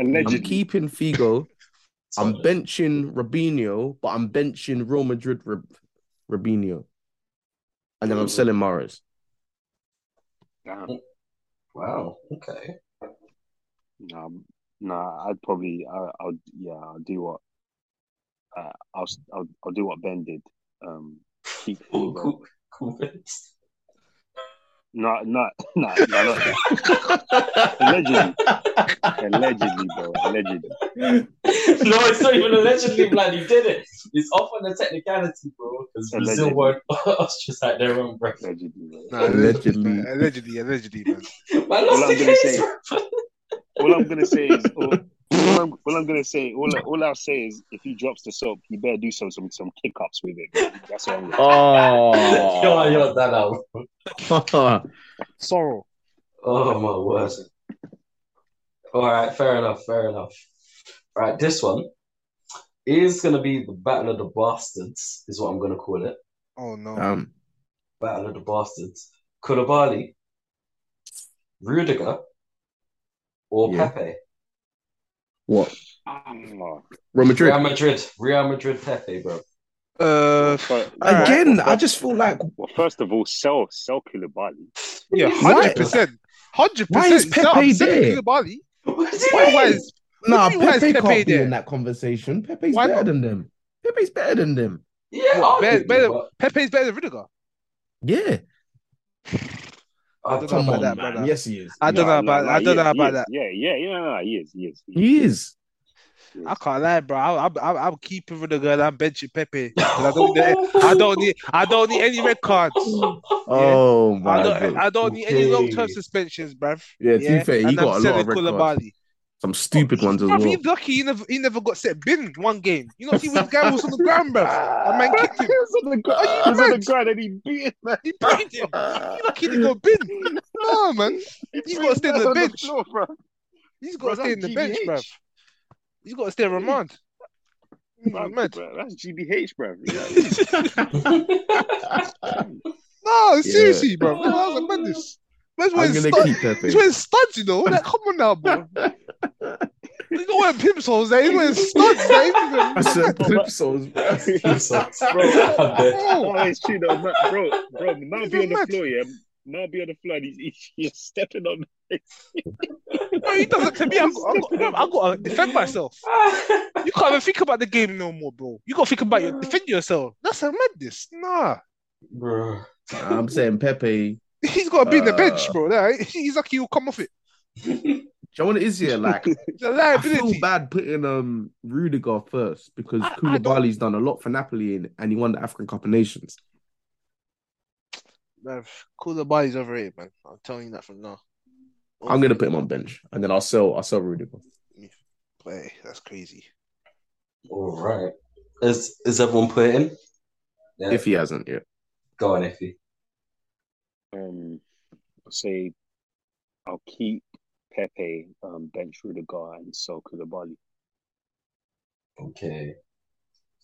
S4: Oh.
S3: Allegedly.
S1: I'm keeping Figo. I'm benching Robinho, but I'm benching Real Madrid Rob- Robinho, and then I'm selling Mares.
S3: Damn.
S2: Wow. Okay.
S3: Nah, nah. I'd probably. I, I'll. Yeah. I'll do what. Uh, I'll, I'll. I'll do what Ben did. Um. Keep
S2: Cool.
S3: Figo.
S2: Cool. Cool.
S3: No, no, no, no, no. Allegedly. Allegedly, bro. Allegedly.
S2: no, it's not even allegedly, blood. You did it. It's off on the technicality, bro. Because Brazil
S3: Allegedly.
S2: weren't ostracized their own, bro.
S3: Allegedly, bro.
S4: Nah,
S1: Allegedly.
S4: allegedly, allegedly, man.
S2: Man, lost
S3: I'm
S2: the
S3: gonna
S2: case,
S3: say-
S2: bro.
S3: All I'm gonna say is all, all I'm, all I'm gonna say all, all I'll say is if he drops the soap, you better do some some some kick ups with it. bro. That's all I'm
S2: Yo,
S3: gonna
S1: Oh,
S2: yo, that out.
S4: Oh. Sorrow.
S2: Oh my word. All right, fair enough, fair enough. All right, this one is gonna be the Battle of the Bastards, is what I'm gonna call it.
S4: Oh no.
S1: um,
S2: Battle of the Bastards. Koulibaly, Rudiger, or
S1: Yeah.
S2: Pepe.
S1: what?
S3: say. Oh,
S1: Real Madrid
S2: Real Madrid, Real Madrid, Pepe, bro.
S4: Uh,
S3: but-
S4: Alright.
S1: again. I just feel like
S3: Well, first of all, sell sell Koulibaly.
S4: yeah, hundred percent, hundred
S1: Why is
S4: percent.
S1: Pepe there?
S4: Koulibaly.
S2: What do you
S4: Why,
S2: mean?
S4: why is
S1: nah.
S4: What do you mean, why is
S1: Pepe,
S4: Pepe
S1: can't be
S4: there?
S1: in that conversation. Pepe's
S4: Why
S1: better
S4: not?
S1: than them. Pepe's better than them.
S2: Yeah, arguably,
S4: What, better- better-
S2: but
S4: Pepe's better than Rudiger?
S1: Yeah,
S2: I
S4: don't know
S1: come
S4: about
S1: on,
S4: that,
S1: man.
S4: brother.
S1: Yes, he is.
S4: I don't
S3: Nah,
S4: know about.
S3: nah,
S4: I don't
S3: nah,
S4: know
S3: he is,
S4: about that.
S3: he is. Yeah, yeah, yeah, no, no, he is, he is, he is.
S1: He is.
S3: he is.
S4: I can't lie, bro. I, I'm, I'm I'm keeping Rudiger. and I'm benching Pepe. 'Cause I don't need. I don't need. I don't need any red cards.
S1: Oh my
S4: I don't.
S1: god.
S4: I don't need any
S2: Okay.
S4: long term suspensions, bruv.
S1: yeah, to be fair, he
S4: and
S1: got a
S4: I'm
S1: lot
S4: selling
S1: of red cards.
S4: Koulibaly.
S1: Some stupid ones as
S4: Bruv,
S1: well.
S4: he lucky he never he never got set bin one game. You know, see when the guy was on the ground, bruv.
S1: Ah.
S4: man kicked him.
S1: He was on the gr-
S4: Are
S3: He
S4: you
S3: was on the
S4: mad?
S3: ground and he beat him. man.
S4: He buried him.
S1: Ah.
S4: He lucky he got bin. Nah, man. He's got to stay on the
S3: on
S4: bench.
S3: floor, bro.
S4: He's got to
S3: Bruv,
S4: stay on
S3: that's
S4: the bench,
S3: GBH.
S4: bruv. He's got to stay on remand. Nah,
S3: Bruv,
S4: mad.
S3: bruv, That's GBH, bro.
S4: Nah, seriously,
S1: Yeah.
S4: bruv. That was a madness. Man's
S1: I'm
S4: wearing,
S1: gonna
S4: stud-
S1: keep Pepe.
S4: he's wearing studs, you know. Like, come on now, bro. He's not wearing pimp soles. Like, he's wearing studs. Like, he's even-
S1: I said clip souls, bro.
S2: I'm sorry, bro.
S4: Oh,
S3: Oh, it's true though, man. bro. Bro, man, be on the
S4: Mad.
S3: floor, yeah. Man, be on the floor. And he's, he's, he's stepping on.
S4: bro, he does it to me. I've got, I've, got, I've got to defend myself. You can't even think about the game no more, bro. You got to think about your defend yourself. That's a madness. Nah,
S2: bro.
S1: I'm saying Pepe.
S4: he's got to be in the bench,
S1: Uh.
S4: bro. Nah, he's lucky he'll come off it.
S1: Do you know what it is here? Like
S4: It's a
S1: I feel
S4: liability.
S1: bad putting um Rudiger first because
S4: I- I don't-
S1: Koulibaly's done a lot for Napoli and, and he won the African Cup of Nations.
S4: Bruv, Koulibaly's overrated, man. I'm telling you that from now.
S1: I'm gonna put him on bench and then I'll sell I'll sell Rudiger.
S4: Hey, that's crazy.
S2: All right. Is is everyone put in? Yeah.
S1: If he hasn't yet.
S2: Go on, Iffy.
S3: Um, say, I'll keep Pepe, um, bench Rudiger, and sell Koulibaly.
S2: Okay.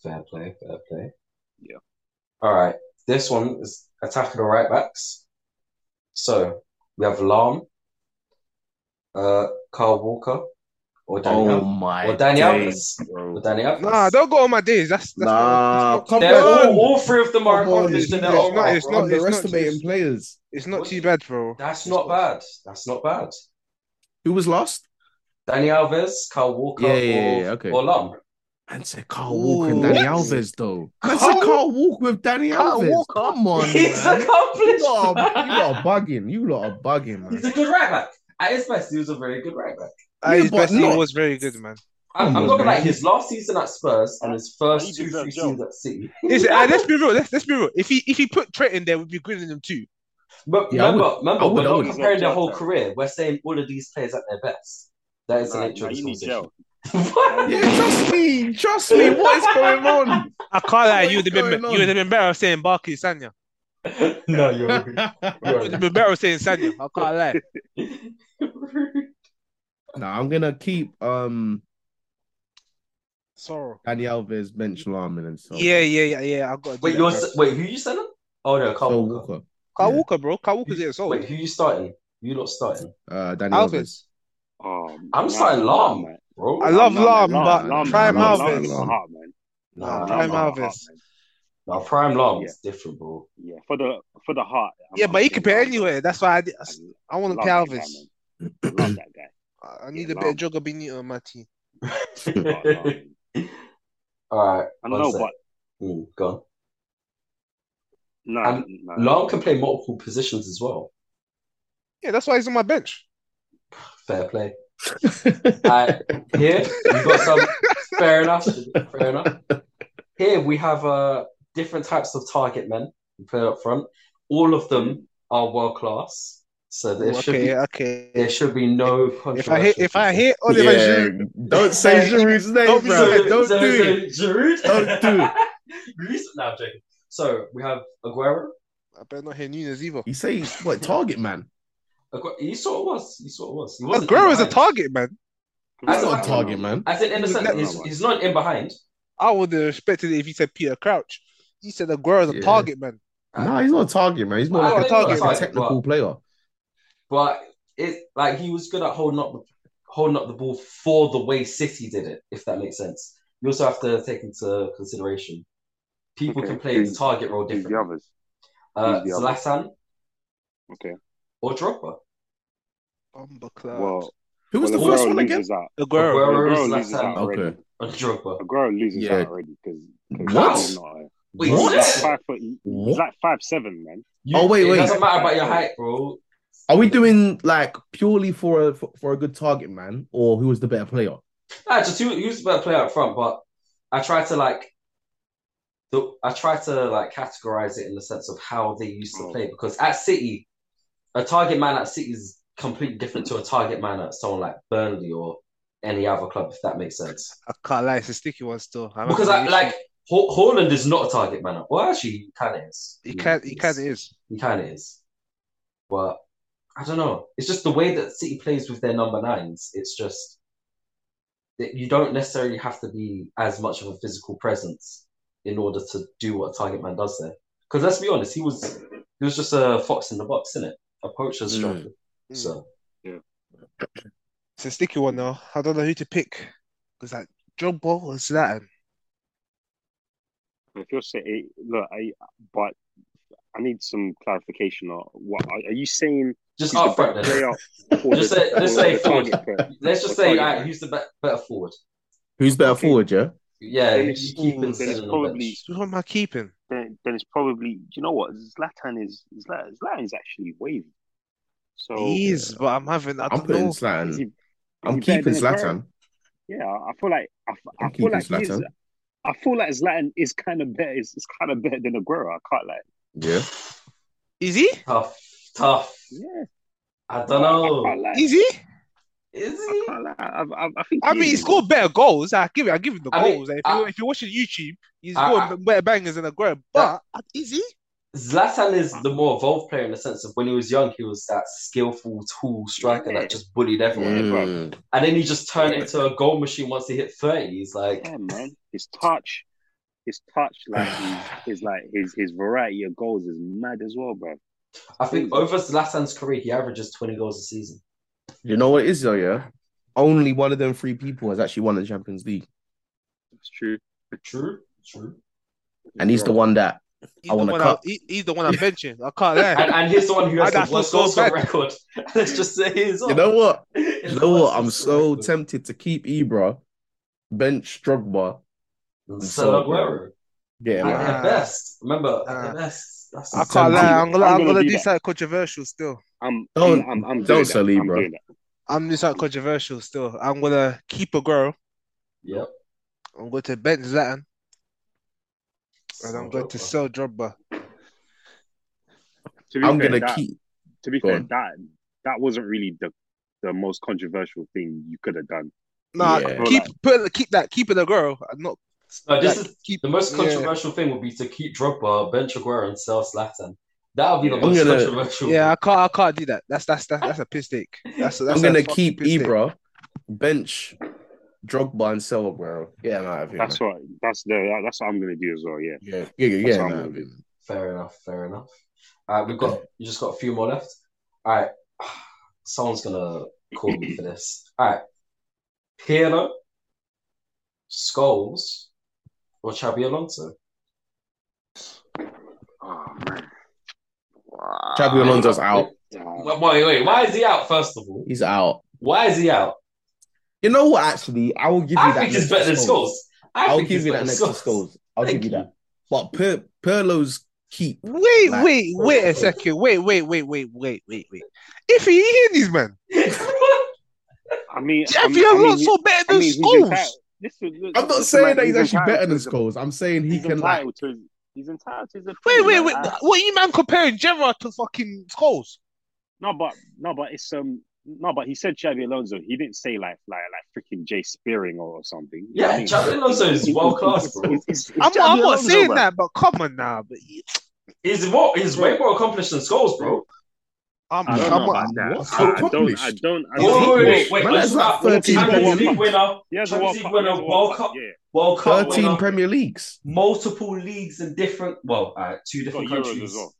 S2: Fair play, fair play.
S3: Yeah.
S2: All right. This one is attacking the right backs. So we have Lam, uh, Carl Walker, or Danny
S1: Oh
S2: Alves.
S1: my
S2: Or Danny
S1: days,
S2: Alves. Or
S1: bro.
S2: Danny Alves.
S4: Nah, don't go on my days. That's, that's
S1: Nah,
S4: not, it's, not,
S1: come
S2: They're all,
S1: on.
S2: all three of them are
S1: Come on,
S2: accomplished in their
S4: it's
S2: own
S4: not-
S2: right,
S4: it's
S2: bro.
S4: not-
S1: Underestimating
S4: just-
S1: players.
S4: it's not too bad, bro.
S2: That's not bad. That's not bad.
S1: Who was last?
S2: Danny Alves, Carl Walker,
S1: Yeah, yeah,
S2: or,
S1: yeah, okay.
S2: or Lam.
S1: And said Carl Walker and
S4: Ooh.
S1: Danny
S4: What?
S1: Alves though. I
S2: Carl-
S1: said Carl Walker with Danny
S4: Carl
S1: Alves.
S4: Walker?
S1: Come on,
S2: He's
S1: man. You
S2: accomplished.
S1: lot, are, you
S2: man.
S1: lot are bugging. You lot are bugging, man.
S2: He's a good right back. At his best, he was a very good right back.
S4: Ah,
S1: Yeah,
S4: his
S1: but
S4: best
S1: not-
S4: he was very good, man.
S2: I, I'm
S1: Come on,
S2: talking about
S1: man.
S2: his last season at Spurs and his first
S3: He
S2: two,
S3: deserves
S2: three
S3: job.
S2: seasons at City.
S4: Listen, ah, let's be real. Let's, let's be real. If he if he put Trent in there, we'd be grilling him too.
S2: But
S1: Yeah, I
S2: remember, remember,
S1: I would,
S2: we're
S1: I
S2: not
S1: would.
S2: comparing their whole
S3: Yeah.
S2: career. We're saying all of these players at their best. That is the
S3: Nah,
S2: nature
S3: nah,
S2: of
S3: you need
S2: this conversation.
S3: gel.
S2: What?
S1: Yeah, trust me, trust me. What is going on?
S4: I can't lie.
S1: What
S4: You would
S1: is
S4: have been
S1: going on?
S4: you would have been better off saying Barkley Sanya.
S2: no, you're rude.
S1: no,
S4: You would have been better off saying Sanya. I can't lie.
S2: You're rude.
S1: I'm gonna keep um
S4: Sorrow.
S1: Danny Alves bench Larman and so
S4: Yeah, yeah, yeah, yeah. I got. to do
S2: Wait,
S4: that,
S2: you're,
S4: bro.
S2: s- wait, who you selling? Oh no, Carl
S1: so
S2: Walker.
S1: Walker,
S4: Kyle
S1: yeah.
S4: Walker, bro. Kyle Walker's here, so
S2: Wait, who you starting? You not starting,
S1: uh, Danny Alves.
S4: Alves.
S3: Oh,
S2: I'm
S3: nah,
S2: starting
S3: nah,
S2: Lam.
S3: man.
S2: bro.
S4: I love
S3: Nah, nah,
S4: Lam,
S3: nah,
S4: but
S3: nah,
S4: try
S3: nah, nah,
S1: Alves.
S3: nah, nah, nah, man.
S2: Nah,
S4: Try
S3: Lam, nah, nah,
S4: Alves.
S3: nah, man.
S2: nah, prime Lam
S3: Yeah.
S2: is different, bro.
S3: Yeah, for the for the heart. I'm-
S4: Yeah,
S3: I'm
S4: but he can
S3: saying
S4: play
S3: Lam.
S4: anywhere. That's why I, did-
S3: I
S4: I want to
S3: love
S4: play
S3: that
S4: Alves.
S3: guy, man. I love that guy.
S4: I I need
S3: Yeah,
S4: a bit of
S3: Lam.
S4: Jogo Benito on my team.
S3: Oh, no, man.
S2: All right,
S3: I
S2: one
S3: know,
S2: sec.
S3: but
S2: Mm, go on.
S3: no,
S2: And
S3: no.
S2: Lam can play multiple positions as well.
S4: Yeah, that's why he's on my bench.
S2: Fair play. Uh, here we've got some. Fair enough. Fair enough. Here we have uh, different types of target men we put up front. All of them are world class, so there should
S4: okay,
S2: be
S4: okay.
S2: there should be no
S4: If I hit,
S2: controversy.
S4: if I hit Oliver
S1: yeah,
S4: Giroud,
S1: don't say Giroud's name,
S4: Don't be
S1: bro.
S4: so-
S1: don't do it.
S2: Giroud.
S1: Don't do
S2: it. Greece, no, I'm joking. So we have Aguero.
S4: I better not hit Nunes either.
S1: You say what target man?
S2: Aguero he sort of was. He sort of was. He wasn't
S4: Aguero
S2: in
S4: is a
S2: behind.
S4: target, man.
S1: That's
S2: As
S1: not
S2: a-
S1: a target man.
S2: As in, in the
S4: He's
S2: sense,
S4: never
S2: he's,
S3: one.
S2: he's not in behind.
S4: I would have respected it if he said Peter Crouch. He said Aguero is a
S1: Yeah.
S4: target, man.
S1: No, he's not a target man. He's more
S2: I
S1: like a,
S4: don't know
S1: target,
S4: if
S1: like
S2: he's
S1: a
S2: a target,
S1: technical player.
S2: But it like he was good at holding up the holding up the ball for the way City did it, if that makes sense. You also have to take into consideration people
S3: Okay,
S2: can play the
S3: who's-
S2: target role
S3: Who's the
S2: differently.
S3: others?
S2: Uh,
S3: who's the other?
S2: Zlatan
S3: Okay.
S2: or Drogba.
S4: Bumba club.
S3: Well,
S1: Who was
S3: well,
S1: Uh, the first
S3: Aguero
S1: one again?
S3: loses out.
S4: Aguero.
S2: Aguero,
S3: Aguero
S2: Zlatan,
S3: loses out already.
S1: Okay.
S2: or Drogba.
S3: Aguero loses
S1: Yeah.
S3: out already because
S1: What?
S3: he's not a-
S2: Wait,
S1: What?
S3: He's
S2: Zlatan,
S3: like five foot. He's
S1: What?
S3: like five seven, man.
S2: you-
S1: Oh, wait,
S2: it
S1: wait.
S2: doesn't matter about your height, bro.
S1: Are we doing like purely for a for, for a good target man, or who was the better player?
S2: Nah, Ah, just he, he was a better player up front, but I tried to like the I tried to like categorize it in the sense of how they used to
S3: Mm.
S2: play because at City, a target man at City is completely different to a target man at someone like Burnley or any other club, if that makes sense.
S4: I can't lie, it's a sticky one still. I
S2: Because I
S4: remember
S2: like Ho- Haaland is not a target man. Well, actually, he kind of is.
S4: he can, he can is.
S2: He kind of is. But I don't know. It's just the way that City plays with their number nines. It's just that you don't necessarily have to be as much of a physical presence in order to do what a target man does there. Because let's be honest, he was he was just a fox in the box, is it? A poacher's
S1: Mm.
S2: trophy.
S4: Mm.
S2: So
S4: It's a sticky one now. I don't know who to pick because like Drogba or Zlatan.
S3: If you're City, look, I but I need some clarification. Or what are, are you saying?
S2: just
S3: he's the
S2: up front
S3: better
S2: then.
S3: player. or
S2: Just
S3: the-
S2: say- just
S3: or
S2: say
S3: the target player?
S2: Let's just
S3: Or
S2: say
S3: target
S2: like,
S3: man.
S2: who's the be- better forward.
S1: Who's better
S3: Okay.
S1: forward? Yeah,
S2: Yeah,
S3: Then
S2: you
S3: it's-
S2: keep
S4: then
S2: him
S4: it's
S2: sitting on the
S3: probably-
S2: bench.
S4: Who am I keeping?
S3: Then, then it's probably. Do you know what? Zlatan is Zlatan, Zlatan's actually wavy. So
S4: he is, but Oh, I'm having. I
S1: I'm
S4: don't
S1: putting
S4: know.
S3: is he-
S1: Slatan.
S3: is
S1: I'm
S3: he better
S1: keeping
S3: than Aguero?
S1: Slatan.
S3: Yeah, I feel like I, I
S1: I'm
S3: feel
S1: keeping
S3: like he is,
S1: Slatan.
S3: I feel like Zlatan is kind of better. Is, is kind of better than Aguero. I can't like.
S1: Yeah,
S4: Is he?
S2: Tough, tough.
S3: Yeah,
S2: I don't know.
S3: I can't lie.
S4: Is he?
S2: Is
S3: I
S2: he?
S3: can't lie. I, I, I think.
S4: I
S3: he
S4: mean,
S3: is,
S4: he scored better goals. I give it. I give him the
S2: I mean,
S4: goals. Like, if,
S2: I-
S4: you, if you're watching YouTube, he's
S2: I-
S4: scoring better bangers than Aguero. But is he?
S2: Zlatan is the more evolved player in the sense of when he was young, he was that skillful tool striker that just bullied everyone.
S3: Yeah.
S1: Mm.
S2: And then he just turned
S3: Yeah.
S2: into a goal machine once he hit 30. He's like,
S3: Yeah, man. His touch, his touch, like his, his like his his variety of goals is mad as well, bro.
S2: I think over Zlatan's career, he averages 20 goals a season.
S1: you know what it is though. Yeah, only one of them three people has actually won the Champions League,
S3: That's true.
S2: True, true.
S1: and he's the one that
S4: He's
S1: I
S4: the
S1: want a
S4: one.
S1: cup.
S4: I, he, he's the one I'm benching. I can't lie.
S2: And, and he's the one who has
S4: And I
S2: the
S4: feel
S2: worst
S4: so
S2: goals scoring
S4: bad.
S2: record. Let's just say he's
S1: you know what.
S2: You
S1: You know what? I'm so tempted to keep Ibra, bench Drogba,
S2: So Aguero.
S1: get him
S2: At
S1: out.
S2: their
S4: Nah.
S2: best. Remember, at their
S4: Nah.
S2: best. That's
S4: Uh, I can't lie. I'm gonna.
S3: I'm
S4: I'm
S3: gonna
S4: gonna
S3: do
S4: do
S3: that.
S4: something controversial still.
S3: I'm
S1: Don't-
S3: I'm, I'm, I'm
S1: don't
S3: doing
S1: sell
S3: that.
S1: him,
S3: I'm
S1: bro.
S3: doing that.
S4: I'm doing something controversial still. I'm gonna keep Aguero.
S2: Yep.
S4: I'm going to bench Zlatan, and I'm going to sell Drogba.
S3: To be
S1: I'm
S3: fair,
S1: gonna
S3: that,
S1: keep.
S3: To be
S1: go
S3: fair,
S1: on.
S3: that that wasn't really the the most controversial thing you could have done.
S4: Nah,
S1: Yeah.
S4: keep put keep that keep it Aguero. I'm not.
S2: No, this
S4: like,
S2: is
S4: keep
S2: the most
S4: yeah.
S2: controversial thing would be to keep Drogba, bench Aguero, and sell Slatan. That would be the
S1: I'm
S2: most
S1: gonna-
S2: controversial.
S4: Yeah, I can't. I can't do that. That's that's that's, that's a piss take. That's, that's
S1: I'm
S4: a
S1: gonna
S4: fucking
S1: keep
S4: piss take.
S1: Ibra, bench Drogba, and sell Aguero. Yeah, no, I've
S3: That's what that's the that's what I'm gonna do as well. Yeah.
S1: Yeah, yeah, yeah.
S3: That's
S1: yeah
S3: what I'm
S1: no,
S3: gonna do.
S2: Fair enough. Fair enough. All right, we've got you just got a few more left. All right, someone's gonna call me for this. All right, Pirlo, Scholes, or Chabi Alonso.
S3: Oh man.
S1: Xabi Alonso's out.
S2: Wait,
S3: Wow.
S2: wait, wait, why is he out? First of all,
S1: He's out.
S2: why is he out?
S1: You know what? Actually, I will give you
S2: I
S1: that.
S2: think he's
S1: next to
S2: better than
S1: Scholes.
S2: Scholes. I
S1: I'll
S2: think
S1: give
S2: he's
S1: you
S2: better
S1: that next
S2: than
S1: to Scholes. I'll
S2: Thank
S1: give you
S2: you.
S1: that. But per- Perlo's keep.
S4: Wait,
S1: Like-
S4: wait,
S3: oh,
S4: wait a second. Wait, wait, wait, wait, wait, wait, wait. If he hear these man,
S3: I mean, I
S4: if
S3: mean,
S4: you
S3: I mean,
S4: not
S3: he-
S4: so better
S3: I
S4: than
S3: mean, he's
S4: schools.
S3: entitled- listen, look,
S1: I'm not
S3: listen,
S1: saying
S3: man,
S1: that he's actually
S3: entitled
S1: better than
S3: to the-
S1: Scholes. I'm saying he
S3: He's
S1: can like.
S3: entitled to. He's entitled to. his
S4: Wait,
S3: opinion,
S4: wait,
S3: man.
S4: wait.
S3: I-
S4: What you man comparing Gerard to fucking schools?
S3: No, but no, but it's um no, but he said Xavi Alonso. He didn't say like like like freaking Jay Spearing or, or something. You know what I
S2: yeah,
S3: mean?
S2: Xabi Alonso is world class, bro.
S3: It's- it's- it's
S4: I'm,
S3: Xabi
S4: not- I'm not
S3: Alonso,
S4: saying
S3: bro.
S4: that, but come on now. But
S2: He's more, he's way more accomplished than Scholes, bro.
S4: I'm,
S3: I don't
S4: I'm,
S3: know about that.
S1: what?
S3: I, I don't. I
S1: Accomplished.
S3: don't. I
S2: Wait, wait,
S3: don't
S2: wait, wait, wait.
S1: Man, that's like
S2: World
S1: 13
S2: Champions
S3: World
S2: League
S3: Cup.
S2: winner,
S3: He has a
S2: Champions
S3: World
S2: League
S3: Cup.
S2: winner,
S3: he has a
S2: World Cup.
S3: Yeah.
S2: World Cup
S1: 13
S2: winner,
S1: Premier Leagues.
S2: multiple leagues in different, well, uh, two
S3: He's got
S2: different
S3: Euros
S2: countries,
S3: as well.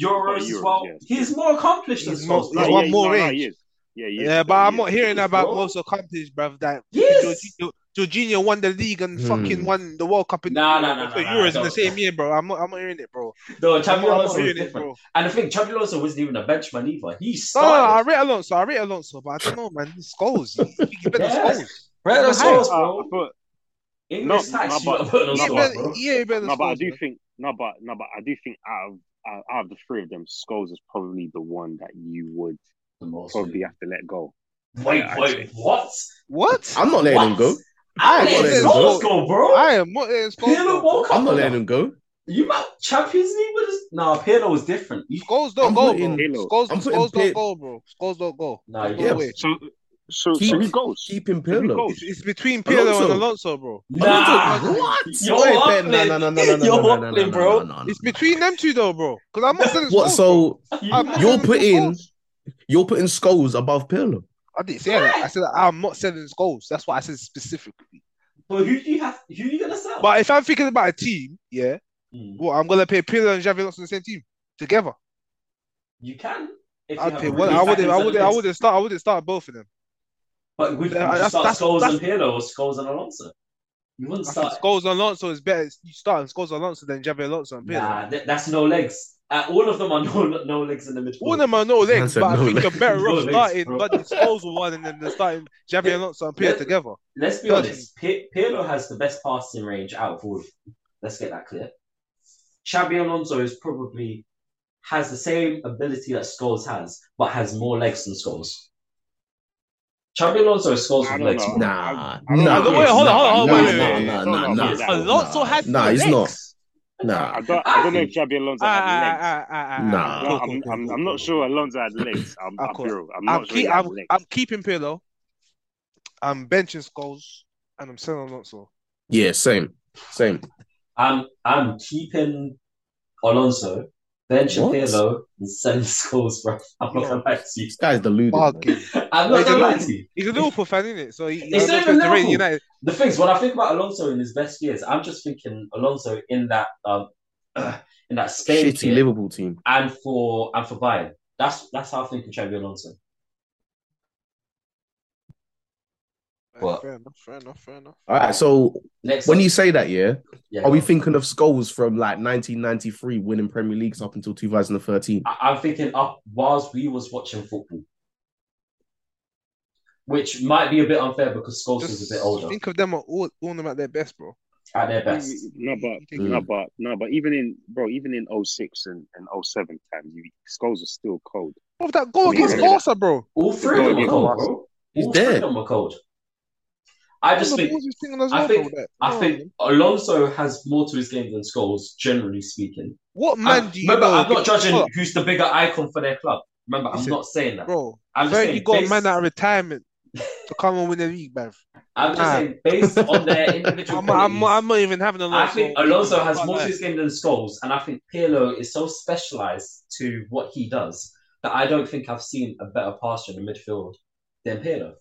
S2: Euros
S3: He's
S2: as
S3: got
S2: well.
S3: Euros,
S2: He's more accomplished than
S4: He's more-
S2: Scholes.
S4: he's
S2: bro.
S4: one
S3: yeah,
S4: more
S3: no, no,
S4: age.
S3: he is. Yeah, he is.
S4: yeah, but
S3: He
S4: I'm
S3: is.
S4: not hearing about
S2: Bro.
S4: most accomplished, bruv. That
S2: Yes.
S4: Jorginho, Jorginho won the league and
S1: Hmm.
S4: fucking won the World Cup in
S2: Nah, nah, nah,
S4: for
S2: nah, nah,
S4: Euros in the
S2: don't.
S4: same year, bro. I'm not, I'm not hearing it, bro.
S2: No,
S4: I'm
S2: Xabi
S4: not, I'm not
S2: Alonso is
S4: hearing it,
S2: different.
S4: bro.
S2: And I think Xabi Alonso wasn't even a benchman either. He
S4: No, no, no, I
S2: started.
S4: rate Alonso. I rate Alonso, but I don't know, man. This goals. He's better
S2: Yeah.
S4: than goals.
S2: Right, that's
S3: Yeah,
S2: Scholes,
S3: uh,
S2: bro.
S3: I thought-
S2: English
S3: No,
S2: tax,
S3: no,
S2: you
S3: but-
S2: got put on
S4: Yeah,
S3: No,
S2: Scholes,
S4: better,
S2: bro.
S4: yeah, better than
S3: No, but I
S4: goals.
S3: do think no, but no, but I do think out of out out of the three of them, Scholes is probably the one that you would
S2: The most.
S3: probably have to let go.
S2: Wait, wait, what?
S4: What?
S1: I'm not letting him
S2: What?
S1: go.
S2: I'm
S1: ain't
S2: letting
S1: letting
S2: Scholes
S4: go.
S2: go, bro.
S4: I am eh, not letting
S2: Pirlo
S4: goals.
S2: World Cup.
S1: I'm not letting
S2: winner.
S1: him go.
S2: You might Champions League with us? Nah, Pirlo was different. You-
S4: Goals don't
S1: I'm
S4: go,
S1: putting-
S4: bro. Goals,
S1: I'm putting
S4: goals
S1: Pir-
S4: don't go, bro. Goals don't go.
S2: Nah,
S4: There's
S2: yeah.
S4: way.
S3: So, so,
S1: Keep-
S3: so who goes?
S1: Keeping
S3: So who
S1: Pirlo.
S3: goes?
S4: It's, it's between Pirlo and
S1: Alonso.
S4: Alonso, bro.
S2: Nah,
S1: Alonso- what?
S2: You're
S1: Wait,
S2: waffling.
S1: Ben, no, no, no, no, no,
S2: You're
S1: no, no, no,
S2: waffling,
S1: no,
S2: bro.
S1: no, no, no.
S4: It's between them two, though, bro. Because I'm not saying it's
S1: What?
S4: goals, bro.
S1: So
S2: You-
S4: I'm not
S1: You're
S4: saying it's
S1: putting-
S4: goals.
S1: you're putting Scholes above Pirlo?
S4: I didn't say that. I said I'm not selling his goals. That's what I said specifically.
S2: But who do you have? Who you gonna sell?
S4: But if I'm thinking about a team, yeah,
S2: Mm,
S4: well, I'm gonna pay Pirlo and Xavi Alonso on the same team together.
S2: you can. If you
S4: I'd
S2: have
S4: pay
S2: a
S4: one.
S2: really
S4: I wouldn't. I
S2: attacking
S4: wouldn't. I
S2: centre-backs.
S4: wouldn't start. I wouldn't start both of them.
S2: But would you
S4: Yeah, that's-
S2: start
S4: that's-
S2: Scholes
S4: that's-
S2: and Pirlo or Scholes and Alonso? You wouldn't
S4: I think
S2: start.
S4: Scholes and Alonso is better. You start and Scholes and Alonso than Xavi Alonso and Pirlo.
S2: Nah, th- that's no legs. Uh, all of them are no no legs in the midfield.
S4: All of them are no
S1: Man
S4: legs,
S1: said
S4: but I
S1: no
S4: think
S1: legs.
S4: you're better
S2: No
S4: off
S2: legs,
S4: starting
S2: bro.
S4: bloody Scholes with one and then they're starting Xavi Alonso and Pirlo
S2: Yeah.
S4: together.
S2: Let's be
S4: Doesn't.
S2: honest. P- Pirlo has the best passing range out of all. of them. Let's get that clear. Xabi Alonso is probably has the same ability that Scholes has, but has more legs than Scholes. Xabi Alonso scores
S3: I
S2: with
S3: don't
S2: legs.
S3: know.
S2: more.
S1: Nah,
S3: I don't-
S1: nah,
S3: I don't-
S4: wait, hold on, hold on, hold on,
S1: nah,
S4: wait, wait, wait.
S1: nah,
S3: No,
S1: nah,
S3: no,
S1: nah,
S3: he's
S1: nah,
S3: not.
S4: Alonso
S1: nah.
S4: has
S1: Nah, he's not.
S4: legs.
S1: Nah,
S3: I don't. I don't know if Xabi Alonso had legs.
S4: Ah, ah, ah, ah, ah,
S1: Nah.
S4: ah.
S3: No,
S4: Cool,
S3: I'm,
S4: cool,
S3: I'm,
S4: cool,
S3: I'm
S4: cool,
S3: not
S4: cool.
S3: sure Alonso had legs. I'm,
S4: Ah,
S3: I'm,
S4: cool.
S3: real. I'm not
S4: I'm,
S3: sure he
S4: keep,
S3: had
S4: I'm,
S3: legs.
S4: I'm keeping Pirlo. I'm benching Scholes and I'm selling Alonso.
S1: yeah, same, same.
S2: I'm I'm keeping Alonso, then
S1: What?
S2: Pirlo, and selling scores, bro. I'm not gonna lie to you.
S1: This guy's deluded. man.
S4: Bargain.
S2: I'm not
S4: Like,
S2: gonna
S4: you
S2: lie
S4: know-
S2: to you.
S4: He's a Liverpool fan, isn't it? So he,
S2: It's not
S4: I don't know
S2: even
S4: if it's the Real
S2: Liverpool.
S4: United.
S2: The things when I think about Alonso in his best years, I'm just thinking Alonso in that um in that Spain
S1: Shitty
S2: kit
S1: Liverpool team.
S2: and for and for Bayern. That's that's how I think of Xabi Alonso. What?
S4: Fair enough. Fair enough. Fair enough.
S1: All right, so
S2: Next,
S1: when you say that, yeah,
S2: yeah,
S1: are we
S2: go.
S1: thinking of Scholes from like 1993 winning Premier Leagues up until 2013?
S4: Ah,
S2: I- I'm thinking up whilst we was watching football, which might be a bit unfair because Scholes was
S4: Just
S2: a bit older
S4: think of them at all, all of them at their best, bro.
S2: at their best.
S3: No, but
S4: Mm.
S3: no, but no, but even in bro, even in 06 and, and 07 times, you, Scholes are still cold.
S4: Bro, that goal
S3: Yeah.
S4: against Barca, bro.
S2: All three of them are cold, bro.
S1: He's
S2: All three
S1: dead.
S2: of them are cold. I just think I think- I think Alonso has more to his game than Scholes, generally speaking.
S4: What
S2: I-
S4: man do you
S2: remember,
S4: know
S2: I'm not
S4: against
S2: judging
S4: Barca,
S2: who's the bigger icon for their club. Remember, I'm
S4: Listen,
S2: not saying that.
S4: bro.
S2: I'm just
S4: Bro,
S2: saying
S4: you got a
S2: based-
S4: man out of retirement to come and win the league, man.
S2: I'm just
S4: Nah.
S2: saying based on their individual
S4: I'm, I'm,
S2: qualities,
S4: I'm not even having
S2: I
S4: a lot.
S2: think Alonso has more to his game than Scholes, and I think Pirlo is so specialized to what he does that I don't think I've seen a better passer in the midfield than Pirlo.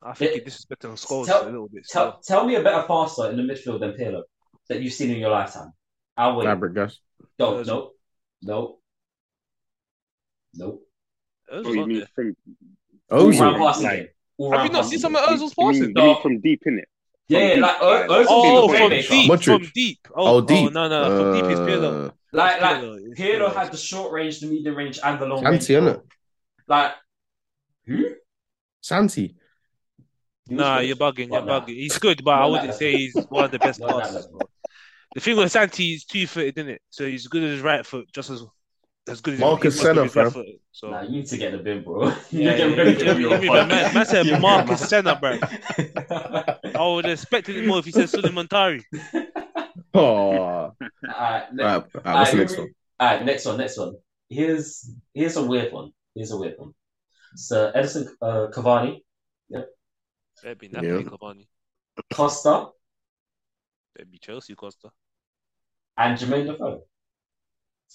S4: I think you're disrespecting Scholes
S2: Tell-
S4: a little bit.
S2: Tell, tell me a better passer in the midfield than Pirlo that you've seen in your lifetime. I'll wait.
S1: Fabregas.
S2: No, no, no, no.
S3: Bro, you mean
S4: Have
S3: from
S1: Oh,
S2: All-round
S3: Ozil,
S2: passing
S3: like-
S2: game. All-round
S4: you not
S2: passing
S4: seen
S2: game.
S4: some of Ozil's
S3: you mean,
S4: passes?
S3: you mean
S2: No.
S3: from deep in it.
S2: Yeah, yeah, like Ozil
S3: Oh,
S4: Oh, from
S2: being a playmaker.
S4: deep,
S1: Modric.
S4: from deep. Oh,
S1: Oh, deep.
S4: oh no, no, from deep is Pirlo.
S1: Uh,
S2: Like, like
S4: Pirlo, it's
S2: Pirlo
S4: Pirlo.
S2: had the short range, the medium range, and the long range.
S1: Santi, innit?
S2: Like, who?
S1: Santi.
S4: Nah, you're bugging. You're
S2: Not that.
S4: bugging. He's good, but I
S2: Not that
S4: wouldn't
S2: level.
S4: say he's one of the best
S2: Not that
S4: passers.
S2: level.
S4: The thing with Santi is two footed, isn't it? So he's good as his right foot, just as as good as
S1: Marcus
S4: he's as good as
S1: Senna,
S4: his
S1: fam.
S4: left foot. So
S2: Nah, you need to get the bin, bro.
S4: yeah, yeah,
S2: You
S4: yeah,
S2: get
S4: yeah,
S2: rid
S4: yeah,
S2: of your
S4: yeah, man, man said
S2: Yeah, yeah,
S4: Marcus
S2: man.
S4: Senna, bro. I would have expected it more if he said Suleiman Tari.
S1: Oh,
S2: Alright, next-
S1: right, right, what's the
S2: Alright,
S1: next
S2: here
S1: one?
S2: we- Alright, next one, next one. Here's here's a weird one. Here's a weird one. So Edison uh, Cavani,
S5: Better be
S1: Yeah.
S5: Napoli, Cavani.
S2: Costa,
S5: Better be Chelsea, Costa.
S2: and Jermaine Defoe.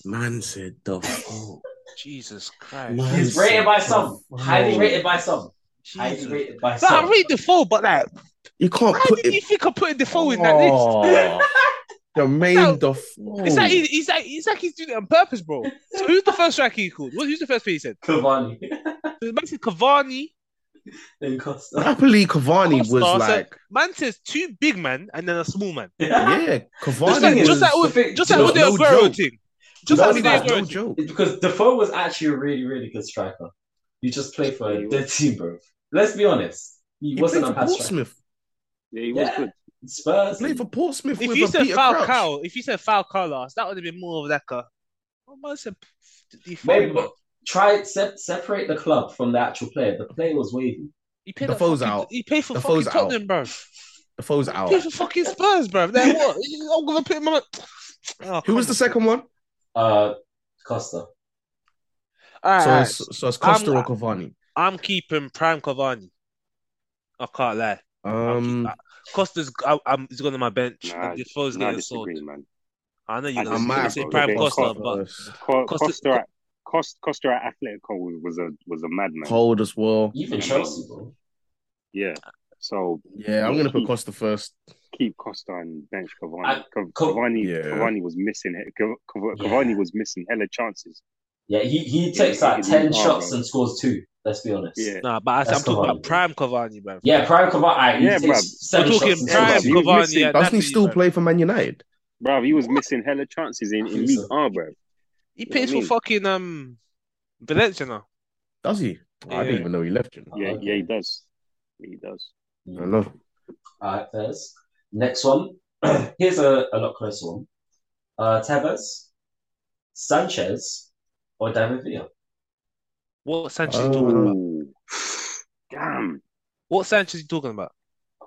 S1: Man said the fuck.
S5: Oh, Jesus Christ.
S1: Man
S2: He's rated by
S1: said
S2: some,
S1: the
S2: highly
S1: fuck.
S2: rated by some, highly
S5: Jesus.
S2: rated by
S4: Nah, I
S2: some.
S4: read the full, but like,
S1: You can't
S4: how
S1: put
S4: did you
S1: it.
S4: think of putting the full in that list?
S1: Jermaine Defoe.
S4: It's like, he- he's like, he's like he's doing it on purpose, bro. So who's the first striker he called? What, who's the first player he said?
S2: Cavani,
S4: So man said Cavani.
S2: then Costa.
S1: Napoli Cavani
S4: Costa,
S1: was
S4: so-
S1: like,
S4: Man says two big man and then a small man.
S1: yeah,
S4: Just like,
S1: Cavani was
S4: just like with,
S2: the thing-
S4: just like
S1: no-
S4: with the
S1: no
S4: Aguero
S1: joke.
S4: thing. Just
S2: No,
S1: That was
S4: like with the
S1: like
S2: not-
S4: Aguero
S1: no
S4: thing.
S1: joke.
S2: It's because Defoe was actually a really, really good striker. You just play for a dead team, bro. Let's be honest. He,
S1: He
S2: wasn't
S1: played
S2: a
S1: for
S2: bad striker.
S1: Portsmouth.
S3: Yeah, he was
S2: Yeah.
S3: good.
S1: He
S2: Spurs.
S1: played for Portsmouth
S4: If
S1: with
S4: you
S1: a
S4: said
S1: Peter Crouch.
S4: Falcao, if you said Falcao last, that would have been more of like a. Oh, man said Defoe,
S2: Maybe,
S4: man.
S2: but try se- separate the club from the actual player. The player was wavy.
S4: He played at
S1: Defoe's
S4: fucking-
S1: out.
S4: He played for
S1: Defoe's
S4: fucking Tottenham, bro.
S1: Defoe's out.
S4: He played for fucking Spurs, bro. Then what? I'm gonna put him on. Oh,
S1: Who was the second one?
S2: Uh, Costa.
S4: All
S1: So
S4: right,
S1: it's, so it's Costa
S4: I'm-
S1: or Cavani.
S4: I'm keeping Prime Cavani. I can't lie. I'll keep
S1: Um,
S4: that. Costa's I, I'm, he's going on my bench.
S3: Nah,
S4: and Defoe's
S3: Nah, I
S4: getting sold.
S3: disagree, man.
S4: I know
S3: I
S4: you're
S3: might
S4: going to
S3: have
S4: say
S3: got
S4: Prime
S3: Roberto
S4: Costa,
S3: Costa.
S4: but
S3: Co-
S4: Costa-
S3: Costa at Costa, Costa at Atletico was, was a was a madman.
S1: cold as well.
S2: Even Chelsea, bro.
S3: Yeah. So
S1: Yeah, I'm gonna put Costa first.
S3: keep Costa and bench Cavani.
S2: I-
S3: Ca-
S2: Co-
S3: Cavani,
S1: Yeah.
S3: Cavani was missing. he- Ca- Ca-
S2: Yeah.
S3: Cavani was missing hella chances.
S2: Yeah, he, he takes
S3: Yeah,
S2: like
S3: he- he-
S2: 10
S3: he-
S2: shots
S3: bro.
S2: and scores two. Let's be honest.
S3: Yeah,
S4: nah, but I, I'm
S2: That's
S4: talking
S2: Cavani,
S4: about Prime Cavani, bro.
S2: Yeah, Prime Cavani. He
S3: Yeah,
S2: takes
S3: bruv.
S4: We're
S2: seven shots
S4: talking
S2: and
S4: Prime
S2: scores.
S3: He was
S4: Cavani.
S3: missing-
S4: yeah,
S1: Doesn't he
S4: Napoli,
S1: still
S4: bro.
S1: play for Man United?
S3: bro. He was missing hella chances in, in League R, bro.
S4: He
S3: You know
S4: plays
S3: what I
S4: for
S3: mean?
S4: fucking um Valencia now.
S1: Does he? I
S4: Yeah.
S1: didn't even know he left you.
S3: Yeah, yeah, he does. He does.
S1: I know.
S2: All right, Fez. Next one. Here's a, a lot closer one. Uh, Tevez, Sanchez, or David Villa.
S4: What Sanchez
S1: Oh.
S4: you talking about?
S3: Ooh. Damn.
S4: What Sanchez you talking about?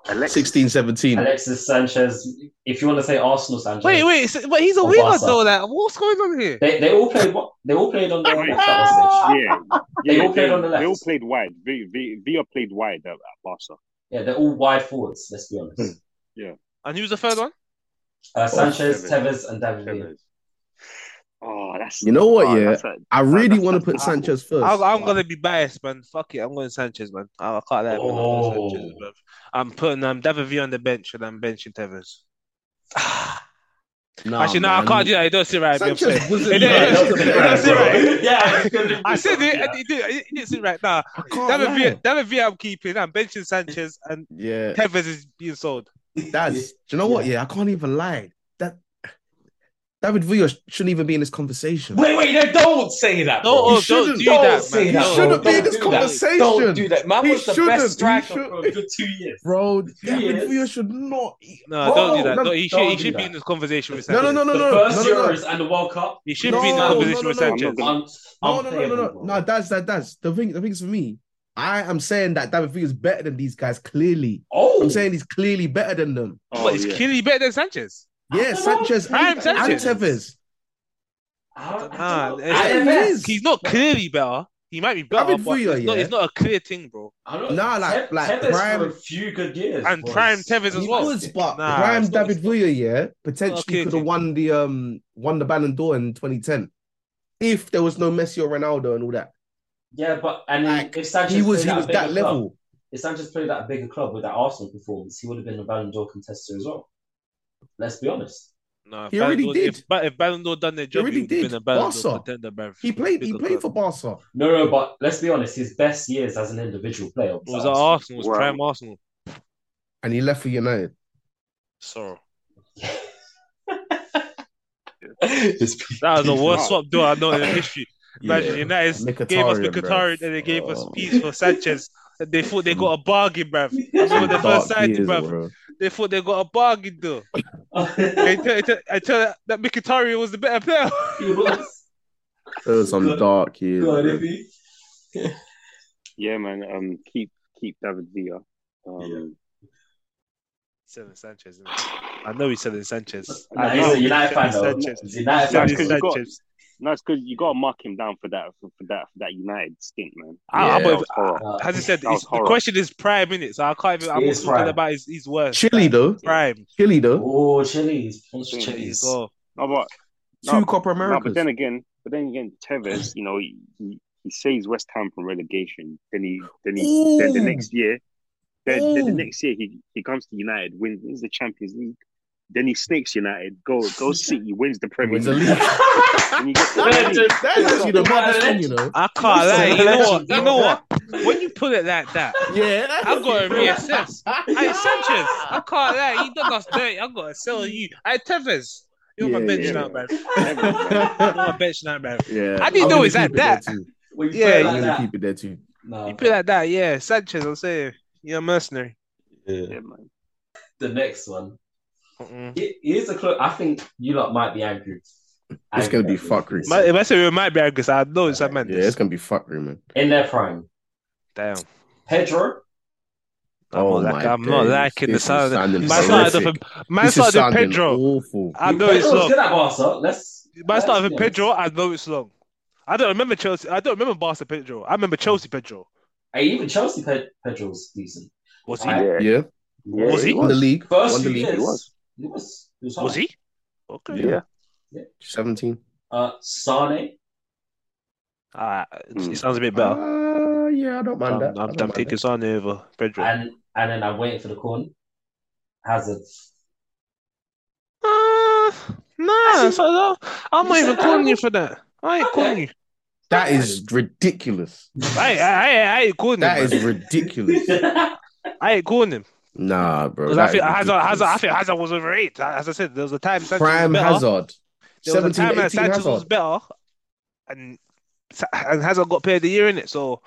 S3: Alexis,
S1: 16, 17.
S2: Alexis Sanchez. If you want to say Arsenal Sanchez,
S4: Wait, wait, so- but he's a
S2: Or
S4: winger
S2: Barca.
S4: though. Like, what's going on here?
S2: They, they all played. what- They all played on the.
S3: Right.
S2: that stage.
S3: yeah,
S2: They
S3: yeah,
S2: all played on the
S3: They all
S2: left.
S3: played wide. V- V- Villa played wide at, at Barca.
S2: Yeah, they're all wide forwards. Let's be honest.
S4: And who's the third one?
S2: Uh, Sanchez,
S3: Tevez.
S2: Tevez, and David Villa.
S3: Tevez. Oh, that's
S1: You know what,
S3: oh,
S1: yeah?
S3: that's a-
S1: I really
S3: that's-
S1: want to
S3: that's
S1: put
S3: awful.
S1: Sanchez first.
S4: I'm, I'm gonna be biased, man. Fuck it, I'm going Sanchez, man. I, I can't let him
S2: Oh.
S4: Sanchez, bro. I'm putting um David Villa on the bench and I'm benching Tevez.
S1: Nah,
S4: Actually, no, I
S1: man.
S4: can't do that. It does sit right. with me, I'm sorry.
S1: Sanchez wasn't.
S4: Yeah,
S1: bad.
S4: yeah, yeah. That's it, right?
S2: Yeah, it's gonna be-
S4: I said it. and It, did, it didn't sit right now.
S1: I can't
S4: David
S1: lie.
S4: Villa, David Villa, I'm keeping. I'm benching Sanchez and
S1: Yeah,
S4: Tevez is being sold.
S1: that's. Do you know what? Yeah, I can't even lie. That David Villa shouldn't even be in this conversation.
S6: Wait, wait, no, don't say that.
S4: Don't,
S6: bro.
S4: oh, don't
S1: shouldn't.
S4: do
S6: Don't
S4: that,
S6: say
S4: man.
S6: that,
S1: He
S4: No.
S1: shouldn't be in
S6: don't
S1: this
S6: do that.
S1: conversation.
S6: Don't do that. Man
S1: He
S6: was the
S1: shouldn't. He
S6: best striker
S1: should-
S6: for a good two years.
S1: Bro, David
S2: years.
S1: Villa should not.
S4: No, don't do that.
S1: Bro,
S4: No, he should,
S2: don't
S4: he
S2: do
S4: should
S2: that.
S4: be in this conversation with
S1: No,
S4: Sanchez.
S1: no, no, no,
S2: The
S1: no.
S2: first
S1: no, no, no.
S2: Euros and the World Cup.
S4: He should
S1: No,
S4: be in
S1: no,
S4: the conversation
S1: no,
S4: with
S1: no, no.
S4: Sanchez.
S2: Un-
S1: No, no, no, no,
S2: unplayable,
S1: no,
S2: bro.
S1: no. That's that. That's the thing. The thing's for me. I am saying that David Villa is better than these guys. Clearly,
S2: Oh,
S1: I'm saying he's clearly better than them.
S3: Oh,
S4: but is
S3: yeah.
S4: clearly better than Sanchez.
S1: Yeah, Sanchez
S4: I am
S1: and
S4: Sanchez.
S1: Tevez.
S2: I don't- I
S4: Nah,
S2: don't know.
S4: it's-
S2: I-
S1: He is.
S4: He's not clearly better. He might be better,
S1: David
S4: but
S1: Villa,
S4: it's, not,
S1: yeah.
S4: it's not a clear thing, bro.
S2: I don't-
S1: Nah, like-
S2: Tev-
S1: like
S2: Tevez
S1: prime-
S2: for a few good years
S4: And
S2: was-
S4: prime Tevez as
S1: He
S4: well.
S1: was, but
S4: Nah,
S1: prime
S4: it's not-
S1: David Villa, yeah, potentially
S4: Okay,
S1: could
S4: okay.
S1: have won the um won the Ballon d'Or in 2010 if there was no Messi or Ronaldo and all that.
S2: Yeah, but and
S1: Like,
S2: if Sanchez
S1: He was
S2: played
S1: he
S2: at a
S1: was that
S2: bigger
S1: level.
S2: club, if Sanchez played at a bigger club with that Arsenal performance, he would have been a Ballon d'Or contestant as well. Let's be honest.
S4: No, if
S1: He
S4: Ballon
S1: already
S4: d'Or-
S1: did.
S4: If, Ba- if Ballon d'Or done their job,
S1: already
S4: he would have
S1: did.
S4: been a Ballon d'Or
S1: Barca.
S4: contender, bro.
S1: He played he
S4: Bigger
S1: played
S4: club.
S1: for Barca.
S2: No, no, but let's be honest. His best years as an individual player
S4: It was at Arsenal. It was
S3: Wow.
S4: prime Arsenal.
S1: And he left for United.
S4: Sorry. That
S2: that
S4: was the worst
S3: Wow.
S4: swap deal I know in history. Imagine United
S1: Mkhitaryan,
S4: gave us
S1: bruv.
S4: Mkhitaryan and they gave us
S1: Oh.
S4: peace for Sanchez. And they thought they got a bargain, bruv. That's
S2: one.
S4: what they first
S1: Dark
S4: signed,
S1: years,
S4: bruv. They thought they got a bargain, though. I
S2: he
S4: tell, I tell, I tell that, that Mkhitaryan was the better player.
S2: was.
S1: Those some
S2: Good.
S1: dark years.
S2: God,
S1: bro.
S2: if he-
S3: Yeah, man. Um, keep keep David Villa. Um,
S4: selling Sanchez. Isn't it? I know he's selling Sanchez.
S2: Nah,
S4: I
S2: he's
S4: know
S2: a United fan, though.
S4: Sanchez.
S2: He's a United
S3: Yeah,
S2: fan.
S4: Selling
S3: because you got-
S4: Sanchez.
S3: No, it's because you got to mark him down for that for, for that for that United stint, man.
S1: Yeah.
S4: Ah,
S3: That
S4: but
S3: was horror.
S2: Uh,
S4: as I said,
S3: That was
S4: it's, the
S3: horrible.
S4: question is prime minutes. I can't even. I'm
S2: It
S4: not
S2: is
S4: talking
S2: prime.
S4: about his, his worst.
S1: Chilly though,
S4: Prime.
S1: chilly though.
S2: Oh, Chili's.
S3: There you
S2: Chili's.
S4: Go.
S3: No, but
S1: Two
S3: No,
S1: Copper
S3: no,
S1: Americas.
S3: but then again, but then again, Tevez, you know, he, he, he saves West Ham from relegation. Then he then he then the
S1: Ooh.
S3: next year, then, then the
S1: Ooh.
S3: next year he, he comes to United, wins, wins the Champions League. Then he snakes United, go go City, wins the Premier
S1: Wins the
S3: League.
S1: league.
S3: Then he gets the Premier League.
S2: Legend.
S1: That's actually the maddest thing, you know.
S4: I can't lie. You know what? You know what? When you put it like that,
S1: Yeah,
S4: I got to reassess. Hey Sanchez, I can't lie. You done us dirty. I got to sell you. Hey Tevez, you're on my
S1: Yeah,
S4: bench
S3: yeah.
S4: now, man. You're on
S1: yeah.
S4: my bench now, man. I
S1: I
S4: didn't know it's like that.
S2: When you
S4: Yeah,
S2: play
S1: I'm
S2: like
S1: gonna
S2: that.
S1: keep it there too.
S2: No.
S4: You put it like that, yeah. Sanchez, I'm saying you're a mercenary.
S3: Yeah, man.
S2: The next one.
S4: Mm-mm.
S2: It it is a close. I think you lot might be angry.
S1: It's gonna be
S2: Angry.
S1: fuckery.
S4: My- If I say we might be angry, I know it's a man.
S1: Yeah, it's gonna be fuckery, man.
S2: In their prime.
S4: Damn.
S2: Pedro.
S4: I'm
S1: oh
S4: not
S1: my
S4: like, I'm not
S1: days.
S4: liking the
S1: This is
S4: sound.
S1: sounding
S4: Man started
S1: horrific.
S4: off in- man
S1: This is
S4: started off
S1: sounding
S4: Pedro.
S1: awful.
S4: I know it's
S2: Pedro's
S4: long.
S2: good at Barca. Let's.
S4: Man started off in
S2: Yeah.
S4: Pedro. I know it's long. I don't remember Chelsea. I don't remember Barca Pedro. I remember Chelsea Pedro.
S2: Hey, even Chelsea Ped- Pedro's decent.
S4: Was he?
S2: Right.
S3: Yeah,
S1: Yeah,
S3: yeah,
S4: Was he?
S3: it
S1: won the league.
S2: First
S1: won the
S2: few
S1: league.
S2: years.
S3: he was.
S2: He was. He was,
S4: Was
S2: hard.
S4: he? Okay.
S1: Yeah.
S2: Yeah.
S1: Seventeen.
S2: Uh, Sane.
S4: Ah, it-
S3: Hmm.
S4: it sounds a bit better.
S1: Uh, yeah, I don't mind
S4: I'm,
S1: that. I
S4: I'm,
S1: don't
S4: I'm
S1: mind
S4: taking
S1: that.
S4: Sane over Pedro.
S2: And and then I'm waiting for the corner. Hazard.
S4: Uh, nah,
S2: Actually,
S4: so no, I'm not
S2: you
S4: even
S2: said
S4: calling
S2: that.
S4: you for that. I ain't
S2: Okay.
S4: calling you.
S1: That is ridiculous.
S4: I, I, I, I ain't calling
S1: That
S4: him.
S1: is
S4: man.
S1: ridiculous.
S4: I ain't calling him
S1: Nah, bro.
S4: because
S1: that
S4: I feel
S1: is
S4: Hazard, Hazard, I
S1: ridiculous.
S4: feel Hazard was overrated. As I said, there was a time Sanchez
S1: Prime
S4: was better.
S1: Hazard.
S4: There was
S1: 17,
S4: a time
S1: 18
S4: that Sanchez
S1: Hazard.
S4: was better, and Sa- and Hazard got played the year in it. So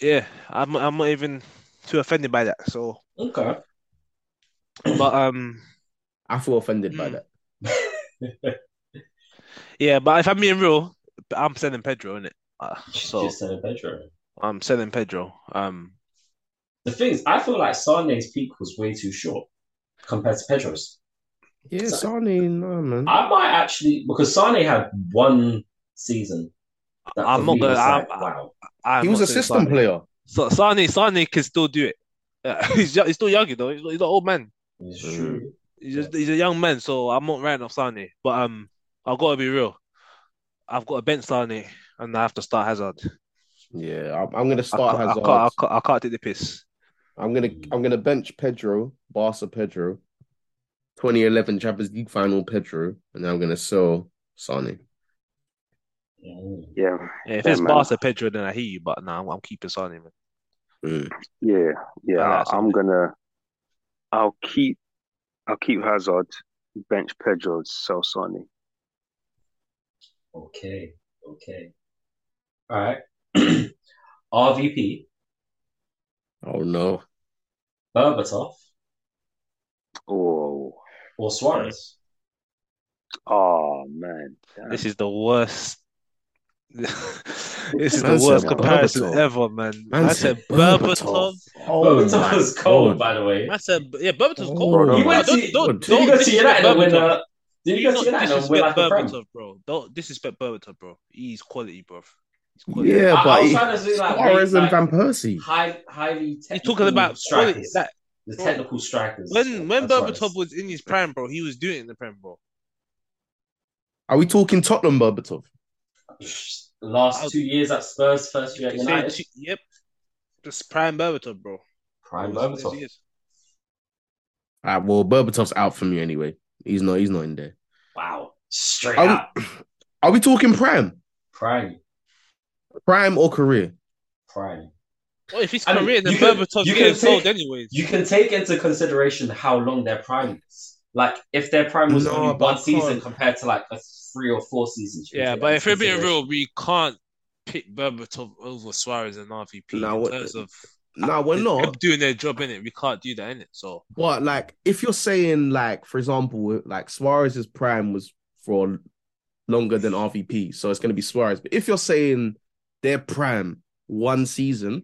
S4: yeah, I'm I'm not even too offended by that. So,
S2: okay.
S4: but um,
S1: I feel offended by
S4: Mm.
S1: that.
S4: yeah, but if I'm being real, I'm selling Pedro in it. Uh, so
S2: Just said Pedro.
S4: I'm selling Pedro. Um,
S2: The thing is, I feel like Sane's peak was way too short compared to Pedro's.
S1: Yeah,
S2: So-
S1: Sane, no man.
S2: I might actually because Sane had one season. that
S4: I'm
S2: for
S4: not
S2: me
S4: gonna-
S2: was
S4: I'm-
S2: like, wow.
S4: I'm
S1: he was
S4: not
S1: a
S4: saying
S1: system
S4: Sane.
S1: player.
S4: So Sane, Sane can still do it. Uh, he's yo- he's still young, you know. He's, he's an old man.
S2: It's
S4: Hmm.
S1: Mm.
S2: true.
S4: He's just, he's a young man. So I'm not writing off Sane, but um, I've got to be real. I've got to bench Sane, and I have to start Hazard.
S1: Yeah, I'm, I'm gonna
S4: I
S1: start
S4: can't, I,
S1: Hazard.
S4: can't, I, can't, I can't take the piss.
S1: I'm gonna I'm gonna bench Pedro, Barca Pedro, 2011 Champions League final Pedro, and then I'm gonna sell Sane.
S2: Mm.
S3: Yeah,
S4: Yeah, if
S3: Yeah,
S4: it's
S3: man.
S4: Barca Pedro, then I hear you. But nah, I'm, I'm keeping Sane, man.
S1: Mm.
S3: yeah, yeah.
S4: I like
S3: I, am gonna. I'll keep. I'll keep Hazard, bench Pedro, sell Sonny.
S2: Okay. Okay. All right. RVP.
S1: Oh no,
S2: Berbatov
S3: Oh,
S2: or Suarez.
S3: oh man. Damn.
S4: This is the worst. this is
S1: Man
S4: the
S1: said
S4: worst comparison
S1: Berbatov.
S4: ever, man.
S1: Man
S4: I
S1: said
S4: said Berbatov.
S1: Oh
S2: Berbatov
S1: my
S2: was cold,
S1: God.
S2: by the way.
S4: I said, yeah, Berbatov's
S1: Oh,
S4: cold.
S1: no,
S2: You
S1: man.
S2: went
S4: Don't-
S2: to-
S4: don't-
S2: Did you
S4: don't
S2: go to
S4: disrespect
S2: United and win
S4: Berbatov.
S2: a? uh, Did you go to
S4: Don't
S2: United and win
S4: disrespect
S2: like a prem?
S4: Berbatov, bro. Don't disrespect Berbatov, bro. He's quality, bro. He's quality.
S1: Yeah,
S2: I- I
S1: but
S2: was
S1: he-
S2: trying to do, like,
S1: Suarez
S2: rate,
S1: and Van
S2: like-
S1: Persie.
S2: High, highly technical.
S4: He's talking about quality.
S2: strikers.
S4: That
S2: the technical strikers.
S4: when when
S2: That's
S4: Berbatov was in his prime, bro, he was doing it in the prime, bro.
S1: Are we talking Tottenham Berbatov?
S2: right. last two years at Spurs, first year at
S4: He's
S2: United,
S4: saying, "Gee, yep, just prime Berbatov, bro.
S2: prime
S4: It was-
S2: Berbatov.
S4: yes.
S1: Ah, well, Berbatov's out for me anyway. He's not. He's not in there.
S2: Wow, straight
S1: Are
S2: up
S1: we, are we talking prime,
S2: prime,
S1: prime or career?
S2: prime.
S4: Well, if he's
S2: I mean,
S4: career, then
S2: you can-
S4: Berbatov's
S2: you
S4: getting
S2: can
S4: sold
S2: take-
S4: anyways.
S2: You can take into consideration how long their prime is. Like if their prime was
S1: No,
S2: only
S1: but
S2: one season
S1: can't.
S2: compared to like a three or four seasons. you can
S4: Yeah,
S2: take
S4: but
S2: into
S4: if we're being
S2: consideration.
S4: real, we can't pick Berbatov over Suarez and RVP
S1: No,
S4: in
S1: what-
S4: terms of
S1: No, we're
S4: They're
S1: not.
S4: doing their job in it. We can't do that in it. So
S1: But like, if you're saying like, for example, like Suarez's prime was for longer than RVP, so it's going to be Suarez. But if you're saying their prime one season,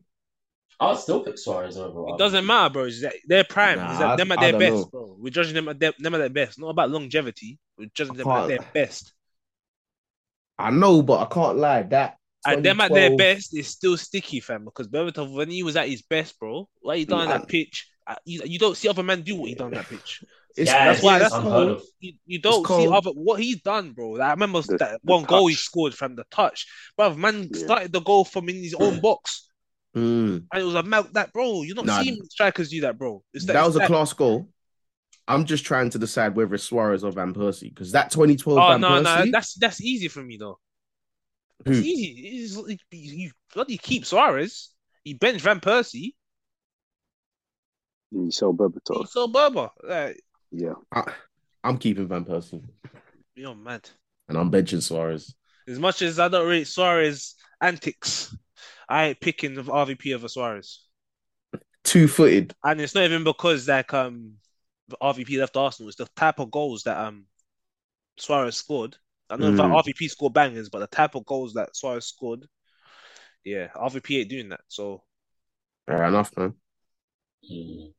S2: I'll still pick Suarez over.
S4: it doesn't matter, bro. It's that their prime.
S1: Nah,
S4: It's that them at
S1: I- I don't
S4: their best,
S1: know.
S4: bro. We're judging them at their, them at their best. Not about longevity. We're judging them at
S1: Apart-
S4: their best.
S1: I know, but I can't lie. That
S4: At them at their
S1: 2012
S4: best is still sticky, fam. Because Berbatov, when he was at his best, bro, what he done on
S1: Yeah.
S4: that pitch, uh, you, you don't see other men do what he done on that pitch.
S1: It's,
S2: Yeah,
S1: that's why
S4: it's
S1: that's
S2: unheard
S1: cool.
S2: of.
S4: You, you don't see
S1: cold.
S4: other what he's done, bro. Like, I remember
S3: The-
S4: that
S3: the
S4: one goal he
S3: touch.
S4: scored from the touch. But man
S3: Yeah.
S4: started the goal from in his own box,
S1: Mm.
S4: and it was a melt that, bro. You're not
S1: Nah.
S4: seeing strikers do that, bro. It's
S1: That
S4: it's
S1: was a class goal. I'm just trying to decide whether it's Suarez or Van Persie because that 2012
S4: Oh
S1: Van
S4: no, no,
S1: Persie.
S4: that's that's easy for me though.
S1: Who?
S4: It's easy. It's, you, you bloody keep Suarez. He bench Van Persie.
S3: You sell Berbatov.
S4: He's so Berber. Like,
S3: Yeah.
S1: I, I'm keeping Van Persie
S4: you're mad.
S1: and I'm benching Suarez.
S4: As much as I don't rate Suarez antics, I ain't picking the RVP over Suarez.
S1: Two footed.
S4: And it's not even because like um the RVP left Arsenal. It's the type of goals that um Suarez scored. I know that
S3: Mm.
S4: RVP scored bangers, but the type of goals that Suarez scored, yeah, RVP ain't doing that. So
S1: Fair enough, man.
S2: Mm.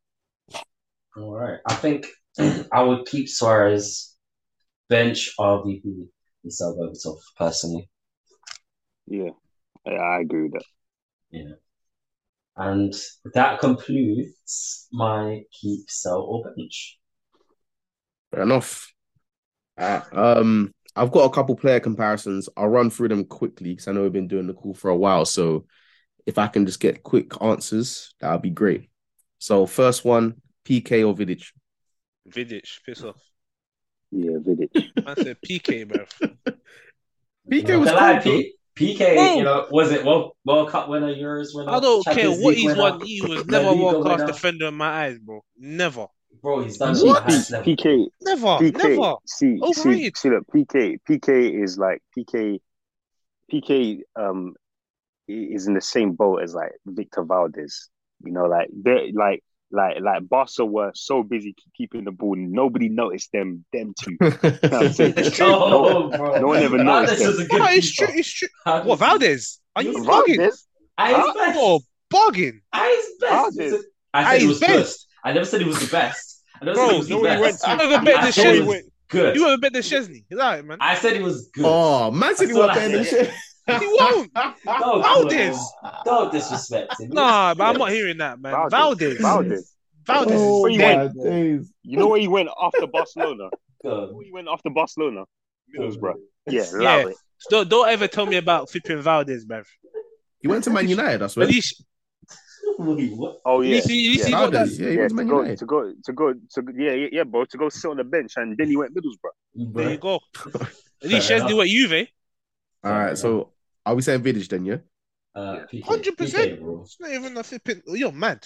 S2: All right. I think I would keep Suarez, bench RVP, and sell Berbatov personally.
S3: Yeah. Yeah, I agree with that.
S2: And that concludes my keep, sell, or bench.
S1: Fair enough. Alright, um, I've got a couple player comparisons. I'll run through them quickly because I know we've been doing the call for a while. So if I can just get quick answers, that would be great. So first one, PK or Vidic?
S4: Vidic, piss off.
S3: Yeah, Vidic.
S4: Man said PK, bro.
S1: PK
S2: Not
S1: was
S2: gonna lie,
S1: cool,
S2: P- PK,
S4: Whoa.
S2: you know, was it World, World Cup winner, Euros winner?
S4: I don't care
S2: Champions
S4: what
S2: League
S4: he's
S2: winner?
S4: won. He was never a
S2: Liga
S4: world class
S2: winner.
S4: defender in my eyes, bro. Never,
S2: Bro, he's done
S1: What?
S2: it at this level.
S3: PK.
S4: never,
S3: PK.
S4: never.
S3: See, see,
S4: Overrated.
S3: see, look, PK. PK is like PK. PK um i- is in the same boat as like Victor Valdez. You know, like they like like like Barca were so busy keeping the ball, nobody noticed them. Them two.
S1: though.
S2: No, bro.
S3: no one ever
S2: Valdez
S3: noticed him.
S2: is a good Ah,
S4: Oh, it's true.
S2: keeper.
S4: It's true. What Valdez? Are you bugging?
S3: Valdez.
S2: At his best.
S4: Oh, bugging,
S2: At his best.
S3: Valdez.
S2: I
S4: At
S2: said he
S4: his
S2: was
S4: best.
S2: good. I never said he was the best. I never said he
S4: bro.
S2: was
S4: You
S2: the
S4: went
S2: best.
S4: to. You ever better than
S2: I said he
S4: Chesney.
S2: was good.
S4: You ever better than Chesney. You're lying, man.
S2: I said he was good.
S1: oh, man said he
S2: That's all
S1: won't
S2: I
S1: ban the
S2: said.
S1: shit.
S4: He won't.
S2: Don't-
S4: Valdez.
S2: Don't disrespect him.
S4: Nah, but I'm not hearing that, man. Valdez,
S3: Valdez. Valdez.
S4: Valdez is
S1: Oh,
S3: Where you
S4: dead.
S1: my days.
S3: You know where he went after Barcelona? You
S2: Good.
S3: know where he went after Barcelona? Middlesbrough. Yeah,
S4: Yeah.
S3: love it.
S4: Don't, don't ever tell me about flipping Valdez, man.
S1: He went to Man United, I swear.
S4: At least,
S2: Wait, what?
S3: Oh
S4: at
S3: yeah.
S4: least, he- at least he
S3: Yeah.
S4: got that.
S1: Valdez, yeah, he
S3: yeah,
S1: went
S3: to
S1: to Man
S3: go,
S1: United.
S3: to go, to go, to go, yeah, yeah, yeah, bro, to go sit on the bench, and then he went Middlesbrough.
S4: There you
S2: Bruh.
S4: go. At least
S2: Fair
S4: Chesney went Juve.
S1: All right, so are we saying Vidic then, yeah?
S2: Uh, PK,
S4: 100%.
S2: PK, bro.
S4: It's not even a flipping. oh, You're mad.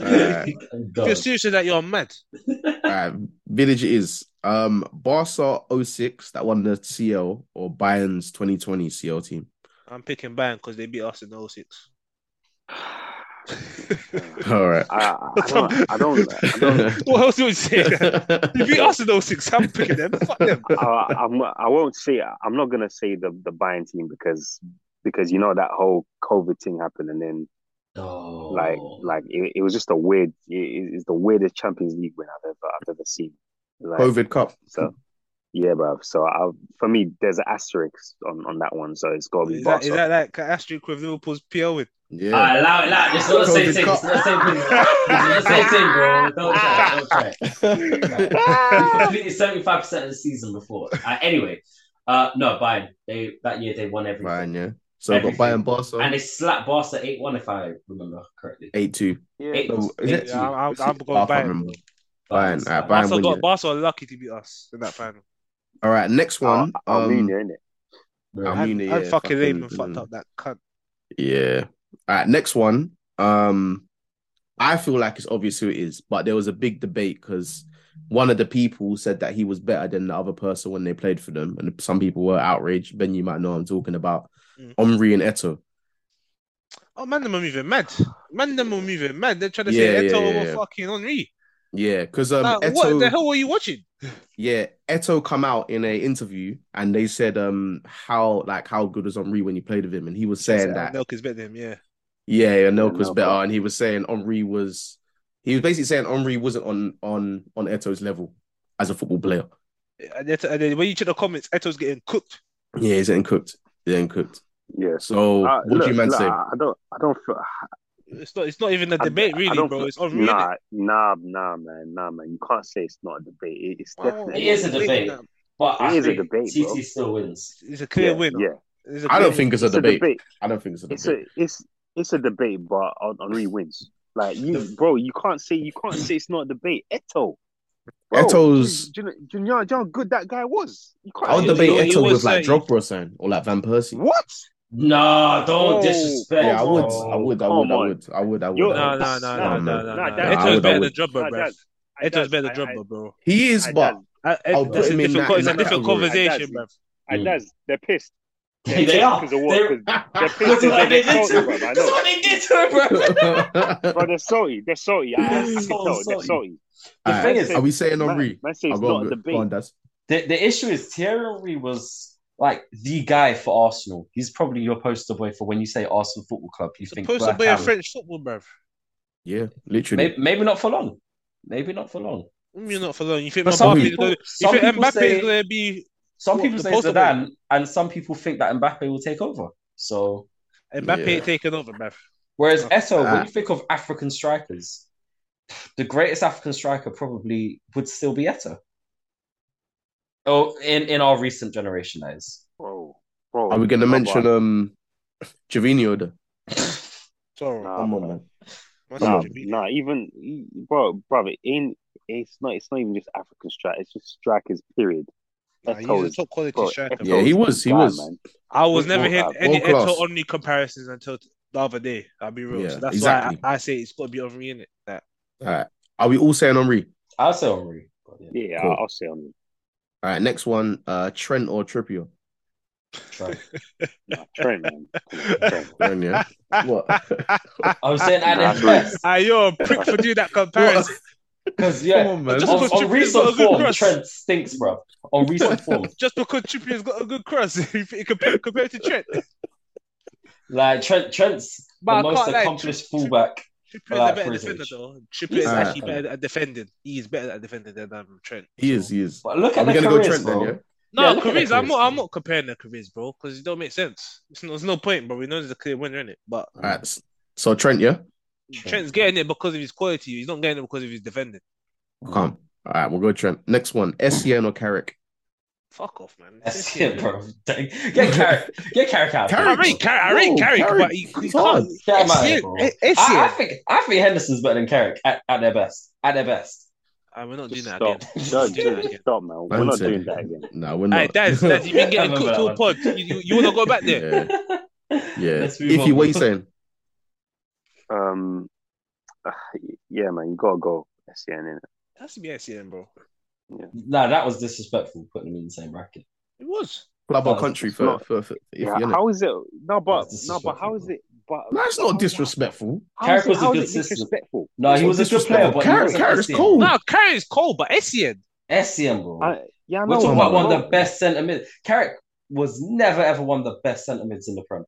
S1: Uh,
S4: if
S2: Go.
S4: you're serious with that, you're mad.
S1: All right, Vidic is um Barca 06 that won the CL or Bayern's 2020 CL team.
S4: I'm picking Bayern because they beat us in 06.
S1: All right.
S3: I, I don't, I don't, I don't
S4: What else would you say? You beat us in 06. I'm picking them. Fuck them.
S3: I, I'm, I won't say, I'm not gonna say the the Bayern team because because you know that whole COVID thing happened, and then
S2: Oh.
S3: like like it, it was just a weird, it, it's the weirdest Champions League win I've ever I've ever seen. Like,
S1: COVID Cup.
S3: So yeah, bro. So I, for me, there's an asterisk on, on that one. So it's got to be
S4: Is that,
S3: Barca.
S4: is that like an asterisk with Liverpool's PL win?
S1: Yeah.
S2: Alright, allow it, allow it. It's not the same
S1: Covid
S2: thing. It's not the same thing. It's not the same thing, bro. Don't try. Don't try. He completed seventy-five percent of the season before. Uh, anyway, uh, no, Bayern. They that year they won everything,
S1: Bayern, yeah. So I've got Bayern
S2: and
S1: Barca
S2: they slapped Barca eight-one if I remember correctly.
S1: 8 2.
S3: yeah.
S2: Eight,
S1: No, is it-
S2: eight-two.
S4: Yeah, I, I,
S1: I
S4: I'm going
S1: can't
S4: Bayern.
S1: remember.
S2: Bayern,
S1: Bayern, alright,
S2: Bayern.
S1: Bayern.
S4: Barca
S1: win
S4: got
S1: it.
S4: Barca are lucky to beat us in that final.
S1: All right, next
S3: Al-
S1: one. um,
S3: Almunia, innit?
S1: I
S4: I,
S1: mean,
S4: I
S1: yeah,
S4: fucking, fucking Lehman
S1: fucking-
S4: fucked up that cunt.
S1: Yeah. All right, next one. Um, I feel like it's obvious who it is, but there was a big debate because one of the people said that he was better than the other person when they played for them, and some people were outraged. Ben, you might know what I'm talking about
S4: Mm.
S1: Omri and Eto.
S4: Oh man, them are moving mad. Man, them are moving mad. They're trying to
S1: Yeah,
S4: say
S1: yeah,
S4: Eto
S1: yeah,
S4: over
S1: yeah.
S4: fucking Henri.
S1: Yeah, because um,
S4: Like,
S1: Eto,
S4: what the hell were you watching?
S1: yeah, Eto come out in a interview and they said um how like how good was Henri when you played with him, and he was saying
S4: Said,
S1: that
S4: Milk is better than him. Yeah,
S1: yeah, yeah Anelka was
S3: Anelka.
S1: better, and he was saying Henri was he was basically saying Henri wasn't on on on Eto's level as a football player.
S4: and, then, and then when you check the comments, Eto's getting cooked.
S1: Yeah, he's getting cooked. He's getting cooked.
S3: Yeah.
S1: So
S3: Uh,
S1: what do you man
S3: look,
S1: say?
S3: I I don't. I don't feel.
S4: It's not. It's not even a
S3: I-
S4: debate,
S3: I
S4: really,
S3: don't
S4: bro.
S3: feel-
S4: It's on really.
S3: Nah, nah, nah, man, nah, man. You can't say it's not a debate. It- It's
S4: Oh,
S3: definitely.
S2: It is a debate. But I
S3: It is a
S2: think
S3: debate,
S2: TT
S3: bro.
S2: still wins.
S4: It's a clear
S3: yeah,
S4: win.
S3: Yeah,
S4: It's a
S1: I don't
S4: clear
S1: think it's a
S3: it's a
S1: debate.
S3: debate.
S1: I don't think it's a debate.
S3: It's a it's it's a debate, but Hen- Henri wins. Like you, bro. You can't say you can't say it's not a debate. Eto. Bro,
S1: Eto's-
S3: Do you, do, you know, do you know how good that guy was? You can't
S1: I'll
S3: say-
S1: debate
S4: you know, he
S1: Eto
S4: was
S1: with like
S4: saying-
S1: Drogba or something, or like Van Persie.
S3: What?
S2: Nah, don't
S3: Oh,
S2: disrespect.
S1: Yeah, I would,
S2: bro.
S1: I would, I
S3: come
S1: would, I
S3: on. uh,
S1: would, I would, I would.
S3: You're-
S1: I
S4: No,
S1: would.
S4: no, no, no,
S1: man.
S4: no, no.
S3: Nah,
S4: no.
S3: that-
S1: I
S4: Eto's
S1: would, I
S4: better than
S1: would.
S4: Drogba,
S3: Nah,
S4: bro.
S3: that- I
S4: Eto's
S3: does-
S4: better than
S3: I- I-
S4: Drogba, bro.
S1: He is,
S3: I
S1: but
S3: does-
S4: I, I,
S1: I'll
S4: that's
S1: put
S4: a
S1: him in
S4: different,
S1: that-
S4: it's a
S1: in that category.
S4: different conversation,
S3: I
S4: bro.
S3: I
S2: Mm.
S3: does. They're pissed. They're
S2: they
S3: pissed
S2: are.
S3: because of what?
S2: They're-
S3: 'Cause they're
S2: Look at what
S3: pissed because they're
S2: they did to
S3: salty,
S2: him.
S3: bro. I
S2: Look at
S3: know.
S2: what they did to him, bro.
S3: Bro, they're salty. They're salty. I, I can
S2: So
S3: tell. They're
S2: salty.
S3: salty.
S1: All
S2: thing
S1: right.
S2: is-
S1: are we saying
S3: Man,
S1: Henri?
S3: man say
S1: I'll
S3: it's
S1: go
S3: not
S1: on,
S3: a
S1: go- go on,
S3: debate.
S1: Daz.
S2: The, the issue is Thierry Henry was like the guy for Arsenal. He's probably your poster boy for when you say Arsenal Football Club. You think
S4: Supposed to
S2: Black
S4: play a
S2: Arrow.
S4: French football, bro.
S1: Yeah, literally.
S2: Maybe, maybe not for long. Maybe not for long.
S4: You're not for long. You think
S2: But some
S4: Mbappe is
S2: people,
S4: going? You
S2: some
S4: think
S2: people
S4: Mbappe
S2: say,
S4: is going to be?
S2: some
S4: what,
S2: people
S4: the
S2: say
S4: poster boy?
S2: Zidane, and some people think that Mbappe will take over. So,
S4: Mbappe
S1: Yeah.
S4: ain't taking over, bro.
S2: whereas Eto,
S1: Ah.
S2: when you think of African strikers, the greatest African striker probably would still be Eto. Oh, in, in our recent generation, that is.
S3: Bro, bro.
S1: Are we gonna
S3: come
S1: mention
S3: on.
S1: um, Javinho? though?
S4: Sorry,
S3: Nah,
S1: Come on,
S3: bro.
S1: man.
S4: What's
S3: Nah,
S4: up, Jimmy?
S3: nah, even bro, brother, it ain't it's not it's not even just African strike, it's just strikers, period.
S4: Nah,
S3: Eto
S4: he's a
S3: is-
S4: top quality
S3: bro,
S4: striker.
S3: Eto
S4: bro.
S1: Yeah, he
S3: is
S1: was,
S3: the
S1: he
S3: guy,
S1: was.
S3: man.
S4: I was never
S3: World
S4: hearing
S3: class,
S4: any
S1: world class.
S4: Eto only comparisons until the other day. I'll be real.
S1: Yeah,
S4: so that's
S1: exactly.
S4: why I, I say it's got to be Henri in it. That
S1: All right. Are we all saying Henri?
S2: I'll say Henry. but yeah,
S3: Yeah,
S1: Cool.
S3: I'll, I'll say on him.
S1: All right. Next one. Uh, Trent or Trippier?
S2: try.
S3: Nah, Trent, man. Come on, Trent.
S1: Trent, yeah. What? Ah,
S2: I was saying at
S3: Nah,
S2: his
S3: bro.
S2: best.
S4: Ah, you're a prick for doing that comparison.
S2: Because yeah,
S1: Come on, man.
S4: Just
S2: on,
S4: because
S2: on
S4: Trippier
S2: recent
S4: got a good
S2: form,
S4: cross.
S2: Trent stinks, bro. On recent form,
S4: Just because Trippier's got a good cross, you think compared, compared to Trent,
S2: like Trent, Trent's
S4: But I
S2: the most
S4: can't lie,
S2: accomplished
S4: Tripp-
S2: fullback.
S4: Trippier's
S2: Like
S4: a better
S2: Perisic.
S4: defender though. Trippier is
S1: Ah.
S4: actually better at defending. He is better at defending than um, Trent.
S1: He
S4: So-
S1: is. He is.
S2: But look
S1: Are
S2: at
S1: we
S2: the
S1: gonna go
S2: careers,
S1: Trent then?
S2: bro.
S1: Yeah.
S4: No,
S2: Yeah, look at
S4: careers.
S2: the
S4: I'm not.
S2: careers,
S4: I'm
S2: bro.
S4: not comparing the careers, bro, because it don't make sense. It's no, there's no point, bro. We know there's a clear winner in it, but
S1: All right. So Trent, yeah.
S4: Trent's getting it because of his quality. He's not getting it because of his defending.
S1: Come. All right, we'll go Trent. Next one, Essien or Carrick?
S4: Fuck off, man.
S2: That's it, bro. Dang. Get Carrick, get Carrick out.
S1: Carrick-
S4: I rate Carrick, I rate
S1: Whoa,
S4: Carrick,
S1: Carrick,
S4: but he, he
S1: it's hard.
S4: can't.
S2: Get him out of
S4: Essien-
S2: here, bro.
S4: E-
S2: I, I
S4: Essien.
S2: think I think Henderson's better than Carrick at, at their best. At their best.
S4: Ah, we're not doing
S3: Just
S4: that
S3: stop.
S4: again.
S3: Just,
S4: Yeah,
S3: just
S4: yeah.
S3: stop, man. We're not
S1: Fancy.
S3: doing that again.
S1: No, we're not.
S4: Hey, Daz, Daz, you've been
S2: Yeah, I
S4: getting
S2: remember
S4: cooked to a
S2: that
S4: pod. You, you, you want to go back there?
S1: Yeah, yeah.
S2: Let's move
S1: If you,
S2: on.
S1: what you saying?
S3: Um yeah, man, you gotta go. SCN in it.
S4: That's be Essien, bro.
S2: Nah, that was disrespectful putting him in the same bracket.
S4: It was.
S1: Club or
S2: No,
S1: country
S3: it's
S1: for,
S3: not.
S1: for, for if
S3: Yeah,
S1: you're in it.
S3: how is it no but
S2: That's
S3: no but how is
S2: disrespectful.
S3: it but
S1: No, it's
S3: how-
S1: not disrespectful.
S3: how
S2: Carrick
S3: is it-
S2: was a
S3: how
S2: good
S3: is it
S2: system.
S3: disrespectful?
S2: No, he
S1: not
S2: was a good player,
S1: disrespectful.
S2: but
S1: Carrick-
S2: he wasn't
S1: Carrick is
S2: SCM.
S1: cool.
S4: No, Carrick is cold, but E Essien.
S2: SCM, bro.
S3: I, yeah, I
S2: We're
S3: know.
S2: talking
S1: come
S2: about
S1: on,
S2: one of the best centre mids. Carrick was never ever one of the best centre mids in the Prem.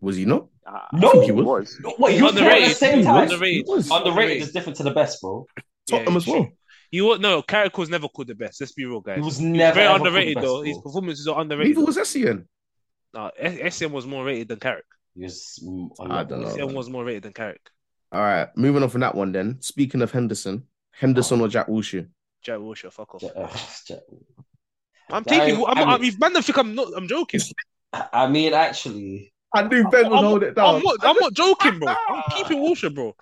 S1: Was he not?
S3: I,
S2: No.
S3: I think he was.
S2: Wait, he was playing at Oh, the
S4: Underrated.
S2: same
S1: He
S2: time.
S1: was.
S4: Underrated.
S1: He was.
S2: Underrated is different to the best, bro.
S1: Tottenham
S4: Yeah,
S1: as well.
S4: You won't know. Carrick was never called the best. Let's be real, guys.
S2: He was
S4: He's
S2: never
S4: very
S2: ever
S4: underrated
S2: called the best,
S4: though. His
S2: bro.
S4: performances are underrated.
S1: Neither was E Essien.
S4: No, S- SM was more rated than Carrick.
S2: He was, mm,
S1: I don't know.
S4: SM was more rated than Carrick.
S1: All right, moving on from that one then. Speaking of Henderson, Henderson or Jack Wilshere?
S4: Jack Wilshere, fuck off.
S2: Je- uh, Je-
S4: I'm
S2: That
S4: taking.
S2: is-
S4: I'm,
S2: I
S4: I'm,
S2: mean-
S4: if man don't think I'm not, I'm joking.
S2: I mean, actually,
S1: I knew Ben
S4: I'm, I'm not, I'm not joking, bro. I'm keeping Wilshere, bro.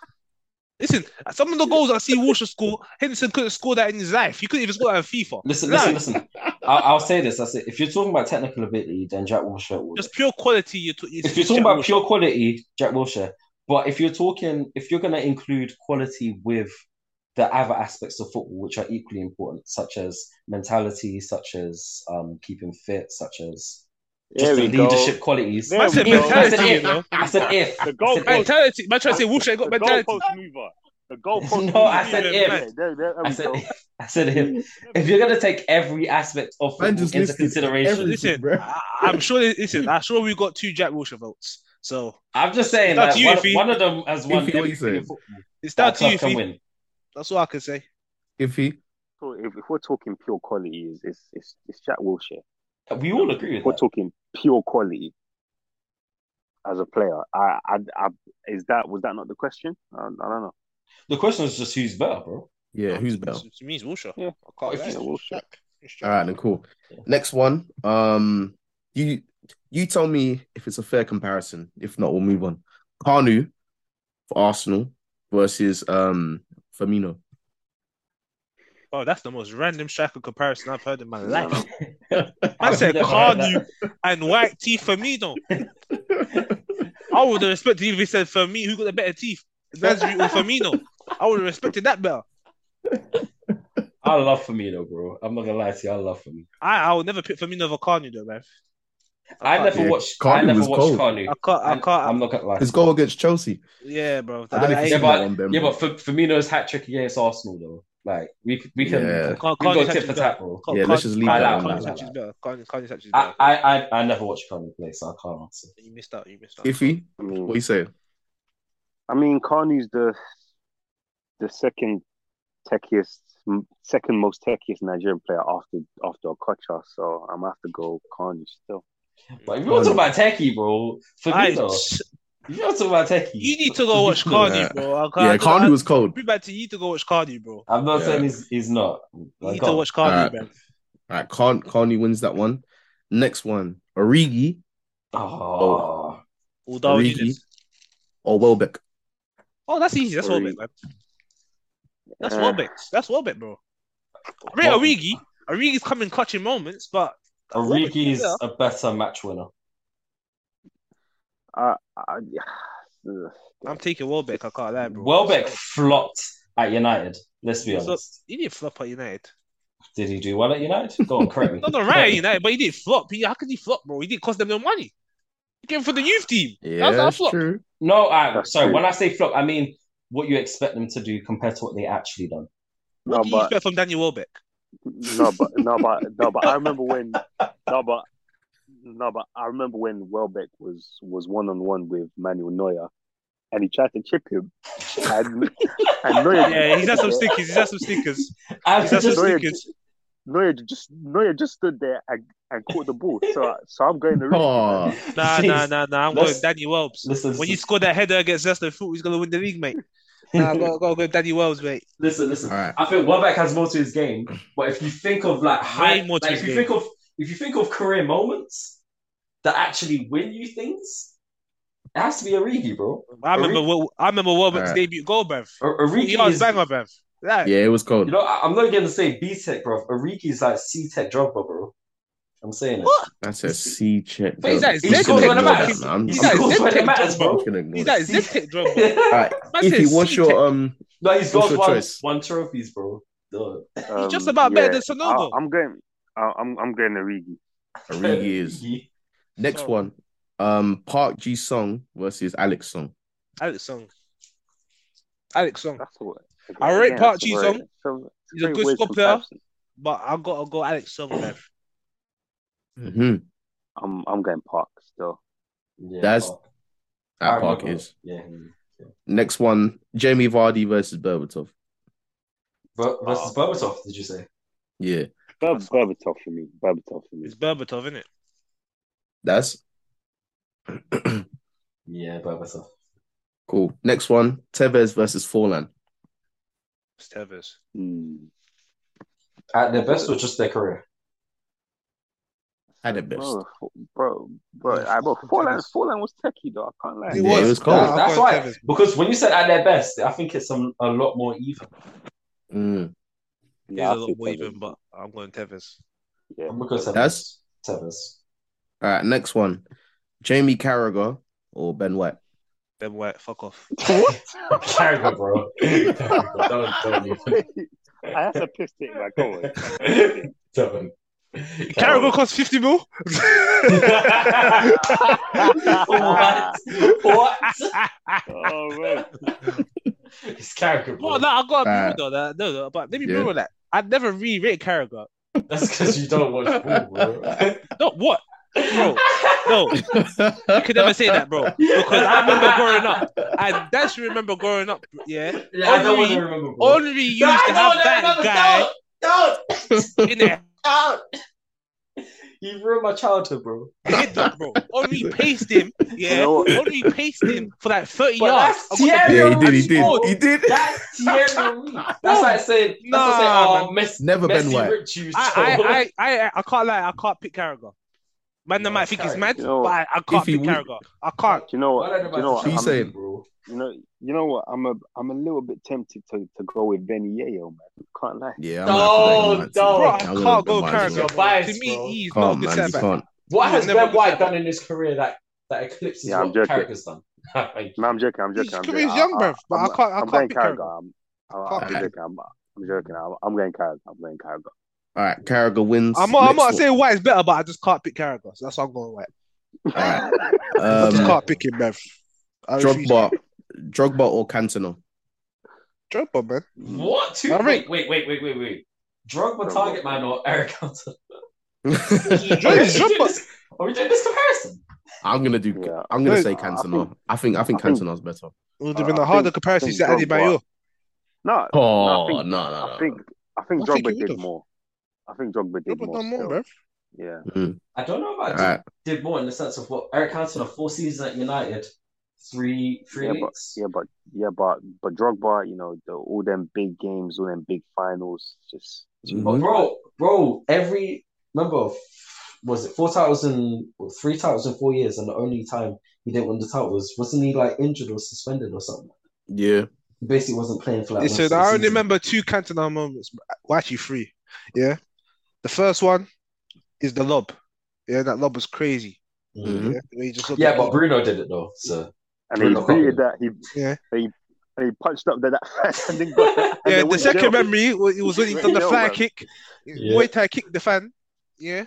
S4: Listen, some of the goals I see Wilshere score, Henderson couldn't score that in his life. He couldn't even score that in FIFA.
S2: listen,
S4: No.
S2: listen, listen. I, I'll say this. I say, if you're talking about technical ability, then Jack Wilshere. will.
S4: Just pure quality. You're t-
S2: If you're talking about pure quality, Jack Wilshere. But if you're talking, if you're going to include quality with the other aspects of football, which are equally important, such as mentality, such as um, keeping fit, such as Just
S3: There
S2: the
S3: we go.
S2: leadership qualities.
S3: There
S4: That's
S3: we
S4: it,
S3: go.
S4: mentality,
S2: That's it.
S4: you know.
S2: I said if.
S3: The
S2: I said if.
S3: goalpost,
S4: Mentality. Man, trying to say Wilshere got
S3: the
S4: mentality.
S3: goalpost mover. The goalpost.
S2: No, I said
S3: mover.
S2: if.
S3: Yeah, There, there, there
S2: I
S3: we
S2: said
S3: go.
S2: if. I said if. If you're gonna take every aspect of
S1: Man
S2: football
S1: just
S2: into
S1: listed
S2: consideration,
S1: everything,
S4: Listen,
S1: bro.
S4: I, I'm sure. Listen, I'm sure we got two Jack Wilshere votes. So
S2: I'm just saying
S4: That's
S2: like,
S4: you,
S2: one,
S4: Ify.
S2: one of them has
S1: Ify,
S2: won
S1: what you
S2: everything in
S1: saying?
S2: football.
S4: it's down
S2: That
S4: to you.
S2: club can
S4: Fee.
S2: win.
S4: That's all I can say.
S1: If he
S3: So if, if we're talking pure quality, is it's, it's, it's Jack Wilshere.
S2: We all agree
S3: If
S2: with
S3: we're
S2: that.
S3: talking pure quality as a player, I, I, I, is that was that not the question? I, I don't know.
S2: The question is just who's better, bro.
S1: yeah, who's better?
S4: To me, it's Wilshere.
S3: Yeah.
S4: I
S2: Oh,
S4: can't
S3: Yeah,
S4: lie.
S3: Wilshere.
S4: It's
S1: All
S4: Jack.
S1: right, then cool. Next one. Um, you you tell me if it's a fair comparison. If not, we'll move on. Kanu for Arsenal versus um Firmino.
S4: Wow, Oh, that's the most random striker comparison I've heard in my
S3: No,
S4: life. I
S2: I've
S4: said
S2: never heard
S4: Cardew and White Teeth Firmino. I would have respected if he said Firmino, who got the better teeth, Nasri or Firmino. I would have respected that better.
S2: I love Firmino, bro. I'm not gonna lie to you. I love Firmino.
S4: I, I would never pick Firmino over Cardew though, man.
S2: I
S4: can't-
S2: never
S1: Yeah,
S2: watched. I
S1: Carney
S2: never
S1: was
S2: watched
S1: cold.
S2: Carney.
S4: I can't. I
S2: And
S4: can't.
S2: I'm not gonna lie.
S1: His goal against Chelsea.
S4: yeah, bro.
S1: I don't know if
S4: I-
S1: you've
S4: I-
S2: yeah,
S1: seen
S2: but,
S1: that one, Ben.
S2: yeah, but F- Firmino's hat trick against Arsenal though. Like we c- we can
S1: Yeah.
S2: we
S4: Can't-
S2: go
S4: Carney's
S2: tit for
S4: actually
S2: tat, bro.
S4: Car-
S1: Yeah, let's just leave
S4: Cardew-
S2: that one
S4: Cardew-
S2: like
S4: Cardew is
S2: that.
S4: better. Cardew- Cardew is
S2: I,
S4: better.
S2: I I I never watched Carney play, so I can't answer.
S4: You missed out. You missed out.
S1: Iffy,
S3: I mean,
S1: what you say?
S3: I mean, Carney's the the second techiest, m- second most techiest Nigerian player after after Okocha. So I'm gonna have to go Carney still.
S2: But if you want to talk about techie, bro,
S4: I-
S2: Firmino. If you want to talk about techie,
S4: you need to go watch Cardew, bro. I can't,
S1: Yeah,
S4: I,
S1: Kanu was cold.
S4: Be back to you need to go watch Cardew, bro.
S2: I'm not
S1: Yeah.
S2: saying he's, he's not.
S4: You
S2: I
S4: need to
S2: can't.
S4: watch Cardew,
S1: Alright.
S4: man.
S1: All right, Carn Carney wins that one. Next one, Origi
S2: Oh,
S4: Or Darwin
S1: Origi.
S4: Nunes.
S1: or Welbeck.
S4: Oh, that's easy. That's
S3: Sorry.
S4: Welbeck, man. That's
S3: Uh,
S4: Welbeck. That's Welbeck, bro. I mean,
S2: Well-
S4: Origi. Origi's coming clutch in moments, but Welbeck
S2: Origi is
S4: yeah.
S2: a better match winner.
S3: I, I, ugh.
S4: I'm taking Welbeck. I can't lie, bro.
S2: Welbeck flopped at United. Let's be
S4: What's up?
S2: honest.
S4: He didn't flop at United.
S2: Did he do well at United? Go on, correct me.
S4: Not the right at United, but he didn't flop. He, how could he flop, bro? He didn't cost them no money. He came for the youth team.
S1: Yeah,
S4: How's that a
S1: that's
S4: flop?
S1: true.
S2: No, I,
S3: That's
S2: sorry.
S3: true.
S2: When I say flop, I mean what you expect them to do compared to what they actually done.
S4: What
S3: No,
S4: do you
S3: but-
S4: expect from Daniel Welbeck?
S3: No, but no, but no, but I remember when no, but no, but I remember when Welbeck was was one on one with Manuel Neuer, and he tried to chip him, and and Neuer,
S4: Yeah, he's had some stickers. He's had some stickers.
S2: I
S4: He's
S2: just,
S4: had some
S3: That's annoying.
S4: stickers.
S3: Neuer just Neuer just stood there and, and caught the ball. So so I'm going to
S1: Oh,
S4: Nah,
S2: Jeez.
S4: nah, nah, nah. I'm
S2: Let's-
S4: going Danny Welbs.
S2: Listen,
S4: When you
S2: listen,
S4: score that header against Leicester, I thought he's gonna win the league, mate. Nah, I gotta, gotta go Danny Welbs, mate.
S2: listen,
S1: all
S2: listen.
S1: right.
S2: I think Welbeck has more to his game, but if you think of like high,
S4: more to
S2: like,
S4: his
S2: if you
S4: game.
S2: think of if you think of career moments that actually win you things, it has to be Origi, bro.
S4: I remember, Wel- I remember Welbeck's
S1: Alright.
S4: debut goal, bruv.
S2: O-
S4: He
S2: Origi
S4: was
S2: is,
S4: banger, bruv. Like,
S1: Yeah, it was cold.
S2: you know, I- I'm not gonna say B Tech, bro. Origi is like C Tech Drogba, bro. I'm saying it.
S4: What?
S1: That's a C check.
S4: But he's
S1: bro.
S4: at
S1: I'm
S4: his
S1: just gonna
S4: leg.
S1: ignore
S4: He's-
S1: that, man.
S2: He
S1: I'm
S4: he's at his
S2: scores
S4: leg.
S2: when it matters, bro.
S1: just gonna ignore
S4: He's
S1: that.
S4: like zip tech drum.
S1: All right,
S4: Man said
S1: Iffy, what's
S4: C-Tech.
S1: your um?
S2: no,
S1: What's
S2: he's got
S1: your
S2: one,
S1: choice?
S2: one trophies, bro. Duh.
S3: Um,
S4: just about better than
S3: I,
S4: Sanogo.
S3: I'm going. I, I'm I'm going to Rigi.
S1: Origi is next
S4: Sorry.
S1: one. Um, Park Ji Song versus Alex Song.
S4: Alex Song. Alex Song.
S3: That's what.
S4: I rate Park
S3: that's a
S4: Ji-sung.
S3: very- it's a- it's
S4: He's a
S3: very
S4: good
S3: weird
S4: squad player.
S3: comparison.
S4: But I gotta go Alex Song, bruv. Hmm.
S1: Mm-hmm.
S3: I'm I'm going Park still.
S2: Yeah,
S1: That's-
S2: Park. I
S1: That Park
S2: remember.
S1: is
S2: Yeah. he-
S1: next one. Jamie Vardy versus Berbatov.
S2: Ver- versus Berbatov, did you say?
S1: Yeah,
S3: Ber- Berbatov for me. Berbatov for me.
S4: It's Berbatov, isn't it?
S1: that's
S2: Yeah, Berbatov.
S1: cool. Next one. Tevez versus Forlan.
S4: It's Tevez.
S3: Hmm.
S2: At their best or just their career?
S1: Had it best.
S4: Oh.
S3: Bro, bro, bro, I, bro Forlan, Forlan was techie though. I can't lie.
S1: He Yeah, was. it was cold.
S4: Nah, I'll
S2: That's
S4: go
S2: why.
S4: Tevez.
S2: Because when you said at their best, I think it's a, a lot more even.
S1: Mm,
S4: He's
S3: Yeah,
S4: a
S3: I'll
S4: lot
S3: take
S4: more
S3: Tevez.
S4: even, but I'm going Tevez.
S3: Yeah.
S2: I'm going Tevez.
S1: That's-
S2: Tevez.
S1: All right, next one. Jamie Carragher or Ben White.
S4: Ben White, fuck off.
S2: Carragher, bro. Carragher, don't, don't even.
S3: I have to piss take my go on.
S2: Don't.
S4: Carragher cost 50 mil?
S2: what? What?
S3: Oh man,
S2: It's character.
S4: No, no, I gotta
S1: Uh,
S4: be real though. that- No, no, but let me be
S1: yeah.
S4: real with that. I'd never re-rate Carragher.
S2: That's because you don't watch ball, bro.
S4: No, what? Bro, no, you could never say that, bro. Because I remember growing up. I that's remember growing up, yeah.
S2: Yeah, I don't want
S4: Only-
S2: to remember. bro.
S4: Only used
S2: No,
S4: to
S2: don't
S4: have
S2: let
S4: that
S2: another-
S4: guy
S2: Don't,
S4: in their
S2: don't, don't. You ruined my childhood, bro.
S4: headlock, bro. Only paced him, yeah.
S3: You know what?
S4: Only paced him for like 30
S2: But
S4: yards.
S2: that's
S4: I got the-
S2: Thierry
S1: yeah, he did. He
S2: Henry.
S1: did. He did.
S2: That's Thierry. Reed. That's like saying, that's like saying,
S4: Nah,
S2: oh, Messi,
S1: Never
S2: Messi
S1: Ben White.
S2: ripped you. so-
S4: I, I, I, I, I can't lie. I can't pick Carragher. Man,
S2: No,
S4: they might think he's
S2: Carragher.
S4: mad,
S3: You know-
S4: but I, I can't
S1: If he
S4: pick
S1: would-
S4: Carragher. I can't.
S3: you know
S2: Why
S3: what?
S2: don't
S3: You know
S2: about
S3: what?
S1: Who you
S3: I'm,
S1: saying?
S2: bro?
S3: you know, you know what? I'm a, I'm a little bit tempted to, to go with Benny Yeo, man. Can't lie.
S1: Yeah,
S2: No,
S1: I'm
S2: no.
S4: Bro,
S2: Oh,
S4: I can't go Carragher.
S2: You're
S4: bro.
S2: biased,
S4: To me,
S2: bro.
S4: he's not a
S1: Can't,
S4: good
S1: man. You
S4: setback.
S1: can't.
S2: What has
S4: He's never
S2: Ben White
S4: good at
S2: done in his career that that eclipses
S3: Yeah, I'm
S2: what
S3: joking.
S2: Carragher's done? Thank you.
S3: No, I'm joking. I'm
S4: He's
S3: joking. I'm
S4: Korean's
S3: joking. I-
S4: young,
S3: I-
S4: bruv, but I
S3: I'm-
S4: can't- I
S3: I'm
S4: can't
S3: going
S4: pick Carragher.
S3: Carragher. I'm, I'm,
S4: Can't
S3: I'm
S1: pick.
S3: joking. I'm, I'm joking. I'm, I'm going Carragher. I'm going Carragher.
S1: All right, Carragher wins.
S4: I'm not, I'm
S1: Next
S4: not saying White is better, but I just can't pick Carragher. So that's why I'm going White.
S1: one. All right.
S4: I just
S1: Um,
S4: can't pick him, bruv. I refuse.
S1: Drogba, Drogba or Cantona?
S4: Drogba, man.
S2: What? Two,
S4: All right.
S2: wait, wait, wait, wait, wait, wait. Drogba
S3: Hmm. Drogba.
S2: target man or Eric Cantona? Are we doing
S4: Drogba.
S2: this- are we doing this comparison?
S1: I'm gonna do.
S3: Yeah.
S1: I'm gonna
S4: No,
S1: say
S3: I
S1: Cantona. I think. I think
S3: I think-
S1: Cantona's better.
S4: It would have been
S3: Uh, I
S4: a harder
S3: think-
S4: comparison
S3: I
S4: if
S3: think
S4: you said Eddie
S3: Drogba.
S4: Mayo.
S3: No,
S1: Oh
S3: think-
S1: no, no, no.
S3: I think I think
S4: I think he
S3: Drogba did
S4: would've.
S3: more. I think Drogba did
S4: Drogba
S3: more.
S4: done more,
S3: still.
S4: bruv.
S3: Yeah.
S2: I don't
S1: All
S2: know about
S1: right.
S2: did more in the sense of what Eric Cantona four seasons at United, three three
S3: Yeah,
S2: leagues.
S3: Yeah, but yeah, but but Drogba, you know, the, all them big games, all them big finals, just
S2: But bro, bro, every remember was it four titles in well, three titles in four years, and the only time he didn't win the title was wasn't he like injured or suspended or something?
S1: Yeah.
S2: He basically wasn't playing for like.
S4: They
S2: most
S4: said,
S2: of the
S4: I only
S2: season.
S4: remember two Cantona moments. Well, actually, three. Yeah. The first one is the lob. Yeah, that lob was crazy.
S2: Mhm.
S1: Mm-hmm.
S4: Yeah, where he just looked
S2: Yeah,
S4: at-
S2: but Bruno did it though. So
S3: and he
S2: Bruno
S3: created
S2: Cotton.
S3: that he
S4: Yeah.
S3: he he punched up that and then got, and
S4: yeah,
S3: then
S4: the
S3: went
S4: second
S3: jail.
S4: memory was it was when he done the
S3: Yeah,
S4: fly
S3: bruv.
S4: kick,
S2: Yeah.
S4: Muay Thai kicked the fan. Yeah,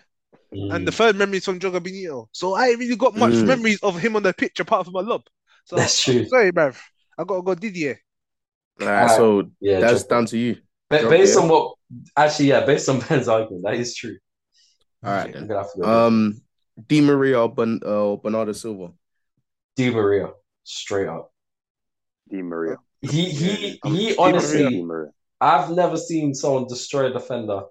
S2: Mm.
S4: and the third memory is from Joga Benito. So I ain't really got much
S1: Mm.
S4: memories of him on the pitch apart from my lob. So
S2: that's true.
S4: sorry, bruv. I gotta go Didier.
S1: All right.
S2: Uh,
S1: So
S2: Yeah,
S1: that's
S2: Drogba.
S1: down to you.
S2: Ba-
S1: Drogba,
S2: based
S1: yeah.
S2: on what actually, yeah, based on Ben's argument, that is true.
S1: All right
S2: I'm
S1: then.
S2: gonna have to go.
S4: Uh,
S2: with
S1: Um, Di Maria or, ben, uh, or Bernardo Silva?
S2: Di Maria, straight up.
S3: Di Maria.
S2: He he
S3: I'm-
S2: he.
S3: Di
S2: Honestly,
S3: Maria.
S2: I've never seen someone destroy a defender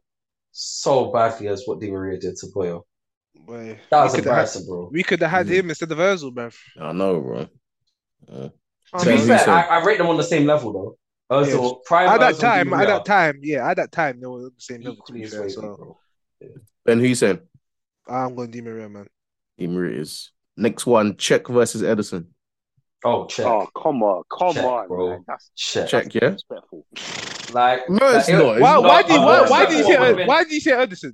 S2: so badly as what Di Maria did to Boyle.
S4: Boy,
S2: That
S4: we
S2: was
S4: could have had,
S2: embarrassing, bro.
S4: we could have had
S1: Mm.
S4: him instead of Özil, bruv.
S1: I know, bro. Uh,
S2: To be
S1: I think
S2: fair,
S1: so.
S2: I, I rate them on the same level though. Ozil,
S4: Yes.
S2: prime
S4: at that
S2: Ozil,
S4: time, at
S2: Villarreal,
S4: that time, yeah, at that time they were on the same level. To
S2: equally
S4: be
S2: as
S4: fair,
S2: weighty,
S4: so
S2: bro.
S1: ben, who you saying?
S4: I'm going Di Maria, man.
S1: Di Maria is. Next one, Czech versus Edison.
S2: Oh, check,
S3: Oh come on, come
S2: Check,
S3: on,
S2: bro.
S3: man. That's
S2: check.
S1: Czech, yeah.
S3: disrespectful.
S2: Like,
S1: No, it's not. It's
S2: like, it-
S4: Why,
S1: not.
S4: why, do you, why,
S2: Well,
S4: why
S2: well,
S4: do you
S2: well,
S4: say
S2: well,
S4: why do you say Ederson?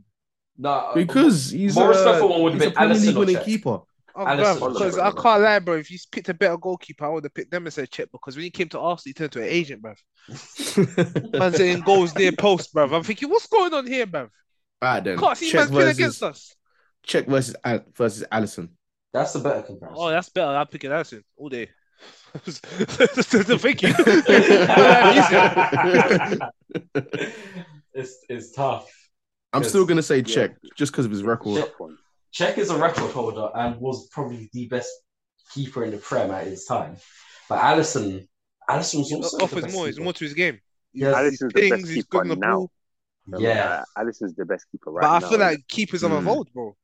S2: Nah,
S1: Because he's
S2: More
S1: a,
S2: respectful one would have
S1: he's a
S2: been
S1: Premier
S2: Alisson
S1: League
S2: or
S1: winning
S2: Czech.
S1: keeper.
S4: Oh,
S2: Alisson
S4: bruv,
S2: was
S4: because
S2: better,
S4: I
S2: bruv.
S4: can't lie, bro. If he's picked a better goalkeeper, I would have picked them as a check because when he came to Arsenal, he turned to an agent, bruv. Man saying goals near post, bruv. I'm thinking, what's going on here, bruv?
S1: All right then.
S4: Can't see
S1: Czech
S4: man's playing
S1: versus
S4: against us.
S1: Czech versus Al- versus Allison.
S2: that's the better comparison.
S4: Oh, that's better. I'll pick it Allison all day. Thank you.
S2: it's it's tough.
S1: I'm
S2: Yes.
S1: still gonna say
S3: Yeah.
S1: Czech just because of his record.
S2: Czech.
S3: Tough one.
S2: Czech is a record holder and was probably the best keeper in the Prem at his time. But Alisson, Alisson was also the
S4: offers
S2: best
S4: more. Oh, He's
S2: keeper.
S4: more to his game.
S2: He has-
S3: Alisson's the best
S4: he's
S3: keeper
S4: good on the
S3: now.
S4: ball.
S2: Yeah.
S3: Uh, Alisson's the best keeper right
S4: but I
S3: now.
S4: feel like keepers have
S1: Mm.
S4: evolved, bro.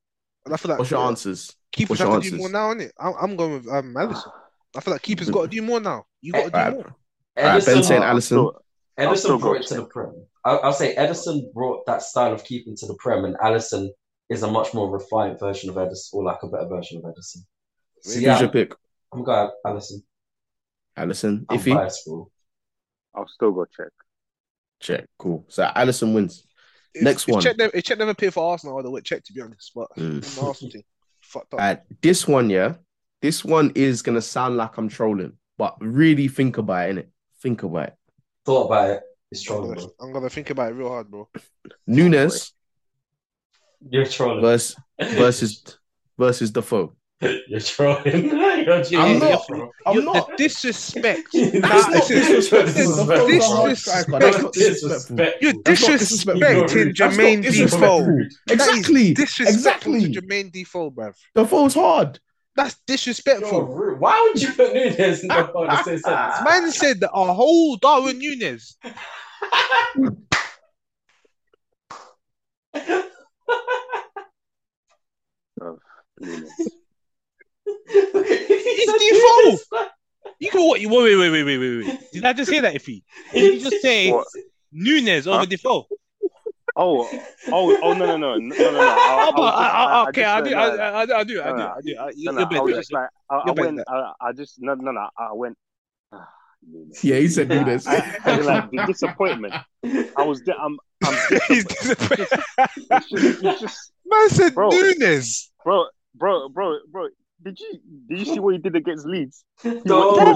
S4: And I feel like
S1: What's your answers? what's
S4: keepers have
S1: your
S4: to do more
S1: answers? Ah.
S4: now, innit? I'm, I'm going with um, Allison. I feel like keepers got to do more now. You got to do
S1: All right.
S4: more.
S1: All right, Ben
S2: Ederson-
S1: saying
S3: I'm
S1: Allison.
S3: still- I'll
S2: Edison
S3: still go
S2: brought it
S3: with
S2: to the
S3: Czech.
S2: Prem. I'll, I'll say Edison brought that style of keeping to the Prem, and Allison is a much more refined version of Edison, or like a better version of Edison. So
S1: Who's
S2: yeah,
S1: your pick?
S2: I'm going Allison.
S1: Allison.
S2: I'm
S1: Iffy.
S2: biased, bro.
S3: I'll still go check.
S1: Czech. Cool. So Allison wins.
S4: If-
S1: Next
S4: if
S1: one.
S4: Czech never, if Czech never paid for Arsenal, I'd have went Czech to be honest. But
S1: Mm.
S4: the Arsenal thing, fucked up.
S1: Alright, this one, yeah. This one is gonna sound like I'm trolling, but really think about it, innit? Think about it.
S2: Thought about it. It's
S4: I'm
S2: strong,
S4: gonna,
S2: bro.
S4: I'm gonna think about it real hard, bro.
S1: Nunes
S2: You're trolling.
S1: versus versus versus Defoe.
S2: You're trolling. You're
S1: I'm not.
S2: trolling.
S1: I'm
S7: You-
S1: not.
S7: the disrespect.
S1: That's not
S7: This is-
S1: disrespectful.
S7: this is-
S1: That's not disrespectful.
S7: You're
S1: That's not disrespectful.
S7: disrespecting
S1: That's not
S7: Jermaine
S1: disrespectful.
S7: Defoe.
S1: Exactly.
S7: Disrespectful
S1: Exactly.
S7: to Jermaine Defoe, bruv.
S1: Defoe's hard.
S7: That's disrespectful.
S2: Why would you put Nunes in the phone to say
S7: This Man said that a whole Darwin Nunes.
S2: It's
S4: You can what? you- Wait, wait, wait, wait, wait, wait, wait. Did I just hear that, Ify? Did you just say
S3: What?
S4: Nunes over
S3: Huh?
S4: Defoe?
S3: Oh, oh, oh, no, no, no, no, no, no. I- I was
S4: Oh, but
S3: just-
S4: I, I, okay,
S3: just-
S4: I do,
S3: no,
S4: I,
S3: no,
S4: I, I do, I do,
S3: No, no,
S4: I do. I do.
S3: No, no,
S4: You- You're
S3: I was
S4: better.
S3: just like, I, I
S4: You're better.
S3: went, I, I just, no, no, no, I went. ah, Nunes.
S1: Yeah, he said do this.
S3: I, I, like the disappointment. I was, di- I'm, I'm
S4: He's
S3: disappointed.
S4: disappointed.
S3: It's just, it's just,
S4: Man said
S3: Bro.
S4: Nunes.
S3: bro, bro, bro, bro. Did you, did you see what he did against Leeds?
S2: No,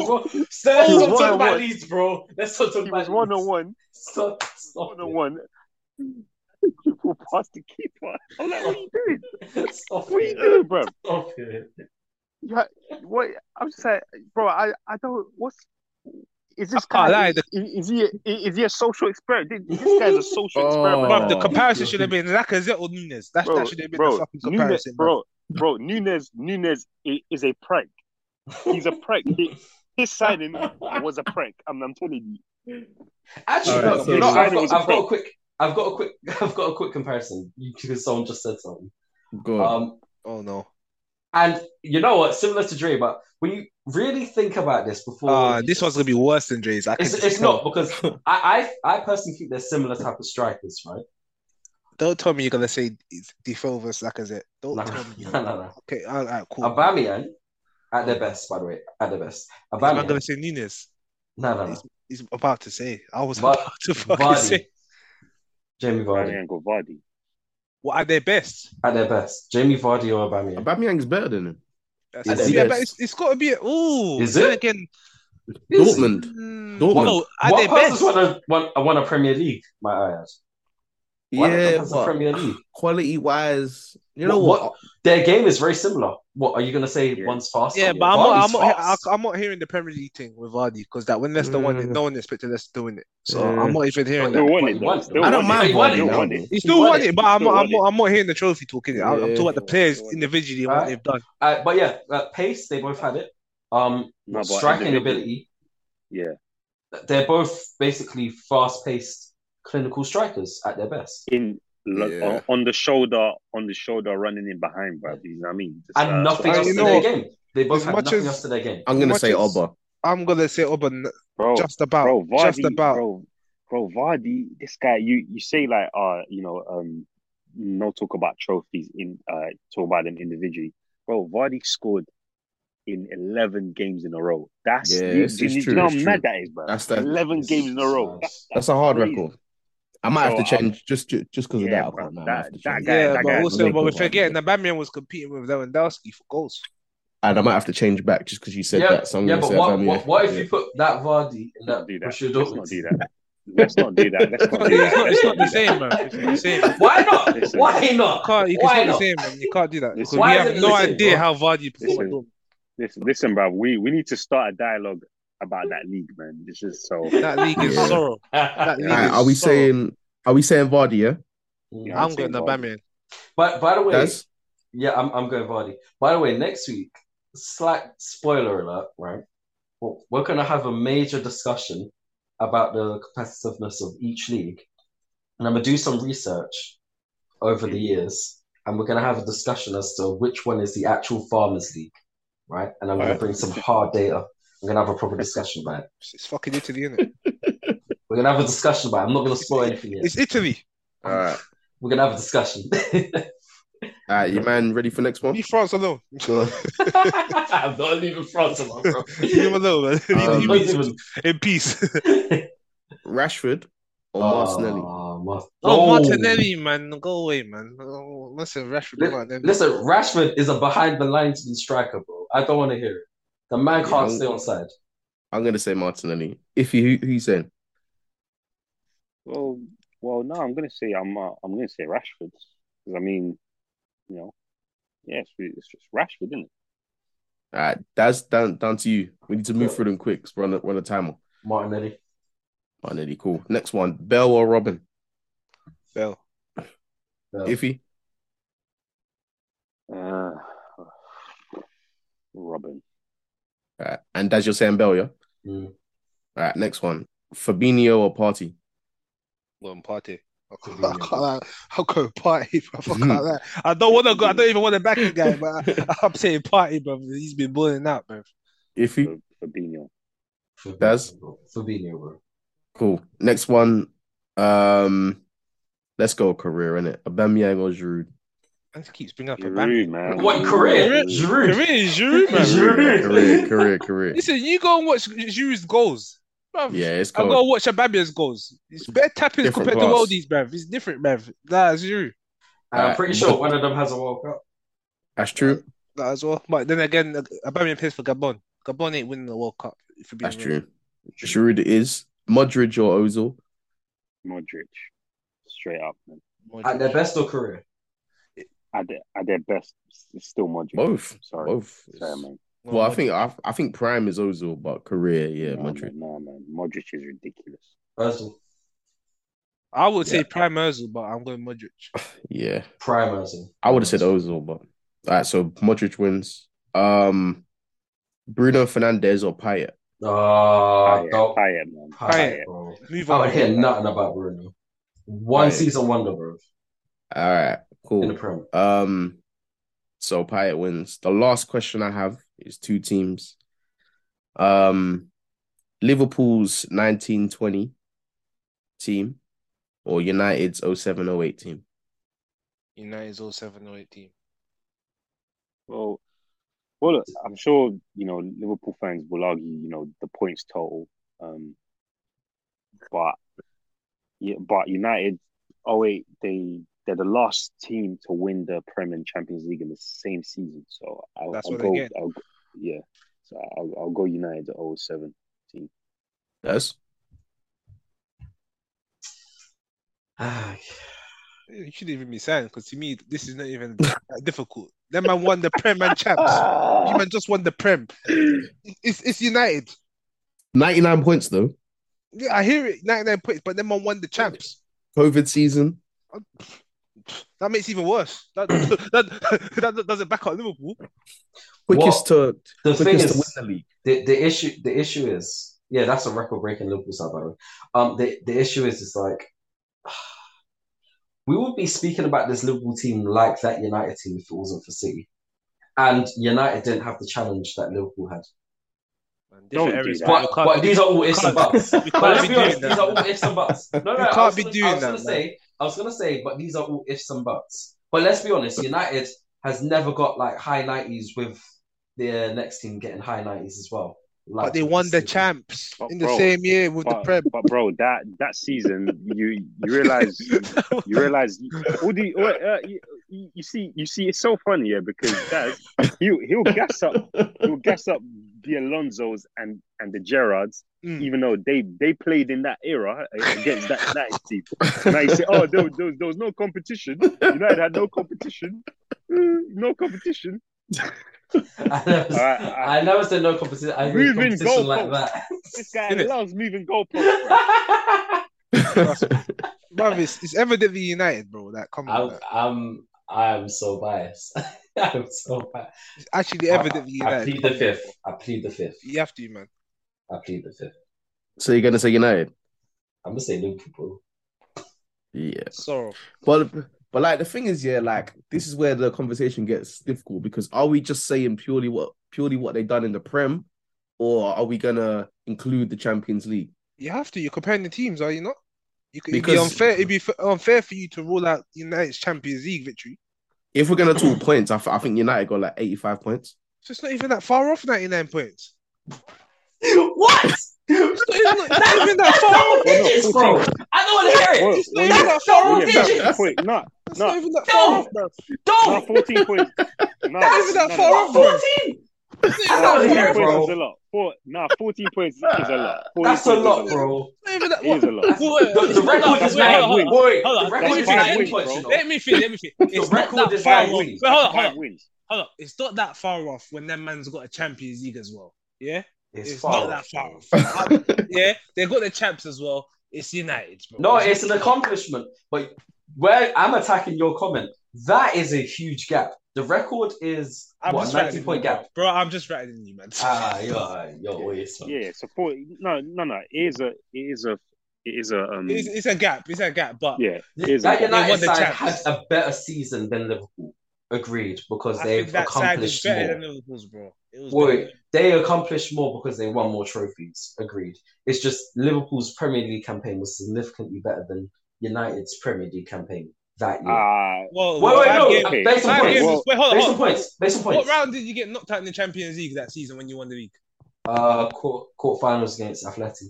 S2: bro. Stop
S3: He was
S2: talking
S3: one on
S2: about
S3: one.
S2: Leeds, bro. Let's not talk
S3: He
S2: about
S3: was one on
S2: Leeds.
S3: one,
S2: Stop. Stop.
S3: one on one. People past the keeper. I'm like, what are you doing?
S2: it. Stop
S3: What are you
S2: it.
S3: doing, bro?
S2: Stop it.
S3: Yeah, what I'm just like, bro. I, I don't. What's is this
S4: I can't
S3: guy?
S4: lie,
S3: Is,
S4: the-
S3: is he a, is he a social experiment? This this guy's a social experiment,
S4: Bruv,
S1: Oh.
S4: the comparison should have been Lacazette or Nunes. That,
S3: bro.
S4: that should have been the
S3: Bro,
S4: fucking
S3: Nunes,
S4: comparison. Bro.
S3: bro, bro, Nunes, Nunes i- is a prank. He's a prank. He- His signing was a prank. I'm, I'm telling
S2: Actually,
S1: All right,
S2: no,
S1: so-
S2: you know, I've, got,
S3: It's a
S2: I've got a
S3: prank.
S2: quick, I've got a quick, I've got a quick comparison because someone just said something.
S1: Go on.
S2: Um,
S4: Oh no.
S2: and you know what? Similar to Dre, but when you really think about this before,
S4: Uh, this one's gonna be worse than Dre's. I can
S2: it's,
S4: just
S2: it's
S4: tell.
S2: not because I, I, I personally think they're similar type of strikers, right?
S4: Don't tell me you're gonna say it's Defoe versus Lacazette. Don't
S2: Nah,
S4: tell me.
S2: nah, nah, nah.
S4: Okay, all right, cool.
S2: Aubameyang at their best, by the way, at their best.
S4: I'm not gonna
S2: Aubameyang,
S4: say Nunes.
S2: no, no, no.
S4: He's about to say. I was
S2: Var-
S4: about to fucking
S2: Vardy,
S4: say.
S2: Jamie
S3: you,
S2: Vardy
S3: Ryan Vardy.
S4: What are their best?
S2: at their best. Jamie Vardy or Aubameyang.
S1: Aubameyang's better than him.
S4: That's
S1: At their
S4: yeah,
S1: best.
S4: but it's, it's got to be. A, ooh,
S2: Is
S4: then
S2: it?
S4: again?
S2: Is-
S1: Dortmund.
S4: Mm,
S1: Dortmund.
S4: No, at
S2: what
S4: their
S2: person's
S4: best.
S2: won a, won, won a Premier League? My eyes. Why not
S1: Yeah,
S2: compass the Premier
S1: but
S2: League?
S1: quality wise, you know
S2: What-
S1: what?
S2: Their game is very similar. What are you going to say?
S3: Yeah.
S2: One's faster.
S4: Yeah, but I'm not, I'm,
S2: Vardy's
S4: not,
S2: fast.
S4: he- I- I'm not hearing the Premier League thing with Vardy because that when Leicester won it,
S1: Mm.
S4: no one expected Leicester doing it. So
S1: Yeah.
S4: I'm not even hearing
S3: They
S4: that.
S3: won
S2: But
S3: it.
S2: he
S3: though.
S2: won it.
S3: They
S1: I
S3: won
S1: don't
S3: it.
S1: mind
S3: They
S1: Vardy now.
S3: won it.
S4: He still
S2: won
S4: won
S2: it.
S4: it, but I'm
S3: Still
S4: not,
S3: won
S4: I'm,
S3: it.
S4: not, I'm not hearing the trophy talking. I'm, I'm
S1: Yeah.
S4: talking about the players
S3: Still won it.
S4: individually and what
S2: Alright.
S4: they've done.
S2: Uh, but yeah, uh, pace. They both had it. Um,
S3: No, but
S2: striking
S3: individual-
S2: ability.
S3: Yeah,
S2: They're both basically fast-paced clinical strikers at their best.
S3: in look,
S1: Yeah.
S3: on- on the shoulder, on the shoulder, running in behind, bro. You know what I mean? Just,
S2: And
S3: uh,
S2: nothing
S4: I-
S2: else
S4: you
S2: to
S4: know
S2: their
S4: what?
S2: game. They both
S4: As
S2: had
S4: much
S2: nothing
S4: as-
S2: else to their game.
S1: I'm gonna
S4: Much
S1: say
S4: as-
S1: Oba.
S4: I'm gonna say Auburn
S3: bro.
S4: just about,
S3: bro, Vardy,
S4: just about.
S3: bro, bro, Vardy. This guy, you you say like, uh, you know, um, no talk about trophies in, uh, talk about them individually. Bro, Vardy scored in eleven games in a row. That's
S1: Yeah,
S3: you,
S1: it's-
S3: do you,
S1: it's
S3: do you
S1: true,
S3: know how
S1: it's true.
S3: mad that is, bro.
S1: That's that.
S3: eleven games in a row. That-
S1: That's a hard
S3: crazy.
S1: record. I might have
S3: So,
S1: to
S2: Oh,
S1: change
S2: um,
S1: just ju- just because
S3: yeah,
S1: of that. I
S3: bro,
S1: can't, man. I
S3: that-
S1: have to
S3: that
S1: change.
S3: guy-
S4: Yeah,
S3: that
S4: but
S3: guy-
S4: also, but we're
S1: Liverpool.
S4: forgetting that Bamian was competing with Lewandowski for goals.
S1: And I might have to change back just because you said
S2: yeah,
S1: that. So I'm
S2: yeah,
S1: gonna
S2: but
S1: say
S2: what,
S1: Aubameyang.
S2: what, what if you put that Vardy in that
S3: Let's not do
S2: Borussia
S3: that. Let's not
S2: Dortmund
S3: do
S2: team?
S3: that. Let's not do that. Let's not do that.
S4: It's not, it's
S3: Let's
S4: not the
S3: not do that.
S4: same, man. It's not the same.
S2: Why not?
S3: Listen.
S2: Why not?
S4: You can't, you
S2: Why
S4: can't
S2: not?
S4: the same, man. You can't do that. Because
S3: Listen.
S4: we
S2: Why
S4: have
S2: isn't
S4: no
S2: it the same,
S4: idea
S2: bro?
S4: how Vardy performed.
S3: Listen. Listen, listen, bro. We we need to start a dialogue about that league, man. This is so.
S4: That league is
S1: Yeah.
S4: sorrow.
S2: but
S4: That league
S1: All right,
S4: is
S1: are we
S4: sorrow.
S1: saying? Are we saying Vardy? Yeah,
S3: Yeah,
S4: I'm
S3: I'd
S4: going
S3: say
S4: to
S3: Vardy.
S4: Bamian.
S2: by the way,
S1: that's
S2: yeah, I'm, I'm going Vardy. By the way, next week, slight spoiler alert, right? We're- We're going to have a major discussion about the competitiveness of each league. And I'm going to do some research over the years. And we're going to have a discussion as to which one is the actual Farmers League, right? And I'm going to
S1: Alright.
S2: bring some hard data. We're going to have a proper discussion about it.
S4: It's fucking Italy, isn't it?
S2: We're going to have a discussion about it. I'm not going to spoil anything yet.
S4: It's Italy.
S1: all right.
S2: We're going to have a discussion.
S1: All right, you man, ready for next one?
S4: Leave France alone.
S2: I'm not leaving France alone, bro.
S4: Leave him alone,
S2: Uh,
S4: man. Leave
S1: Um,
S4: him
S2: Not even-
S4: in peace.
S1: Rashford or Martinelli?
S2: Oh, Mar-
S4: Oh,
S2: No.
S4: Martinelli, man. Go away, man. Oh, listen, Rashford.
S2: Li-
S4: come on, then.
S2: Listen, Rashford is a behind the linesman striker, bro. I don't want to hear it. The man can't
S1: Yeah.
S2: stay on side.
S1: I'm gonna say Martinelli. If you who, who you saying?
S3: Well, well, no, I'm gonna say I'm uh, I'm gonna say Rashford. Because I mean, you know, yeah, it's, really, it's just Rashford, isn't it?
S1: All right, that's down down to you. We need to move through them quick. 'cause We're on the, we're on the timer.
S2: Martinelli.
S1: Oh, nearly cool. Next one, Bell or Robin?
S4: Bell.
S2: No.
S1: Iffy.
S3: Uh, Robin.
S1: All right, and as you're saying, Bell, yeah.
S2: Mm.
S1: All right, next one, Fabinho or Party?
S4: One party. I can't, I
S2: Fabinho.
S4: can't, lie. I'll go party, bro. I
S2: Mm-hmm.
S4: can't lie. I don't want to go. I don't even want to back the guy, but I, am saying party, bro. He's been bullying out, bro.
S1: Iffy.
S3: Fa- Fabinho.
S2: Fabinho,
S1: That's-
S2: bro. Fabinho, bro.
S1: Cool. Next one, um, let's go career in it. Aubameyang or Giroud?
S4: And he keeps bringing up a man.
S3: Giroud, man.
S2: What career? Giroud.
S4: Giroud. Kareem is Giroud, man.
S2: Giroud.
S1: Career, career, career.
S4: Listen, you go and watch Giroud's goals, bro.
S1: Yeah, it's
S4: I go
S1: called.
S4: watch Ababia's goals. It's better tapping
S1: Different
S4: compared
S1: class.
S4: to Worldies, bruv. It's different, bruv. Nah, it's Giroud.
S2: And I'm
S1: Alright.
S2: pretty sure one of them has a World Cup.
S1: That's true.
S4: That as well. But then again, Abamia plays for Gabon. Gabon ain't winning the World Cup. If we're being
S1: That's
S4: real.
S1: true. Giroud is Modric or Ozil.
S3: Modric. Straight up, man.
S2: At their best or career?
S3: At their, at their best, it's still Modric.
S1: Both.
S3: Sorry.
S1: Both.
S3: Sorry, man.
S1: Well, I think I, I think prime is Ozil, but career, yeah,
S3: no,
S1: Madrid.
S3: Man, no, man. Modric is ridiculous.
S2: Özil.
S4: I would say Prime Özil, but I'm going Modric.
S1: Yeah,
S2: Prime Özil.
S1: I would have said Ozil, but all right. So Modric wins. Um, Bruno Fernandez or Payet.
S2: Ah,
S3: Payet,
S2: don't.
S3: Payet, man.
S2: Payet,
S4: Payet.
S2: bro.
S4: Move
S2: I
S4: on.
S2: don't hear Oh, nothing about Bruno. One
S1: Payet.
S2: season wonder, bro.
S1: All right,
S2: In the
S1: cool.
S2: Prem.
S1: Um, so Payet wins. The last question I have is two teams. Um, Liverpool's nineteen twenty team, or United's 07-08 team.
S4: United's all seven or eight team.
S3: Well, well, look, I'm sure you know Liverpool fans will argue, you know, the points total, um, but yeah, but United, oh wait, they they're the last team to win the Premier and Champions League in the same season, so I'll,
S4: That's
S3: I'll
S4: what
S3: go,
S4: they get.
S3: I'll, go- yeah, so I'll, I'll go United at 07.
S1: Yes.
S2: Ah,
S4: You shouldn't even be saying because to me, this is not even that difficult. Them man won the Prem and champs. You man just won the Prem. It's it's United.
S1: Ninety nine points though.
S4: Yeah, I hear it. 99 points, but them man won the champs.
S1: COVID season.
S4: That makes it even worse. That that, that, that doesn't back up Liverpool.
S1: Quickest to
S2: the thing
S1: quickest
S2: is,
S1: to win the league.
S2: the, the issue the issue is yeah that's a record breaking Liverpool side by the way. Um, the the issue is it's like we would be speaking about this Liverpool team like that United team if it wasn't for City, and United didn't have the challenge that Liverpool had.
S3: Don't do that.
S2: But, but these are all ifs and buts.
S4: We
S2: But let's
S4: can't be
S2: be honest,
S4: doing
S2: these are all
S4: that.
S2: ifs and buts. No, no,
S4: You
S2: I
S4: can't
S2: was
S4: be
S2: gonna, I
S4: doing
S2: was gonna
S4: that,
S2: say, I was gonna say, but these are all ifs and buts. But let's be honest, United has never got like high nineties with their next team getting high nineties as well. Like,
S4: But they won the
S2: it's-
S4: champs
S3: But
S4: in the
S3: bro,
S4: same year with the
S3: But,
S4: Prem.
S3: but bro, that that season, you you realize You realize all the all, uh, you, you you see you see it's so funny yeah because that he he'll gas up he'll gas up the Alonzos and and the Gerrards
S4: Mm.
S3: even though they they played in that era uh, against that United team. Now you say oh there, was- there, was, there was no competition United had no competition Mm, no competition
S2: I never,
S3: All right, all right.
S2: I never said no competition. I
S3: We've
S2: mean
S3: been
S2: competition like
S3: goalposts.
S2: that.
S3: this guy
S4: Innit?
S3: loves moving goalposts. bro.
S2: I'm,
S4: Bro, it's, it's evidently United, bro. Like, come on, man.
S2: I'm, I'm so biased. I'm so biased.
S4: it's actually
S2: I-
S4: evidently
S2: I,
S4: United.
S2: plead the fifth. I plead the fifth.
S4: You have to, man.
S2: I plead the fifth.
S1: So you're gonna say United?
S2: I'm gonna say Liverpool.
S1: Yeah.
S4: Sorrow.
S1: But but like the thing is, yeah, like this is where the conversation gets difficult because are we just saying purely what purely what they done in the Prem, or are we gonna include the Champions League?
S4: You have to. You're comparing the teams, are you not? You could, it'd be
S1: Because-
S4: unfair. It'd be f- unfair for you to rule out United's Champions League victory.
S1: If we're gonna talk points, I, f- I think United got like 85 points.
S4: So it's not even that far off 99 points.
S2: What?
S4: It's not even, it's not even that far off.
S2: digits, bro. I don't want to hear it.
S3: Well,
S4: It's not
S3: well,
S4: even
S3: yeah,
S4: that far
S3: well,
S4: off.
S3: yeah,
S4: bruv.
S2: digits.
S3: that's the point. Nah,
S4: It's
S3: no.
S4: not even that far
S2: No.
S4: off, bro.
S3: nah,
S2: Don't.
S3: fourteen points. Nah,
S4: Not even that
S3: nah,
S4: far
S3: nah.
S4: off, bro.
S2: Fourteen.
S4: It's not even
S2: Out
S4: that
S2: of
S4: far
S2: here, bro.
S3: Fourteen points
S4: off.
S3: is a lot. four, nah, 14 points is a lot. 14
S2: That's a
S3: points is
S2: lot, bro.
S4: Not even that
S3: It
S4: one.
S3: is a lot.
S4: Wait,
S2: The, the record is
S3: Wait, wait,
S2: nine
S3: hold on,
S2: wins.
S8: Boy,
S4: Hold on.
S2: The
S4: Let
S2: record
S4: me
S2: is
S3: five
S2: nine
S3: wins,
S2: points,
S3: bro.
S2: you know.
S4: Let me finish. Let me finish. It's not
S2: record
S4: that
S2: is
S4: far
S2: nine
S4: off.
S2: wins.
S4: Wait, hold on, hold
S3: Five
S4: on,
S3: wins.
S4: hold on. It's not that far off when that man's got a Champions League as well. Yeah,
S2: It's,
S4: it's,
S2: far
S4: not that
S2: off.
S4: far off. yeah, they got the champs as well. It's United. Bro.
S2: No, it's an accomplishment. But where I'm attacking your comment, that is a huge gap. The record is
S4: I'm
S2: what,
S4: just
S2: a 90
S4: writing
S2: point
S4: you,
S2: gap.
S4: bro. I'm just writing you, man.
S2: Ah, yeah, yo, yes, man.
S3: Yeah, so four. No, no, no. It is a. It is a. It is a. Um.
S4: It's, it's a gap. It's a gap, but
S3: yeah. Is
S2: That
S3: it?
S4: They
S2: United
S4: won the
S2: side had
S4: Champions.
S2: a better season than Liverpool. Agreed, because
S4: I
S2: they've
S4: think that side
S2: accomplished
S4: is better
S2: more.
S4: than Liverpool's, bro. It was
S2: Wait.
S4: better.
S2: They accomplished more because they won more trophies. Agreed. It's just Liverpool's Premier League campaign was significantly better than United's Premier League campaign that year.
S3: Uh,
S4: Well,
S2: wait, wait,
S4: five
S2: no.
S4: games-
S3: okay.
S2: Based on
S4: five
S2: points.
S4: games-
S3: Well,
S4: wait, hold on,
S2: Based
S4: hold
S2: on
S4: on.
S2: points. Based on
S4: What
S2: points.
S4: round did you get knocked out in the Champions League that season when you won the league?
S2: Uh, court, court finals against Athletic.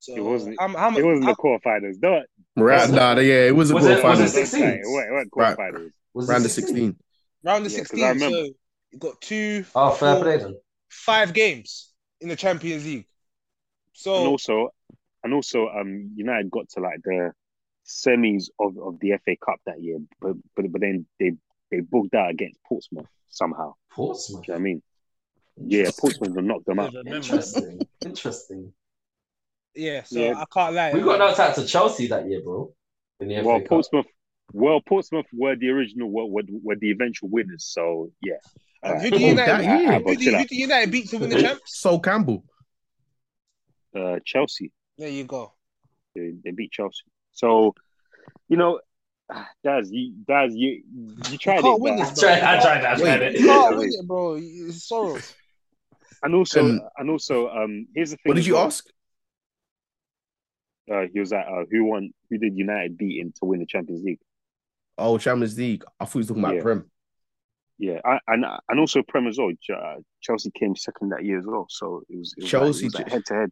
S4: So,
S3: It wasn't-
S4: I'm, I'm,
S3: it wasn't
S4: I'm,
S3: the quarterfinals. No,
S2: Was
S1: Right,
S2: it-
S1: nah, yeah, it was a
S2: was
S1: quarter
S2: it- was
S1: final.
S2: it 16?
S3: It wasn't
S1: Right.
S3: quarterfinals.
S2: Was it
S1: Round of 16.
S4: round of
S3: Yeah, 'cause
S4: 16.
S3: I
S4: so
S3: remember.
S4: you got two,
S2: Oh, fair
S4: four,
S2: play then.
S4: five games in the Champions League.
S3: And
S4: So
S3: also, and also, um, United got to like the semis of, of the FA Cup that year, but but but then they they booked out against Portsmouth somehow.
S2: Portsmouth.
S3: Do you know what I mean? Yeah, Portsmouth knocked them out.
S2: Interesting. Interesting.
S4: yeah, so
S3: Yeah.
S4: I can't lie.
S2: We got knocked out to Chelsea that year, bro. In the FA
S3: Well,
S2: Cup.
S3: Portsmouth, well, Portsmouth were the original, were, were, were the eventual winners. So yeah, Uh,
S4: And Uh, who
S3: Alright.
S4: do
S1: Oh,
S4: United,
S1: that year.
S4: who do, who do United beat to win the champs?
S1: Sol Campbell.
S3: uh, Chelsea.
S4: There you go.
S3: They, they beat Chelsea. So, you know, ah, Daz, you, Daz, you, you tried
S4: can't
S3: it,
S4: win
S3: but-
S4: this,
S2: I tried, I tried, I tried
S1: Wait.
S2: it.
S4: You can't win it, bro. It's sorrow.
S3: and also,
S1: Um,
S3: and also, um, here's the thing.
S1: What did
S3: as
S1: you
S3: well.
S1: ask?
S3: Uh, he was like, uh, who won? Who did United beat in to win the Champions League?
S1: Oh, Champions League. I thought he was talking about
S3: Yeah.
S1: Prem.
S3: Yeah, I, and and also Prem as well. Ch- Uh, Chelsea came second that year as well, so it was, it was
S1: Chelsea
S3: like, it was
S1: ju-
S3: like head to head.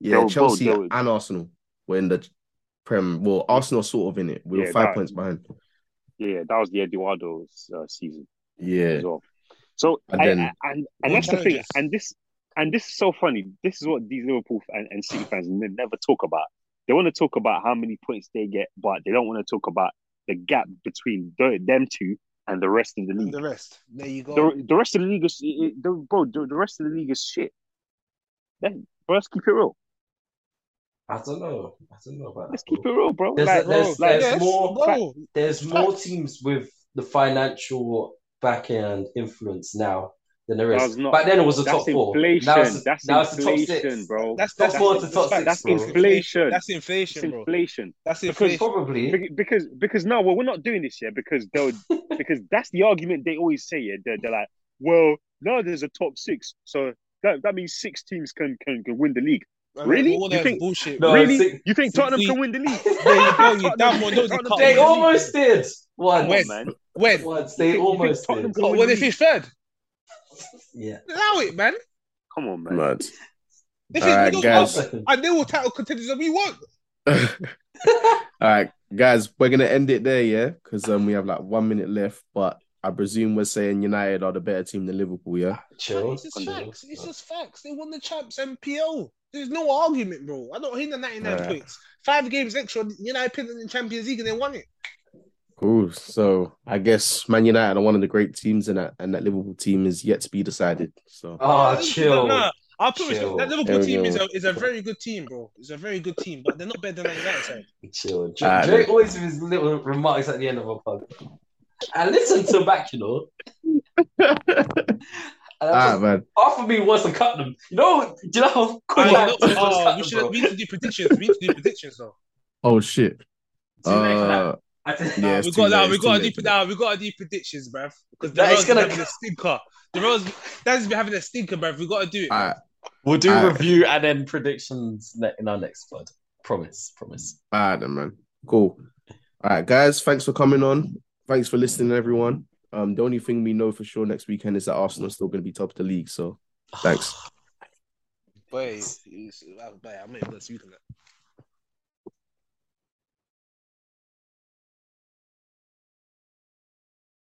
S3: They
S1: Yeah,
S3: were both-
S1: Chelsea
S3: they were-
S1: and Arsenal were in the Prem. Well, Arsenal sort of in it. We were
S3: Yeah,
S1: five
S3: that-
S1: points behind.
S3: Yeah, that was the Eduardo's uh, season
S1: Yeah.
S3: as well. So
S1: And
S3: and
S1: then-
S3: I, I- and,
S4: More
S3: and that's the thing,
S4: challenges.
S3: and this and this is so funny. This is what these Liverpool f- and, and City fans n- never talk about. They want to talk about how many points they get, but they don't want to talk about the gap between the, them two and the rest of the
S4: And
S3: league.
S4: the rest. There you go.
S3: the, the rest of the league is it- it- the, bro. The, the rest of the league is shit. Then bro, let's keep it real.
S2: I don't know. I don't know about
S3: Let's
S2: that.
S3: keep it
S2: bro.
S3: real, bro.
S2: There's
S3: like,
S2: a- there's-
S3: like,
S2: there's
S4: Yes,
S2: more-
S4: bro.
S2: There's more teams with the financial back end influence now than there
S3: That's
S2: is.
S3: not-
S2: Back then it was the top
S3: that's
S2: four.
S3: inflation.
S2: Now it's,
S3: that's
S2: now it's the top
S3: inflation,
S2: six.
S3: bro.
S4: That's
S2: Top
S4: that's
S2: four to top
S4: that's-
S2: six,
S3: that's
S2: bro.
S3: inflation.
S4: That's
S3: It's
S4: inflation, bro.
S3: inflation.
S4: That's
S3: Because-
S4: inflation.
S2: Probably.
S3: Be- Because because no, well, we're not doing this yet because they'll because that's the argument they always say. Yeah, they're, they're like, well, now there's a top six, so that, that means six teams can can, can win the league. Really?
S4: All
S3: You
S4: that
S3: think-
S4: bullshit.
S2: No,
S4: bro.
S3: really?
S2: six-
S3: you think
S4: six
S3: Tottenham
S4: league-
S3: can win the league?
S4: There you go. You damn one. Those are
S3: Tottenham-
S4: cut
S2: They
S4: off.
S2: almost did. Once.
S4: When?
S3: man.
S4: When?
S2: Once. They
S3: You think- you think
S2: almost
S3: Tottenham
S2: did.
S3: can
S4: What,
S3: win
S4: when
S3: the
S4: they finish third?
S2: Yeah.
S4: Allow it, man.
S3: Come on, man.
S1: Mad.
S4: They
S1: All
S4: finish
S1: right,
S4: middle
S1: guys.
S4: class, and they will title contenders that we want.
S1: All right, guys, we're gonna end it there, yeah, because um we have like one minute left, but I presume we're saying United are the better team than Liverpool, yeah.
S2: Chill.
S4: It's just facts. It's just facts. They won the champs MPO. There's no argument, bro. I don't hear the 99
S1: Nah.
S4: points. Five games extra, United pinned in the Champions League and they won it.
S1: Cool. So I guess Man United are one of the great teams, and that and that Liverpool team is yet to be decided. So
S2: Oh,
S4: Listen,
S2: chill.
S4: Nah, I'll promise
S2: Chill.
S4: you, that
S1: Ah, There
S4: Liverpool
S1: we
S4: team
S1: go.
S4: is a, is a very good team, bro. It's a very good team, but they're not better than that United side.
S2: Chill. Drake,
S1: Ah,
S2: Drake
S1: no.
S2: always with his little remarks at the end of a pod. I listened to back, you know. And I
S1: ah
S2: just,
S1: man,
S2: half of me wants to cut them. You know, do you know how quick I
S4: I know-
S2: was to
S4: oh,
S2: cut
S4: we,
S2: them,
S4: should,
S2: bro?
S4: we need to do predictions. We need to do predictions, though.
S1: oh shit.
S2: Too late for that.
S1: Uh,
S2: I think-
S1: yeah,
S4: we
S1: it's
S4: got
S1: too late,
S4: that. We
S1: it's
S4: got
S1: too
S4: to
S1: late.
S4: deep down. We got to do predictions, bruv. Because
S2: That
S4: the
S2: is
S4: road's
S2: gonna-
S4: having a stinker. The road's that's been having a stinker, bruv. We got to do it.
S1: All right,
S2: We'll do
S1: Ah.
S2: review and then predictions ne- in our next pod. Promise, promise.
S1: all right, then, man. Cool. All right, guys. Thanks for coming on. Thanks for listening, everyone. Um, the only thing we know for sure next weekend is that Arsenal are still going to be top of the league. So thanks.
S4: Boy, it's- it's- I'm not even gonna speak on that.